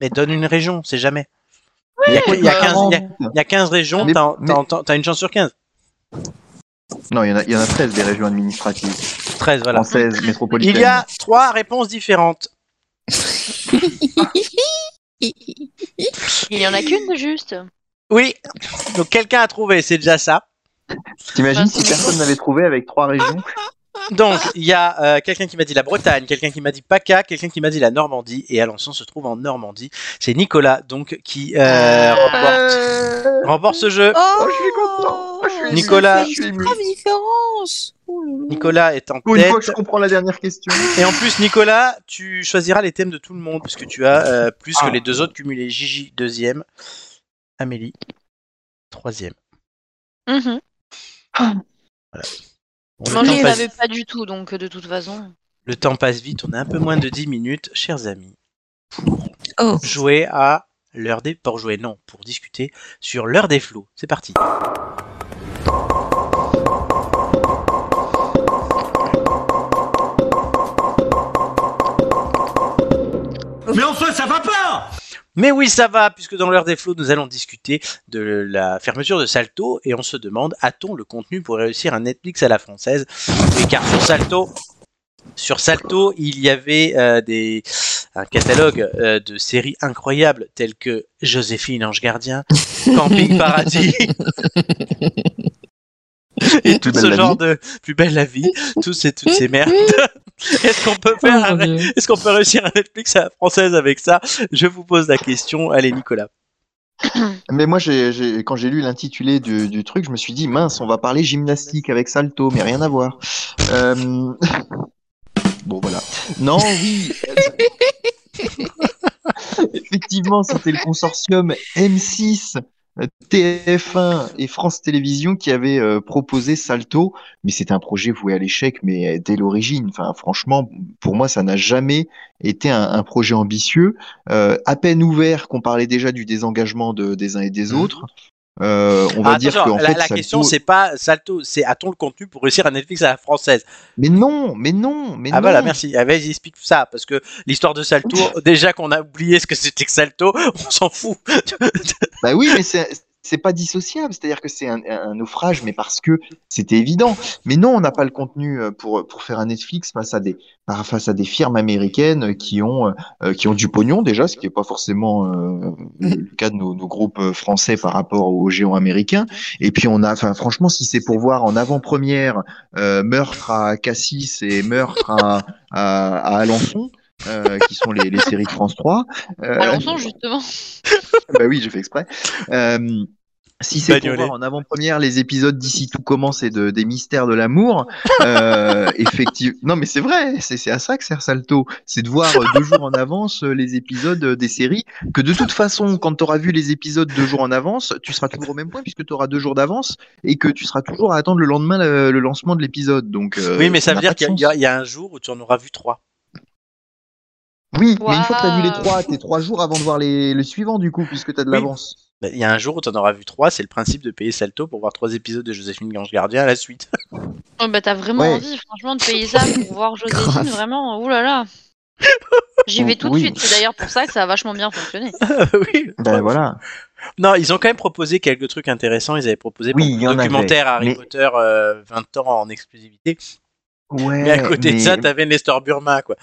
mais donne une région, c'est jamais. Il y a- il y, a 15 il y a- il y a 15 régions, Mais- t'as- mais- t'as- t'as t'as une chance sur 15. Non, il y, en a, il y en a 13 des régions administratives 13, voilà. françaises métropolitaines. Il y a trois réponses différentes. Il y en a qu'une de juste. Oui, donc quelqu'un a trouvé, c'est déjà ça. T'imagines Enfin, si c'est- personne n'avait trouvé avec trois régions Donc, il y a euh, quelqu'un qui m'a dit la Bretagne, quelqu'un qui m'a dit PACA, quelqu'un qui m'a dit la Normandie, et Alençon se trouve en Normandie. C'est Nicolas, donc, qui euh, remporte, remporte ce jeu. Oh, Ah, je suis content. Je suis ému. Nicolas. Je suis ému. Grave différence. Ouh là là. Nicolas est en Pour une tête. fois que je comprends la dernière question. Et en plus, Nicolas, tu choisiras les thèmes de tout le monde, parce que tu as euh, plus Ah. que les deux autres cumulés. Gigi, deuxième. Amélie, troisième. Mhm. Bon, Moi, le, je temps passe, ne l'avais pas du tout, donc euh, de toute façon. le temps passe vite, on a un peu moins de 10 minutes, chers amis. Oh. jouer à l'heure des pour jouer non pour discuter sur l'heure des flots. C'est parti. Mais enfin, ça va pas Mais oui, ça va puisque dans l'heure des flots, nous allons discuter de la fermeture de Salto et on se demande a-t-on le contenu pour réussir un Netflix à la française Et car sur Salto sur Salto, il y avait euh, des, un catalogue euh, de séries incroyables telles que Joséphine, Ange Gardien, Camping Paradis, et tout Belle ce la genre vie. de plus belle la vie, tous ces, toutes ces merdes. Est-ce qu'on peut faire Oh un, est-ce qu'on peut réussir un Netflix à la française avec ça Je vous pose la question. Allez, Nicolas. Mais moi, j'ai- j'ai- quand j'ai lu l'intitulé du, du truc, je me suis dit, mince, on va parler gymnastique avec Salto, mais rien à voir. Euh, Bon, voilà. Non, oui. Euh, Effectivement, c'était le consortium euh, M6, TF1 et France Télévisions qui avait euh, proposé Salto, mais c'était un projet voué à l'échec, mais euh, dès l'origine. Enfin, franchement, pour moi, ça n'a jamais été un, un projet ambitieux. Euh, à peine ouvert, qu'on parlait déjà du désengagement de- des uns et des Mhm. autres. Euh, on va Ah, dire attention, qu'en la, fait, la Salto- question c'est pas Salto, c'est a-t-on le contenu pour réussir un Netflix à la française Mais non, mais non, mais Ah non. voilà, merci. Ah, Vas-y, explique ça parce que l'histoire de Salto, déjà qu'on a oublié ce que c'était que Salto, on s'en fout. Bah oui, mais c'est c'est pas dissociable, c'est-à-dire que c'est un, un naufrage, mais parce que c'était évident. Mais non, on n'a pas le contenu euh, pour pour faire un Netflix face à des par- face à des firmes américaines qui ont euh, qui ont du pognon déjà, ce qui est pas forcément euh, le le cas de nos, nos groupes français par rapport aux géants américains. Et puis on a, enfin franchement, si c'est pour voir en avant-première euh, meurtre à Cassis et meurtre à à, à Alençon, euh, qui sont les, les séries de France 3. euh, Alençon, justement. bah oui, j'ai fait exprès. Euh, si c'est pour Bagnolet. voir en avant-première les épisodes d'ici tout commence et de, des mystères de l'amour, euh, effectivement. Non, mais c'est vrai, c'est c'est à ça que sert Salto. C'est de voir euh, deux jours en avance euh, les épisodes euh, des séries. Que de toute façon, quand tu auras vu les épisodes deux jours en avance, tu seras toujours au même point puisque tu auras deux jours d'avance et que tu seras toujours à attendre le lendemain le, le lancement de l'épisode. Donc euh, oui, mais ça veut n'a dire pas de qu'il y a- sens. il y, a- il y a un jour où tu en auras vu trois. Oui, mais une fois que tu as vu les Waouh. trois, t'es trois jours avant de voir les, le suivant du coup puisque tu as de Oui. l'avance. Ben, Il y a un jour où tu en auras vu trois. C'est le principe de payer Salto pour voir trois épisodes de Joséphine Gange Gardien à la suite. Oh, bah, t'as vraiment Ouais. envie, franchement, de payer ça pour voir Grave. Joséphine, vraiment. Ouh là là. J'y Oh, vais tout de Oui. suite. C'est d'ailleurs pour ça que ça a vachement bien fonctionné. oui. Ben voilà. Non, ils ont quand même proposé quelques trucs intéressants. Ils avaient proposé Oui, il y un en documentaire avait, Harry mais- Potter euh, 20 ans en exclusivité. Ouais, mais à côté de Euh, mais- ça, t'avais Nestor Burma, quoi.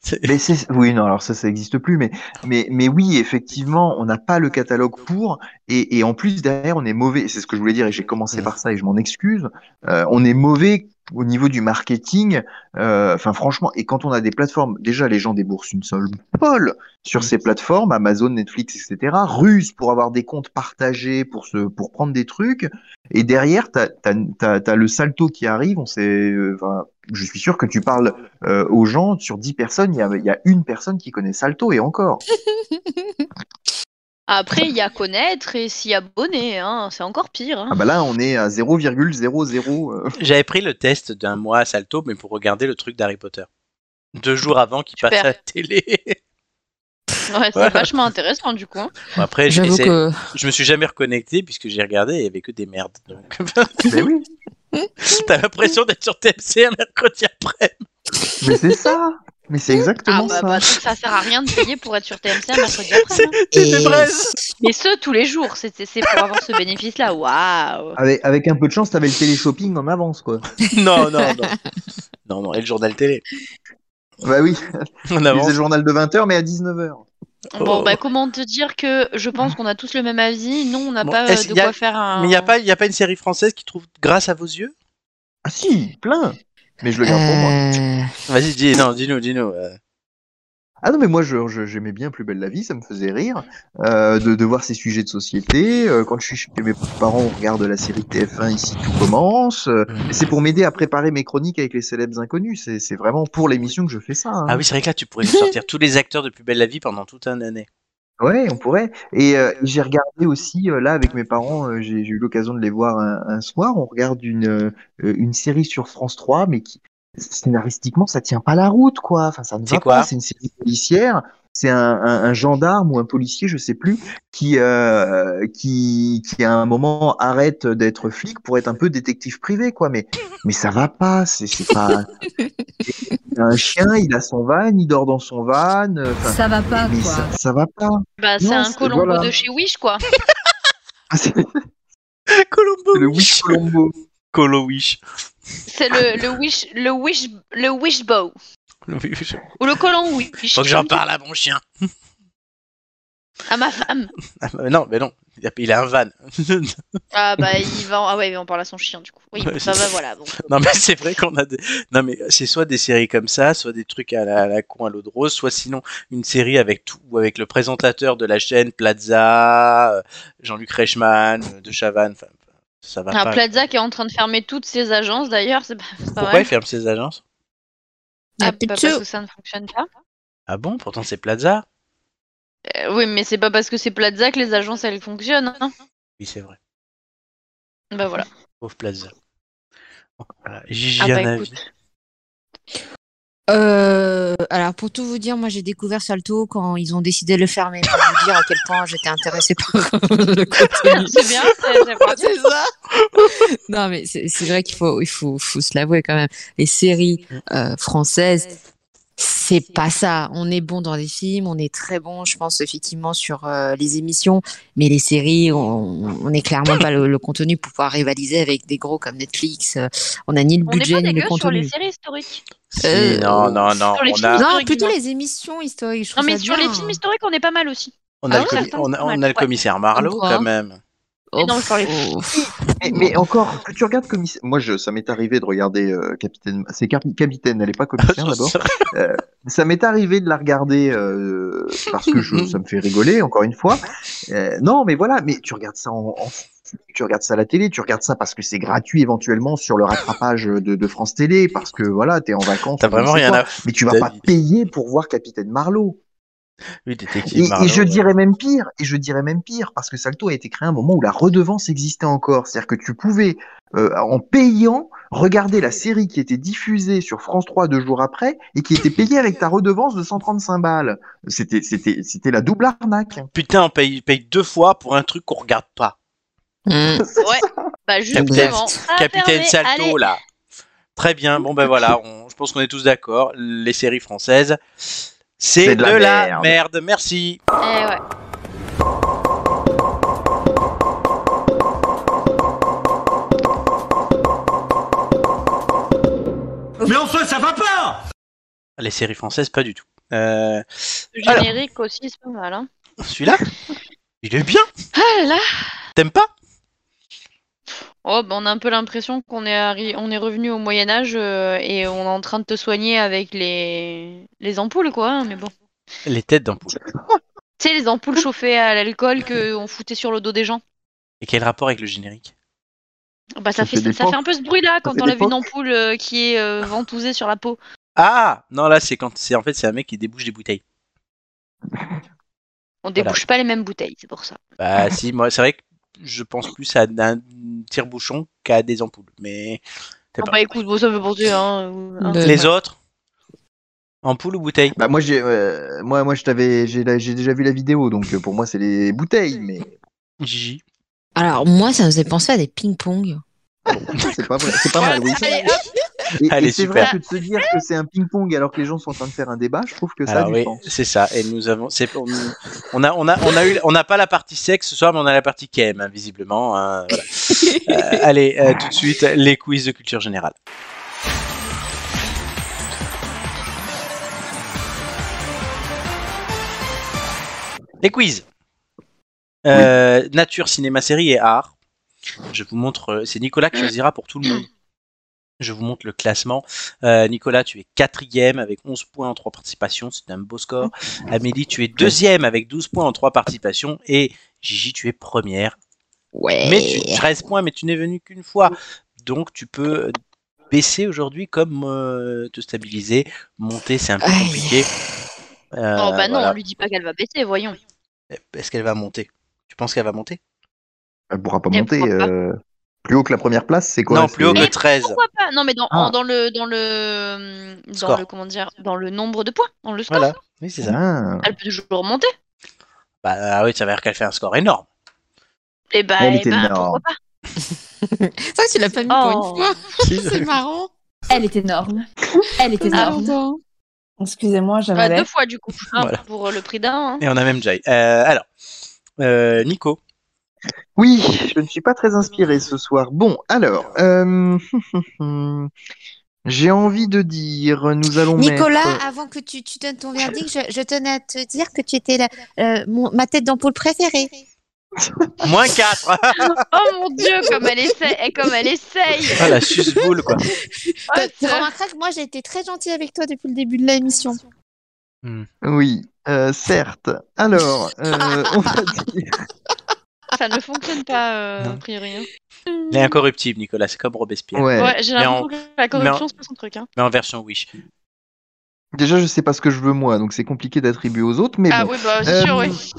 C'est- Mais c'est- oui, non, alors ça, ça n'existe plus, mais, mais, mais oui, effectivement, on n'a pas le catalogue pour, et, et en plus, derrière, on est mauvais, c'est ce que je voulais dire, et j'ai commencé Mhm. par ça, et je m'en excuse, euh, on est mauvais au niveau du marketing, euh, enfin, franchement, et quand on a des plateformes, déjà, les gens déboursent une seule polle sur ces plateformes, Amazon, Netflix, etc., rusent pour avoir des comptes partagés, pour, se, pour prendre des trucs, et derrière, t'as as, le salto qui arrive, on sait, euh, enfin, je suis sûr que tu parles euh, aux gens, sur 10 personnes, il y a, il y a une personne qui connaît Salto et encore. Après, il y a connaître et s'y abonner. Hein. C'est encore pire. hein. Ah bah là, on est à 0,00. euh, J'avais pris le test d'un mois à Salto, mais pour regarder le truc d'Harry Potter. Deux jours avant qu'il passe Super. à la télé. Ouais, c'est Ouais. vachement intéressant, du coup. hein. Bon, après, j'ai J'avoue essayé- que. je me suis jamais reconnecté puisque j'ai regardé et il y avait que des merdes. donc. ben oui. T'as l'impression d'être sur TMC un mercredi après. Mais c'est ça Mais c'est Ah exactement bah, ça. bah, donc ça sert à rien de payer pour être sur TMC un mercredi après. hein. Tu Et- te braises. Mais ce, tous les jours, c'est c'est- c'est pour avoir ce bénéfice-là. Waouh Avec, avec un peu de chance, t'avais le télé-shopping en avance, quoi. Non, non, non. Non, non, et le journal télé. Bah oui, On tu faisais avance. le journal de 20h, mais à 19h. Bon, Oh. bah comment te dire que je pense qu'on a tous le même avis. Non, on n'a Bon, pas euh, est-ce- de y a- quoi faire un. Mais il n'y a, pas- y a pas une série française qui trouve grâce à vos yeux Ah si, plein Mais je le garde pour moi. Euh, Vas-y, dis, non, dis-nous, dis-nous. euh. Ah non, mais moi, je- je- j'aimais bien Plus belle la vie, ça me faisait rire euh, de, de voir ces sujets de société. Euh, quand je suis chez mes parents, on regarde la série TF1, ici tout commence. Euh, Mm. c'est pour m'aider à préparer mes chroniques avec les célèbres inconnus. C'est c'est vraiment pour l'émission que je fais ça. hein. Ah oui, c'est vrai que là, tu pourrais nous sortir tous les acteurs de Plus Belle la Vie pendant toute une année. Ouais, on pourrait. Et euh, j'ai regardé aussi, euh, là, avec mes parents, euh, j'ai j'ai eu l'occasion de les voir un, un soir. On regarde une, euh, une série sur France 3, mais qui, scénaristiquement, ça tient pas la route, quoi. Enfin, ça ne C'est va quoi pas. C'est une série policière. C'est un, un- un gendarme ou un policier, je sais plus, qui, euh, qui, qui à un moment arrête d'être flic pour être un peu détective privé, quoi. Mais, mais ça va pas. C'est c'est pas. C'est un chien, il a son van, il dort dans son van. euh, Enfin, Ça va pas, mais quoi. ça, ça va pas. Bah, c'est Non, un c'est- Colombo voilà. de chez Wish, quoi. Ah, c'est le Colombo Wish Colombo. Colo Wish. C'est le, le Wish, le Wish, le Wishbow Le Wish. ou le colon Wish. Faut que j'en parle à mon chien. À ma femme. Ah, mais non, mais non. Il a, il a un van. Ah bah il va, en- ah ouais, mais on parle à son chien du coup. Oui, Ouais, ça c'est- va, voilà. euh, bon. non, mais c'est vrai qu'on a des... Non, mais c'est soit des séries comme ça, soit des trucs à la, à la con à l'eau de rose, soit sinon une série avec tout, ou avec le présentateur de la chaîne, Plaza, euh, Jean-Luc Reichmann, euh, De Chavannes. Enfin, ça va Un pas. Ah, Plaza qui est en train de fermer toutes ses agences d'ailleurs, c'est pas, c'est pas Pourquoi vrai. il ferme ses agences Ah, la bah, parce picture. que ça ne fonctionne pas. Ah bon Pourtant, c'est Plaza. Euh, oui, mais c'est pas parce que c'est Plaza que les agences elles fonctionnent. hein. Oui, c'est vrai. Bah voilà. Pauvre Plaza. Bon, voilà. Gigi, Ah bah, un avis. écoute. Euh, alors pour tout vous dire, moi j'ai découvert Salto quand ils ont décidé de le fermer pour vous dire à quel point j'étais intéressée par le contenu. C'est bien, c'est c'est Ah, parti. c'est ça Non, mais c'est c'est vrai qu'il faut, il faut, faut se l'avouer quand même. Les séries euh, françaises, c'est pas ça. On est bon dans les films, on est très bon, je pense, effectivement, sur euh, les émissions, mais les séries, on on n'est clairement pas le, le contenu pour pouvoir rivaliser avec des gros comme Netflix. Euh, On n'a ni le On n'est pas budget ni le dégueu sur les contenu. séries historiques. Si, Euh, non, non, non. sur les On a, films. Non, historiques, plutôt dis-moi. les émissions historiques. je Non trouve mais ça sur bien. les films historiques, on est pas mal aussi. on a Ah le ouais, commi- certains on a- sont mal, on a le ouais. commissaire Marlowe Bon, quand hein. même. Oh, non, sur les pff, oh. Mais, mais encore, que tu regardes commissaire. Moi, je, ça m'est arrivé de regarder euh, Capitaine. C'est Cap- Capitaine, elle est pas commissaire d'abord. Ça m'est arrivé de la regarder euh, parce que je, ça me fait rigoler, encore une fois. Euh, non, mais voilà, mais tu regardes ça en, en- Tu regardes ça à la télé, tu regardes ça parce que c'est gratuit éventuellement sur le rattrapage de, de France Télé, parce que voilà, t'es en vacances. T'as ou je ne vraiment sais rien quoi. à foutre. Mais tu vas pas David. payer pour voir Capitaine Marlowe. Oui, Et, détective et Marlowe, je ouais. dirais même pire, et je dirais même pire, parce que Salto a été créé à un moment où la redevance existait encore. C'est-à-dire que tu pouvais, euh, en payant, regarder la série qui était diffusée sur France 3 deux jours après et qui était payée avec ta redevance de 135 balles. C'était, c'était, c'était la double arnaque. Putain, on paye, paye deux fois pour un truc qu'on regarde pas. Mm. Ouais, bah justement. ça a Capitaine fermé. Salto, Allez, là. Très bien, bon ben voilà, on- je pense qu'on est tous d'accord. Les séries françaises, c'est de, la merde. Merci. Eh ouais. Mais enfin, ça va pas Les séries françaises, pas du tout. Euh, Le Alors. générique aussi, c'est pas mal. Hein. Celui-là, il est bien. Ah là T'aimes pas Oh, bah, on a un peu l'impression qu'on est, arri- on est revenu au Moyen-Âge et on est en train de te soigner avec les, les ampoules, quoi. hein, mais bon. Les têtes d'ampoule. Tu sais, les ampoules chauffées à l'alcool qu'on foutait sur le dos des gens. Et quel rapport avec le générique Bah, ça, Ça fait, fait des ça fait un peu ce bruit-là quand fait on des lève une pocs. ampoule euh, qui est euh, ventousée sur la peau. Ah non là c'est quand c'est en fait c'est un mec qui débouche des bouteilles. On débouche pas les mêmes bouteilles, c'est pour ça. Bah si moi c'est vrai que je pense plus à un tire-bouchon qu'à des ampoules. Mais c'est Ah pas- bah écoute, bon, ça me penser, hein. euh, hein. Le- les autres, ampoule ou bouteille Bah moi j'ai, euh, moi moi je t'avais, j'ai, la- j'ai déjà vu la vidéo, donc euh, pour moi c'est les bouteilles, mais Gigi. Alors moi, ça me faisait penser à des ping-pong. C'est pas, vrai- c'est pas mal, oui. Ah, Allez, hop, Oh, Et, Allez, et c'est super. vrai que de se dire que c'est un ping-pong alors que les gens sont en train de faire un débat, je trouve que ça a Alors du Ah oui, sens. c'est ça. Et nous avons, c'est pour- on a, on a, on a eu, on n'a pas la partie sexe ce soir, mais on a la partie KM, hein, visiblement. hein, voilà. Euh, allez, euh, tout de suite, les quiz de culture générale. Les quiz. Euh, Nature, cinéma, série et art. Je vous montre, euh, c'est Nicolas qui choisira pour tout le monde. Je vous montre le classement. Euh, Nicolas, tu es quatrième avec 11 points en 3 participations, c'est un beau score. Amélie, tu es deuxième avec 12 points en 3 participations. Et Gigi, tu es première Ouais. mais tu, 13 points, mais tu n'es venu qu'une fois. Donc tu peux baisser aujourd'hui comme euh, te stabiliser. Monter, c'est un peu Aïe. compliqué. Euh, Non, bah non, voilà. Eh, on lui dit pas qu'elle va baisser, voyons. Est-ce qu'elle va monter Tu penses qu'elle va monter Elle pourra pas Elle monter. pourra pas. euh, Plus haut que la première place, c'est quoi Non, plus haut c'est- que 13. Pourquoi pas Non, mais dans, Ah. dans le dans le dans Score. le comment dire dans le nombre de points, dans le score, Voilà. Oui, c'est ça. Ah. elle peut toujours monter. Bah ah oui, ça veut dire qu'elle fait un score énorme. Et bah, Elle eh était ben, énorme. pourquoi pas C'est vrai que tu l'as pas mis Oh. pour une fois. C'est marrant. Elle est énorme. Elle est Ah, énorme. Pardon. Excusez-moi, j'avais Bah, deux fois du coup, Un Voilà. pour le prix d'un. hein. Et on a même Jay. Euh, alors, euh, Nico. Oui, je ne suis pas très inspiré ce soir. Bon, alors, euh, j'ai envie de dire, nous allons Nicolas, mettre- euh, avant que tu, tu donnes ton verdict, je, je tenais à te dire que tu étais la- euh, mon- ma tête d'ampoule préférée. Moins 4 Oh mon dieu, comme elle essaye, et comme elle essaye. Ah la suce-boule, quoi. Oh, Euh, Tu ça- remarqueras que moi, j'ai été très gentille avec toi depuis le début de l'émission. Oui, euh, certes. Alors, euh, on va dire... ça ne fonctionne pas euh, Non. a priori. hein. Il est incorruptible, Nicolas. C'est comme Robespierre. Ouais. Ouais, j'ai Mais l'impression en- que la mais en- corruption c'est pas son truc. Hein. Mais en version Wish. Déjà, je sais pas ce que je veux moi, donc c'est compliqué d'attribuer aux autres, mais Ah bon. oui, bah c'est sûr, Euh, oui.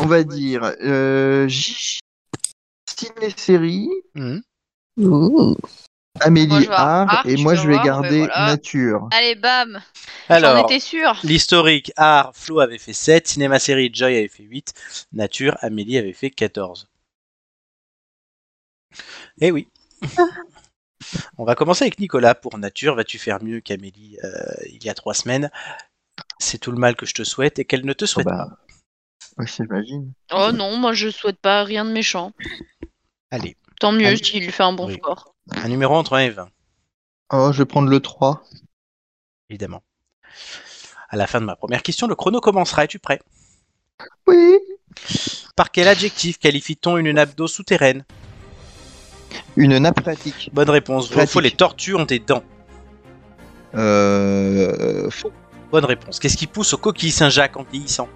On va dire euh, J- ciné-série, Mhm. Amélie Moi, je vais avoir Art, Art, et tu moi vas je vais voir, et garder voilà. Nature. Allez, bam. J'en Alors, étais sûre. L'historique, art, Flo avait fait 7, cinéma série, Joy avait fait 8, nature, Amélie avait fait 14. Eh oui. On va commencer avec Nicolas pour nature. Vas-tu faire mieux qu'Amélie euh, il y a trois semaines C'est tout le mal que je te souhaite et qu'elle ne te souhaite bah. pas. Oui, j'imagine. Oh non, moi je souhaite pas rien de méchant. Allez, Tant mieux Allez. s'il fait un bon Oui. score. un numéro entre 1 et 20, Oh, je vais prendre le 3. évidemment. À la fin de ma première question, le chrono commencera. Es-tu prêt Oui, Par quel adjectif qualifie-t-on une nappe d'eau souterraine une nappe pratique. Bonne réponse. Vrai ou faux, Pratique. les tortues ont des dents. Euh, Bonne réponse. Qu'est-ce qui pousse aux coquilles Saint-Jacques en vieillissant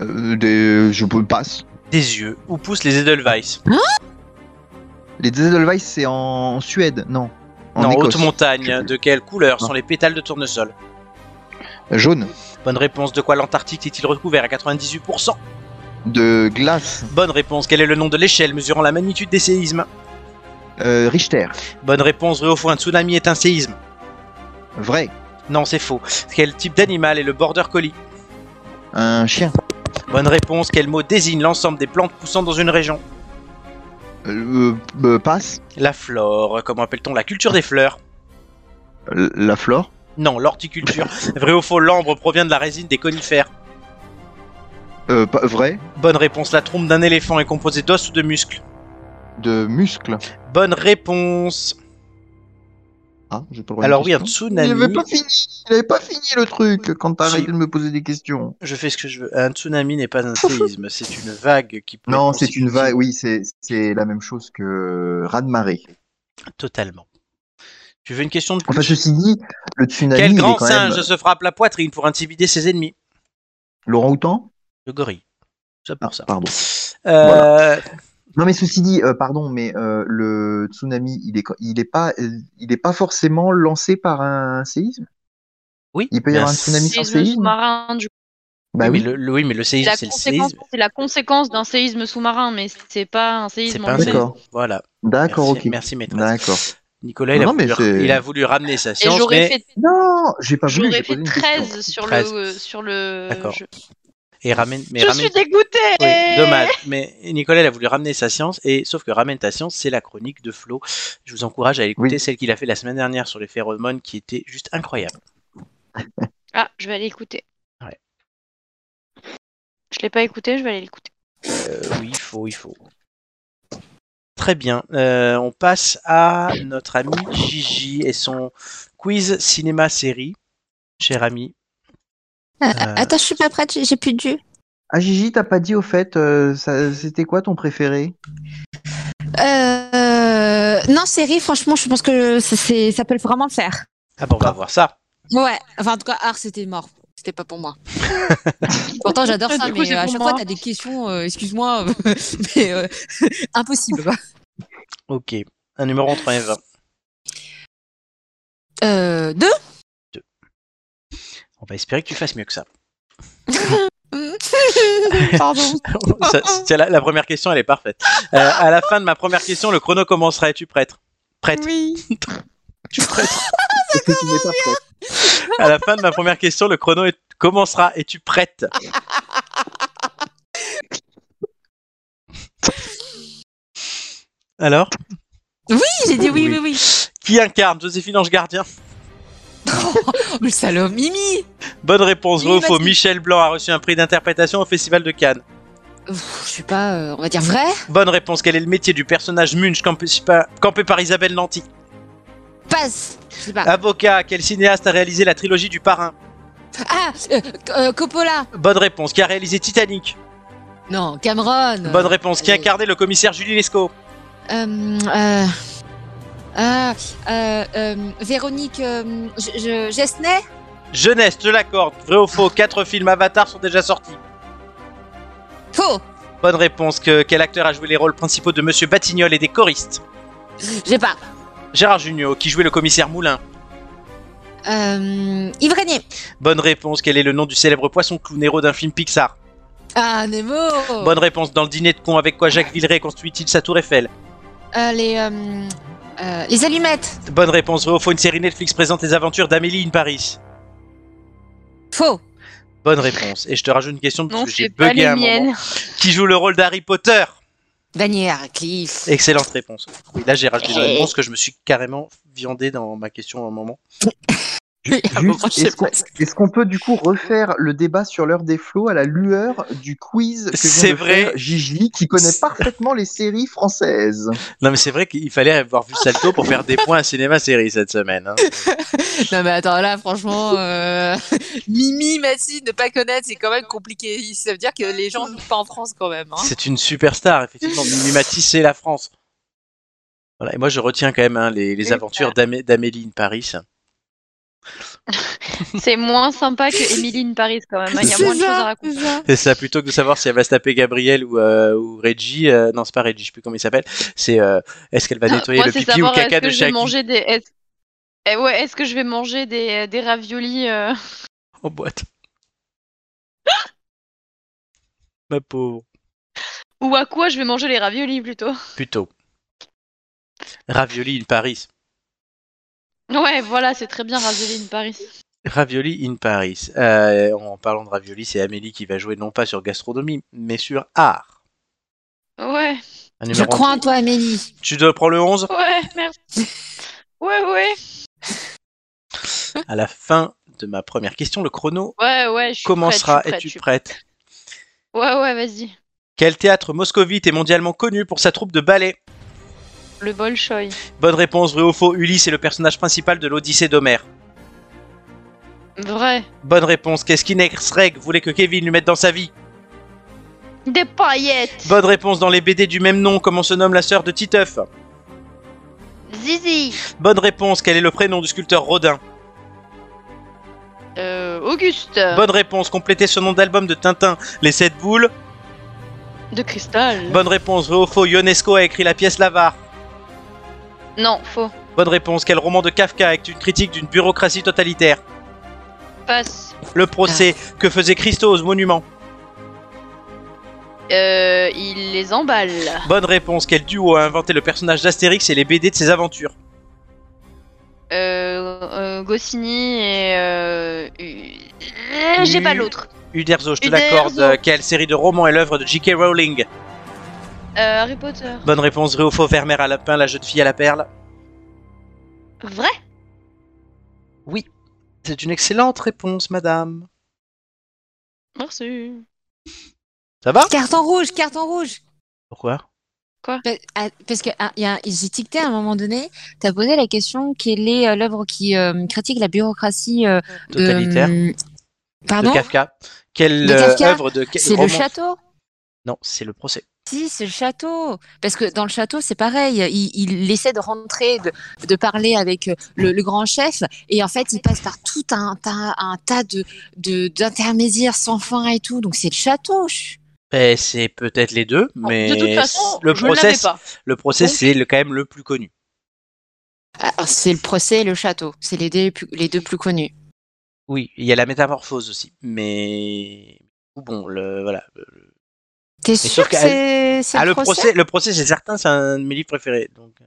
euh, des- je peux- passe. Des yeux. Où poussent les Edelweiss Les Edelweiss, c'est en Suède, non En En Écosse. haute montagne. De quelle couleur sont les pétales de tournesol Euh, Jaune. Bonne réponse. De quoi l'Antarctique est-il recouvert à 98% De glace. Bonne réponse. Quel est le nom de l'échelle mesurant la magnitude des séismes Euh, Richter. Bonne réponse. Vrai ou faux, un tsunami est un séisme Vrai. Non, c'est faux. Quel type d'animal est le border collie Un chien. Bonne réponse. Quel mot désigne l'ensemble des plantes poussant dans une région Euh, euh, passe. La flore. Comment appelle-t-on la culture des fleurs Euh, La flore. Non, l'horticulture. Vrai ou faux, l'ambre provient de la résine des conifères Euh, pas- vrai. Bonne réponse. La trompe d'un éléphant est composée d'os ou de muscles De muscle. Bonne réponse. Ah, j'ai pas le droit à une Alors oui, un question. tsunami. Il avait pas fini. Il avait pas fini le truc quand t'as Si. arrêté de me poser des questions. Je fais ce que je veux. Un tsunami n'est pas un séisme, c'est une vague qui. peut Non, être c'est une vague. constitutive- Oui, c'est c'est la même chose que raz de marée. Totalement. Tu veux une question de plus Enfin, ceci dit, le tsunami. Quel il est grand quand singe même- se frappe la poitrine pour intimider ses ennemis Laurent Houtan Le gorille. Ça pour Ah, ça. pardon. Euh, Non, mais ceci dit, euh, pardon, mais euh, le tsunami, il est, co- il est pas, euh, il est pas forcément lancé par un séisme. Oui. Il peut y mais avoir un un tsunami sé- sans Séisme séisme. sous-marin, du coup. Bah mais oui. le, le- oui, mais le séisme, La c'est le conséquence- séisme. C'est la conséquence d'un séisme sous-marin, mais c'est pas un C'est séisme. pas un en lui-même. séisme. D'accord. Voilà. D'accord, merci, ok. merci maîtresse. D'accord. Nicolas, il, Non, a mais voulu, c'est- il a voulu ramener sa Et science, j'aurais mais- fait, Non, j'ai pas voulu. j'aurais j'ai fait posé une question. 13 sur 13. le. euh, sur le D'accord. jeu. Et ramène, mais Je ramène- suis dégoûtée oui, dommage. Mais Nicolas, elle a voulu ramener sa science, et sauf que Ramène ta science, c'est la chronique de Flo. Je vous encourage à écouter Oui. celle qu'il a fait la semaine dernière sur les phéromones, qui était juste incroyable. Ah, je vais aller écouter. Ouais. Je l'ai pas écouté, je vais aller l'écouter. Euh, oui, il faut, il faut. Très bien. Euh, on passe à notre ami Gigi et son quiz cinéma-série. Cher ami, Euh, Euh. Attends, je suis pas prête, j'ai- j'ai plus de jus. Ah Gigi, t'as pas dit au fait, euh, ça- c'était quoi ton préféré Euh, non, série, franchement, je pense que ça, c'est- ça peut vraiment le faire. ah bon, on va voir ça. Ouais, enfin, en tout cas, art, c'était mort. C'était pas pour moi. Pourtant, j'adore ça, Du coup, mais c'est euh, à pour chaque moi. fois, t'as des questions, euh, excuse-moi, mais euh, impossible. quoi. Ok. Un numéro entre 1 et 20. Euh, deux On va espérer que tu fasses mieux que ça. Pardon. Ça, c'est la, la première question, elle est parfaite. Euh, à la fin de ma première question, le chrono commencera. Es-tu prête Prête Oui. Es-tu prête Est-ce que tu n'es pas prête À la fin de ma première question, le chrono est- commencera. Es-tu prête Alors J'ai dit oui, Oui. oui, oui. Qui incarne Joséphine Ange Gardien Oh, le salaud, Mimi Bonne réponse, Oui, vrai ou faux. vas-y. Michel Blanc a reçu un prix d'interprétation au Festival de Cannes. Pff, Je sais pas, euh, on va dire vrai Bonne réponse, quel est le métier du personnage Munch campé, pa- campé par Isabelle Nanty Passe Je sais pas. Avocat, quel cinéaste a réalisé la trilogie du parrain Ah euh, euh, Coppola Bonne réponse, qui a réalisé Titanic Non, Cameron Bonne réponse, qui allez. incarnait le commissaire Julie Lescaut Euh, euh, euh, euh, euh, Véronique euh, je, je- Gesnay Jeunesse, je l'accorde, vrai ou faux, quatre films Avatar sont déjà sortis. Faux Bonne réponse, que, quel acteur a joué les rôles principaux de Monsieur Batignol et des choristes J'ai pas. Gérard Jugnot, qui jouait le commissaire Moulin. Euh, Yves Régnier. Bonne réponse, quel est le nom du célèbre poisson clown héros d'un film Pixar Ah, Nemo Oh. Bonne réponse dans le dîner de con avec quoi Jacques Villeray construit-il sa tour Eiffel Euh, les, euh, euh, les allumettes. Bonne réponse, vrai ou faux, une série Netflix présente les aventures d'Amélie in Paris Faux. Bonne réponse. Et je te rajoute une question parce Non, que c'est j'ai pas bugué les à un moment. miennes. Qui joue le rôle d'Harry Potter Daniel Radcliffe. Excellente réponse. Oui, là j'ai rajouté une Eh. réponse que je me suis carrément viandé dans ma question à un moment. Oui, à Juste, un moment, je sais Est-ce qu'on pas. est-ce qu'on peut du coup refaire le débat sur l'heure des flots à la lueur du quiz que C'est vient de vrai. faire Gigi qui connaît C'est- parfaitement les séries françaises Non mais c'est vrai qu'il fallait avoir vu Salto pour faire des points à cinéma série cette semaine. hein. Non, mais attends, là, franchement, euh, Mimi, Mathilde, ne pas connaître, c'est quand même compliqué. Ça veut dire que les gens ne vivent pas en France quand même. hein. C'est une superstar, effectivement. Mimi Matisse, c'est la France. Voilà, et moi je retiens quand même hein, les, les Super. aventures d'Amé- d'Amélie in Paris. C'est moins sympa que Emily in Paris quand même. hein. Il y a moins de choses à raconter. C'est ça, plutôt que de savoir si elle va se taper Gabriel ou, euh, ou Reggie. euh, non, c'est pas Reggie, je sais plus comment il s'appelle. C'est euh, est-ce qu'elle va nettoyer Ah, Moi, le c'est pipi ou le savoir caca est-ce que de je vais Shaggy manger des. Est-ce eh ouais, est-ce que je vais manger des, des raviolis euh, en boîte. Ma pauvre. Ou à quoi je vais manger les raviolis plutôt Plutôt. Ravioli in Paris. Ouais, voilà, c'est très bien ravioli in Paris. Ravioli in Paris. Euh, en parlant de ravioli, c'est Amélie qui va jouer non pas sur gastronomie, mais sur art. Ouais, Un Je numéro crois en toi, Amélie. Tu dois prendre le 11 ouais, merci. Ouais, ouais. À la fin de ma première question, le chrono Ouais, ouais, Hein je suis commencera. prête, je Es-tu suis prête prête, je suis- Ouais, ouais, vas-y. Quel théâtre moscovite est mondialement connu pour sa troupe de ballet Le Bolchoï. Bonne réponse, vrai ou faux, Ulysse est le personnage principal de l'Odyssée d'Homère. Vrai. Bonne réponse, qu'est-ce qu'Inex Reg voulait que Kevin lui mette dans sa vie Des paillettes. Bonne réponse, dans les BD du même nom, comment se nomme la sœur de Titeuf Zizi. Bonne réponse, quel est le prénom du sculpteur Rodin Euh, Auguste. Bonne réponse, complétez ce nom d'album de Tintin, Les 7 boules. De cristal. Bonne réponse, vrai ou faux, Ionesco a écrit la pièce L'Avare. Non, faux. Bonne réponse, quel roman de Kafka est une critique d'une bureaucratie totalitaire Passe. Le procès, que faisait Christo aux monuments Euh, il les emballe. Bonne réponse, quel duo a inventé le personnage d'Astérix et les BD de ses aventures Euh, euh, Goscinny et. Euh... euh, J'ai pas l'autre. Uderzo, je te Uderzo. l'accorde. Quelle série de romans est l'œuvre de J.K. Rowling Euh, Harry Potter. Bonne réponse, Réo Faux, Vermeer à Lapin, La jeune fille à la perle. Vrai C'est une excellente réponse, madame. Merci. Ça va Carton rouge, carton rouge. Pourquoi Pa- ah, Parce que ah, il y a- j'ai dicté à un moment donné, tu as posé la question quelle est euh, l'œuvre qui euh, critique la bureaucratie euh, de- Totalitaire. Pardon de Kafka. Quelle Ah De euh, Kafka œuvre de quel C'est le roman château Non, c'est le procès. Si, c'est le château. Parce que dans le château, c'est pareil. Il, il essaie de rentrer, de, de parler avec euh, le, le grand chef. Et en fait, il passe par tout un, tas- un tas de- de- d'intermédiaires sans fin et tout. Donc, c'est le château. Je- Eh, c'est peut-être les deux, Bon, mais de toute façon, le je ne l'avais procès, pas. le procès, Donc- c'est le- quand même le plus connu. Alors, Ah, C'est le procès et le château. C'est les, deux plus- les deux plus connus. Oui, il y a la métamorphose aussi, mais bon, le voilà. le- T'es sauf sûr que qu'à- c'est c'est Ah, le le procès, le procès, c'est certain, c'est un de mes livres préférés. Donc, euh,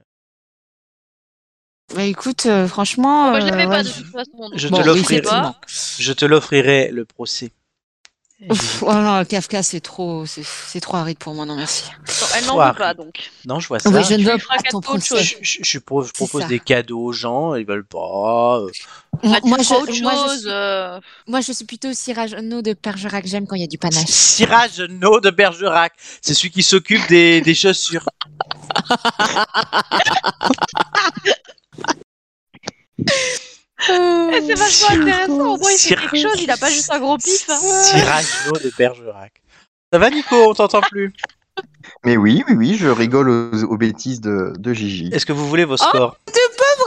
Bah, Écoute, euh, franchement. Moi, je euh, l'avais ouais. pas de toute façon. donc Je te Bon, oui, l'offrirai. effectivement. je te l'offrirai, le procès. Ouf, oh non, Kafka, c'est trop, c'est- c'est trop aride pour moi, non merci. Non, Elle n'en Soir. veut pas, donc. Non, je vois ça. Oui, je ne tu veux lui feras pas ton quatre autres procès. Je, choses. je- je pro- je C'est propose ça. des cadeaux aux gens, ils veulent pas. euh. Ah, tu moi, feras autre je, moi, je chose. suis, euh, moi, je suis plutôt Cyrano de Bergerac, j'aime quand il y a du panache. Cirage No de Bergerac, c'est celui qui s'occupe des, des chaussures. eh, C'est vachement intéressant. Au moins, il fait Cirage. quelque chose. Il a pas juste un gros pif. hein. Cirage No de Bergerac. Ça va, Nico On t'entend plus. Mais oui, oui, oui, je rigole aux, aux bêtises de, de Gigi. Est-ce que vous voulez vos scores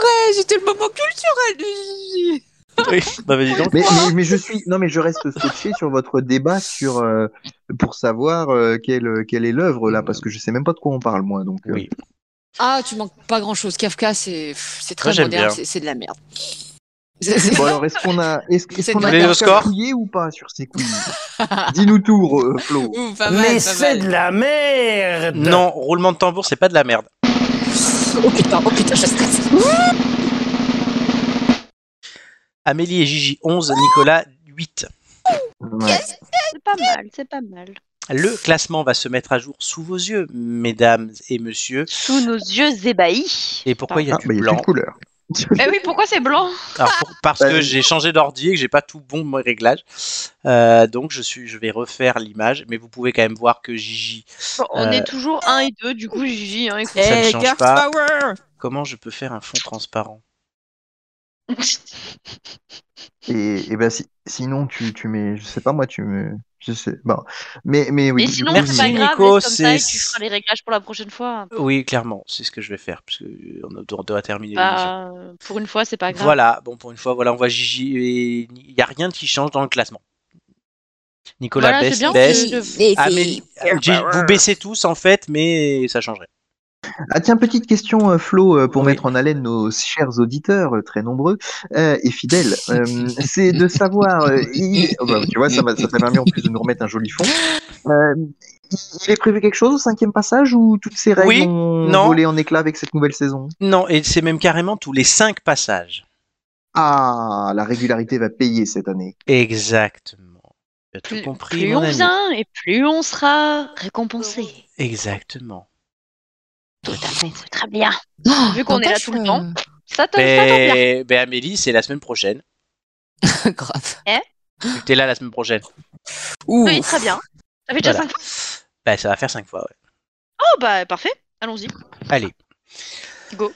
Ouais, j'étais le moment culturel. Oui. Bah, vas-y donc. Mais, mais, mais je suis, non, mais je reste scotché sur votre débat sur euh, pour savoir euh, quelle, quelle est l'œuvre là, parce que je sais même pas de quoi on parle moi. Donc, euh, Oui. Ah, tu manques pas grand chose. Kafka, c'est, pff, c'est très Moi, j'aime moderne, bien. c'est, c'est de la merde. C'est- c'est- Bon alors, est-ce qu'on a, est-ce, est-ce C'est qu'on de a la- Vous voulez le quelqu'un score couillé ou pas sur ces couilles Dis-nous tout, re- Flo. Ouh, pas mal, Mais pas c'est mal. de la merde Non, roulement de tambour, c'est pas de la merde. Oh putain, oh putain, je stresse. Amélie et Gigi 11, Nicolas 8. Ouais. C'est pas mal. C'est pas mal. Le classement va se mettre à jour sous vos yeux, mesdames et messieurs. Sous nos yeux ébahis. Et pourquoi il y a Ah, du bah, il y a plus blanc de couleur. Eh oui, pourquoi c'est blanc Alors, pour- Parce Bah, que oui. j'ai changé d'ordi et que j'ai pas tout bon mon réglage. Euh, donc je, suis, je vais refaire l'image, mais vous pouvez quand même voir que Gigi, Bon, On Euh. est toujours 1 et 2, du coup, Gigi. Hein, écoute. ça ne Eh, change Girl pas. Power. Comment je peux faire un fond transparent Et, et ben si- sinon tu, tu mets, je sais pas moi, tu me, je sais. Bon, mais mais oui. et du sinon, coup, merci, c'est pas mais- grave, Nico, laisse comme ça et c'est- tu feras les réglages pour la prochaine fois. Oui, clairement, c'est ce que je vais faire, parce que euh, on doit- on doit terminer l'émission. Bah, euh, pour une fois, c'est pas grave. Voilà, bon pour une fois, voilà, on voit Gigi et il n'y a rien qui change dans le classement. Nicolas Voilà, baisse, c'est bien, baisse. Ah, je- Ah, Et c'est- Amélie, Gigi, vous baissez tous en fait, mais ça changerait. Ah tiens, petite question euh, Flo euh, pour Oui. mettre en haleine nos chers auditeurs euh, très nombreux euh, et fidèles. euh, c'est de savoir. euh, il- oh, bah, tu vois, ça m'a ça t'a permis en plus de nous remettre un joli fond. Euh, il est prévu quelque chose au cinquième passage ou toutes ces règles Oui, ont non. volé en éclat avec cette nouvelle saison Non, et c'est même carrément tous les cinq passages. Ah, la régularité va payer cette année. Exactement. Tu as tout Plus, compris, plus hein. mon on ami. vient et plus on sera récompensé. Exactement. C'est très bien. Oh, Vu qu'on est là n'empêche, tout le euh, temps. Ça te- ça tombe bien. Mais, mais Ben, Amélie, c'est la semaine prochaine. Grave. Tu T'es là la semaine prochaine. Ouh. Oui, très bien. Ça fait déjà Voilà. 5 fois. Bah, ça va faire cinq fois. ouais. Oh, bah, parfait. Allons-y. Allez. Go.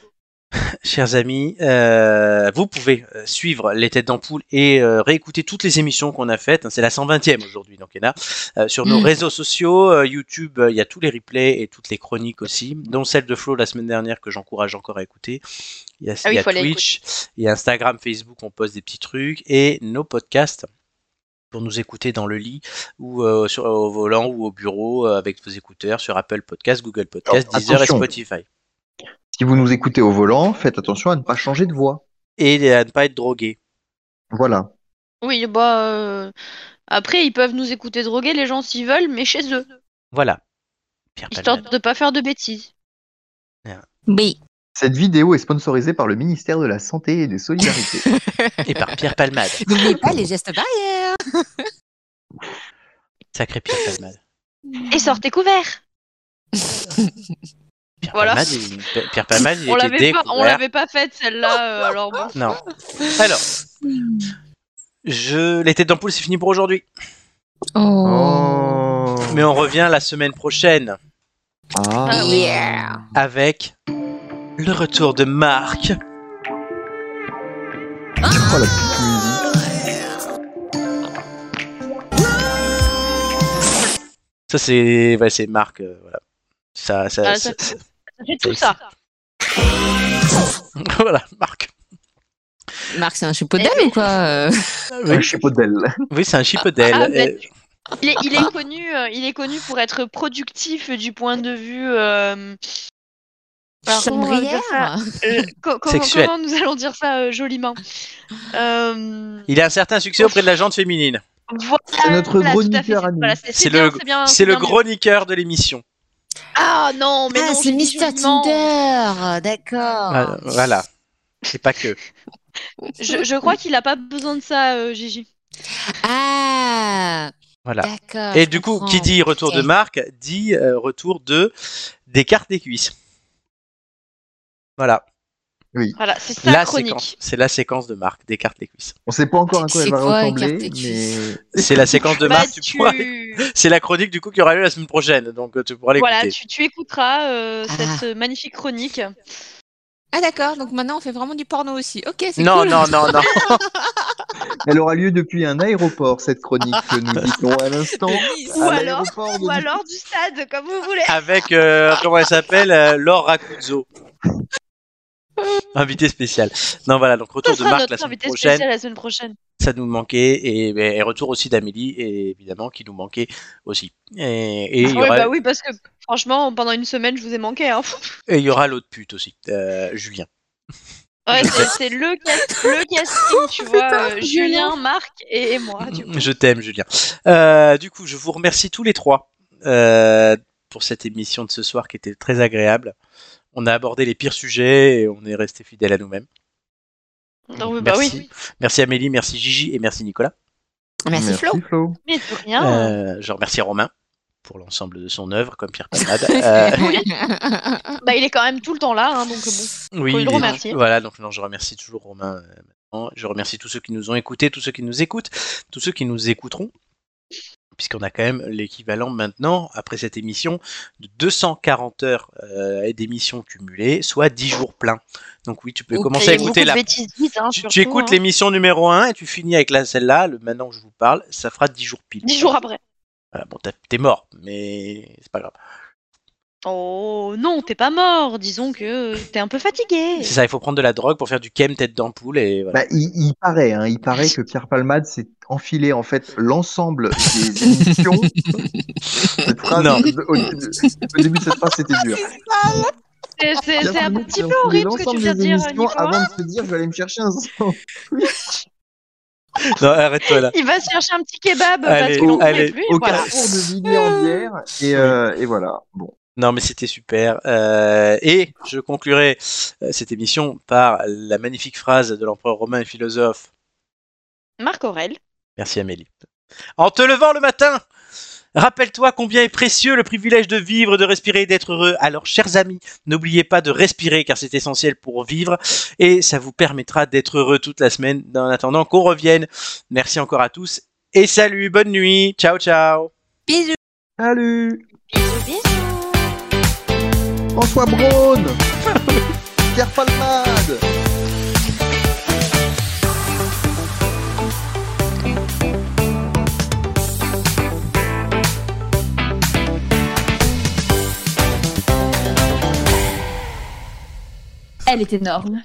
Chers amis, euh, vous pouvez euh, suivre les têtes d'ampoule et euh, réécouter toutes les émissions qu'on a faites. C'est la 120e aujourd'hui, donc il y en a. Euh, sur nos Mm. réseaux sociaux, euh, YouTube, euh, il y a tous les replays et toutes les chroniques aussi, dont celle de Flo la semaine dernière que j'encourage encore à écouter. Il y a, Ah il oui, y a faut aller Twitch, il y a Instagram, Facebook, on poste des petits trucs et nos podcasts pour nous écouter dans le lit ou euh, sur, au volant ou au bureau euh, avec vos écouteurs sur Apple Podcasts, Google Podcasts, Alors, Deezer et attention. Spotify. Si vous nous écoutez au volant, faites attention à ne pas changer de voix. Et à ne pas être drogué. Voilà. Oui, bah. euh, Après, ils peuvent nous écouter droguer, les gens, s'ils veulent, mais chez eux. Voilà. Pierre Histoire Palmade. de pas faire de bêtises. Oui. Cette vidéo est sponsorisée par le ministère de la Santé et des Solidarités. Et par Pierre Palmade. N'oubliez pas les gestes barrières. Sacré Pierre Palmade. Et sortez couverts Pierre Voilà. Palmade, il- P- Pierre Palmade, il On était l'avait pas, on découvert. l'avait pas faite celle-là, euh, alors bon. Non. Alors, je l'été d'ampoule, c'est fini pour aujourd'hui. Oh. Mais on revient la semaine prochaine Ah. Ah Oh, Yeah. avec le retour de Marc. Oh, la petite musique. Ça c'est ouais, c'est Marc. euh, voilà. Ça, ça, Ah, ça- ça- J'ai tout ça. voilà, Marc. Marc, c'est un chapeau Eh d'âme ou quoi euh Oui, Un chapeau d'elle. oui, c'est un chipodèle. Ah, mais- Euh, Il est, il est connu, euh, il est connu pour être productif du point de vue. euh, pardon, euh, Chambrière. dire ça, euh, co- comment, Sexuel. comment nous allons dire ça euh, joliment Euh, Il a un certain succès auprès de la gente féminine. voilà, C'est notre voilà, gros tout à fait, niqueur à c'est- nous. voilà, c'est- C'est c'est bien, le- c'est bien, C'est le bien gros niqueur de l'émission. mieux. Ah non, mais ah, non, c'est je dis Mister joliment. Tinder, d'accord. Ah. Voilà, Euh, Voilà. C'est pas que. Je, je crois qu'il a pas besoin de ça, euh, Gigi. Ah, Voilà. Ah, d'accord. Et je du coup, comprends. qui dit retour de Ok. Marc dit euh, retour de des cartes des cuisses. Voilà. Voilà, c'est ça la la chronique. séquence. C'est la séquence de Marc, des cartes des cuisses. On sait pas encore à quoi C'est elle va quoi, ressembler, carte mais et cuisse C'est la séquence de Bah, Marc. tu tu- pourras- C'est la chronique du coup qui aura lieu la semaine prochaine, donc euh, tu pourras l'écouter. Voilà, tu, tu écouteras euh, Ah. cette euh, magnifique chronique. Ah, d'accord. Donc maintenant, on fait vraiment du porno aussi. Ok, c'est Non, cool. non, non, non. elle aura lieu depuis un aéroport, cette chronique que nous disons à l'instant. Nice. Ou À alors- l'aéroport de Ou alors du stade, comme vous voulez. Avec euh, comment elle s'appelle, euh, Laure Racuzzo. Invité spécial. Non, voilà, donc Ce retour de sera Marc la notre semaine invité prochaine. spécial la semaine prochaine. ça nous manquait et, ben, et retour aussi d'Amélie et évidemment qui nous manquait aussi et, et il, y Ouais, aura, bah oui, parce que franchement, pendant une semaine, je vous ai manqué. Hein. et il y aura l'autre pute aussi euh, Julien Ouais, c'est c'est le, cast- le casting, tu vois. euh, Julien, Marc et, et moi. Ah, du coup. je t'aime Julien Euh, du coup je vous remercie tous les trois euh, pour cette émission de ce soir qui était très agréable on a abordé les pires sujets et on est resté fidèles à nous-mêmes Donc, bah merci. oui. merci Amélie merci Gigi et merci Nicolas Merci, Flo. Flo. Mais de rien. Euh, je remercie Romain pour l'ensemble de son œuvre comme Pierre Palmade Euh, Bah, il est quand même tout le temps là, hein, donc bon. Oui, Faut le il est- remercier. voilà, donc non, je remercie toujours Romain. euh, maintenant. je remercie tous ceux qui nous ont écoutés, tous ceux qui nous écoutent, tous ceux qui nous écouteront, puisqu'on a quand même l'équivalent maintenant, après cette émission, de 240 heures euh, d'émissions cumulées, soit 10 jours pleins. Donc oui, tu peux Ok, commencer à beaucoup écouter la... la... bêtises dites, hein, Tu, tu surtout, écoutes hein. l'émission numéro 1 et tu finis avec la celle-là, le maintenant que je vous parle, ça fera 10 jours pile. Dix jours après. Voilà, bon, t'as- t'es mort, mais c'est pas grave. Oh non, t'es pas mort. Disons que t'es un peu fatigué. C'est ça, il faut prendre de la drogue pour faire du chem tête d'ampoule et voilà. Bah, il, il paraît, hein, il paraît que Pierre Palmade s'est enfilé en fait l'ensemble des émissions. Cette phrase, Non. Au, au début de cette phrase, c'était dur. C'est- C'est Pierre c'est un Palmade petit s'est peu enfilé horrible ce que tu l'ensemble viens de des dire, émissions Nicolas. Avant de se dire, je vais aller me chercher un sang. Non, arrête-toi là. Il va se chercher un petit kebab Allez, parce qu'il en allez, pouvait plus. au voilà. cas- Pour de Villiers en bière. Et, euh, et voilà. Bon. Non, mais c'était super. Euh, et je conclurai euh, cette émission par la magnifique phrase de l'empereur romain et philosophe. Marc Aurel. Merci Amélie. En te levant le matin, rappelle-toi combien est précieux le privilège de vivre, de respirer et d'être heureux. Alors, chers amis, n'oubliez pas de respirer car c'est essentiel pour vivre et ça vous permettra d'être heureux toute la semaine en attendant qu'on revienne. Merci encore à tous et salut, bonne nuit. Ciao, ciao. Bisous. Salut François Braun Pierre Palmade Elle est énorme.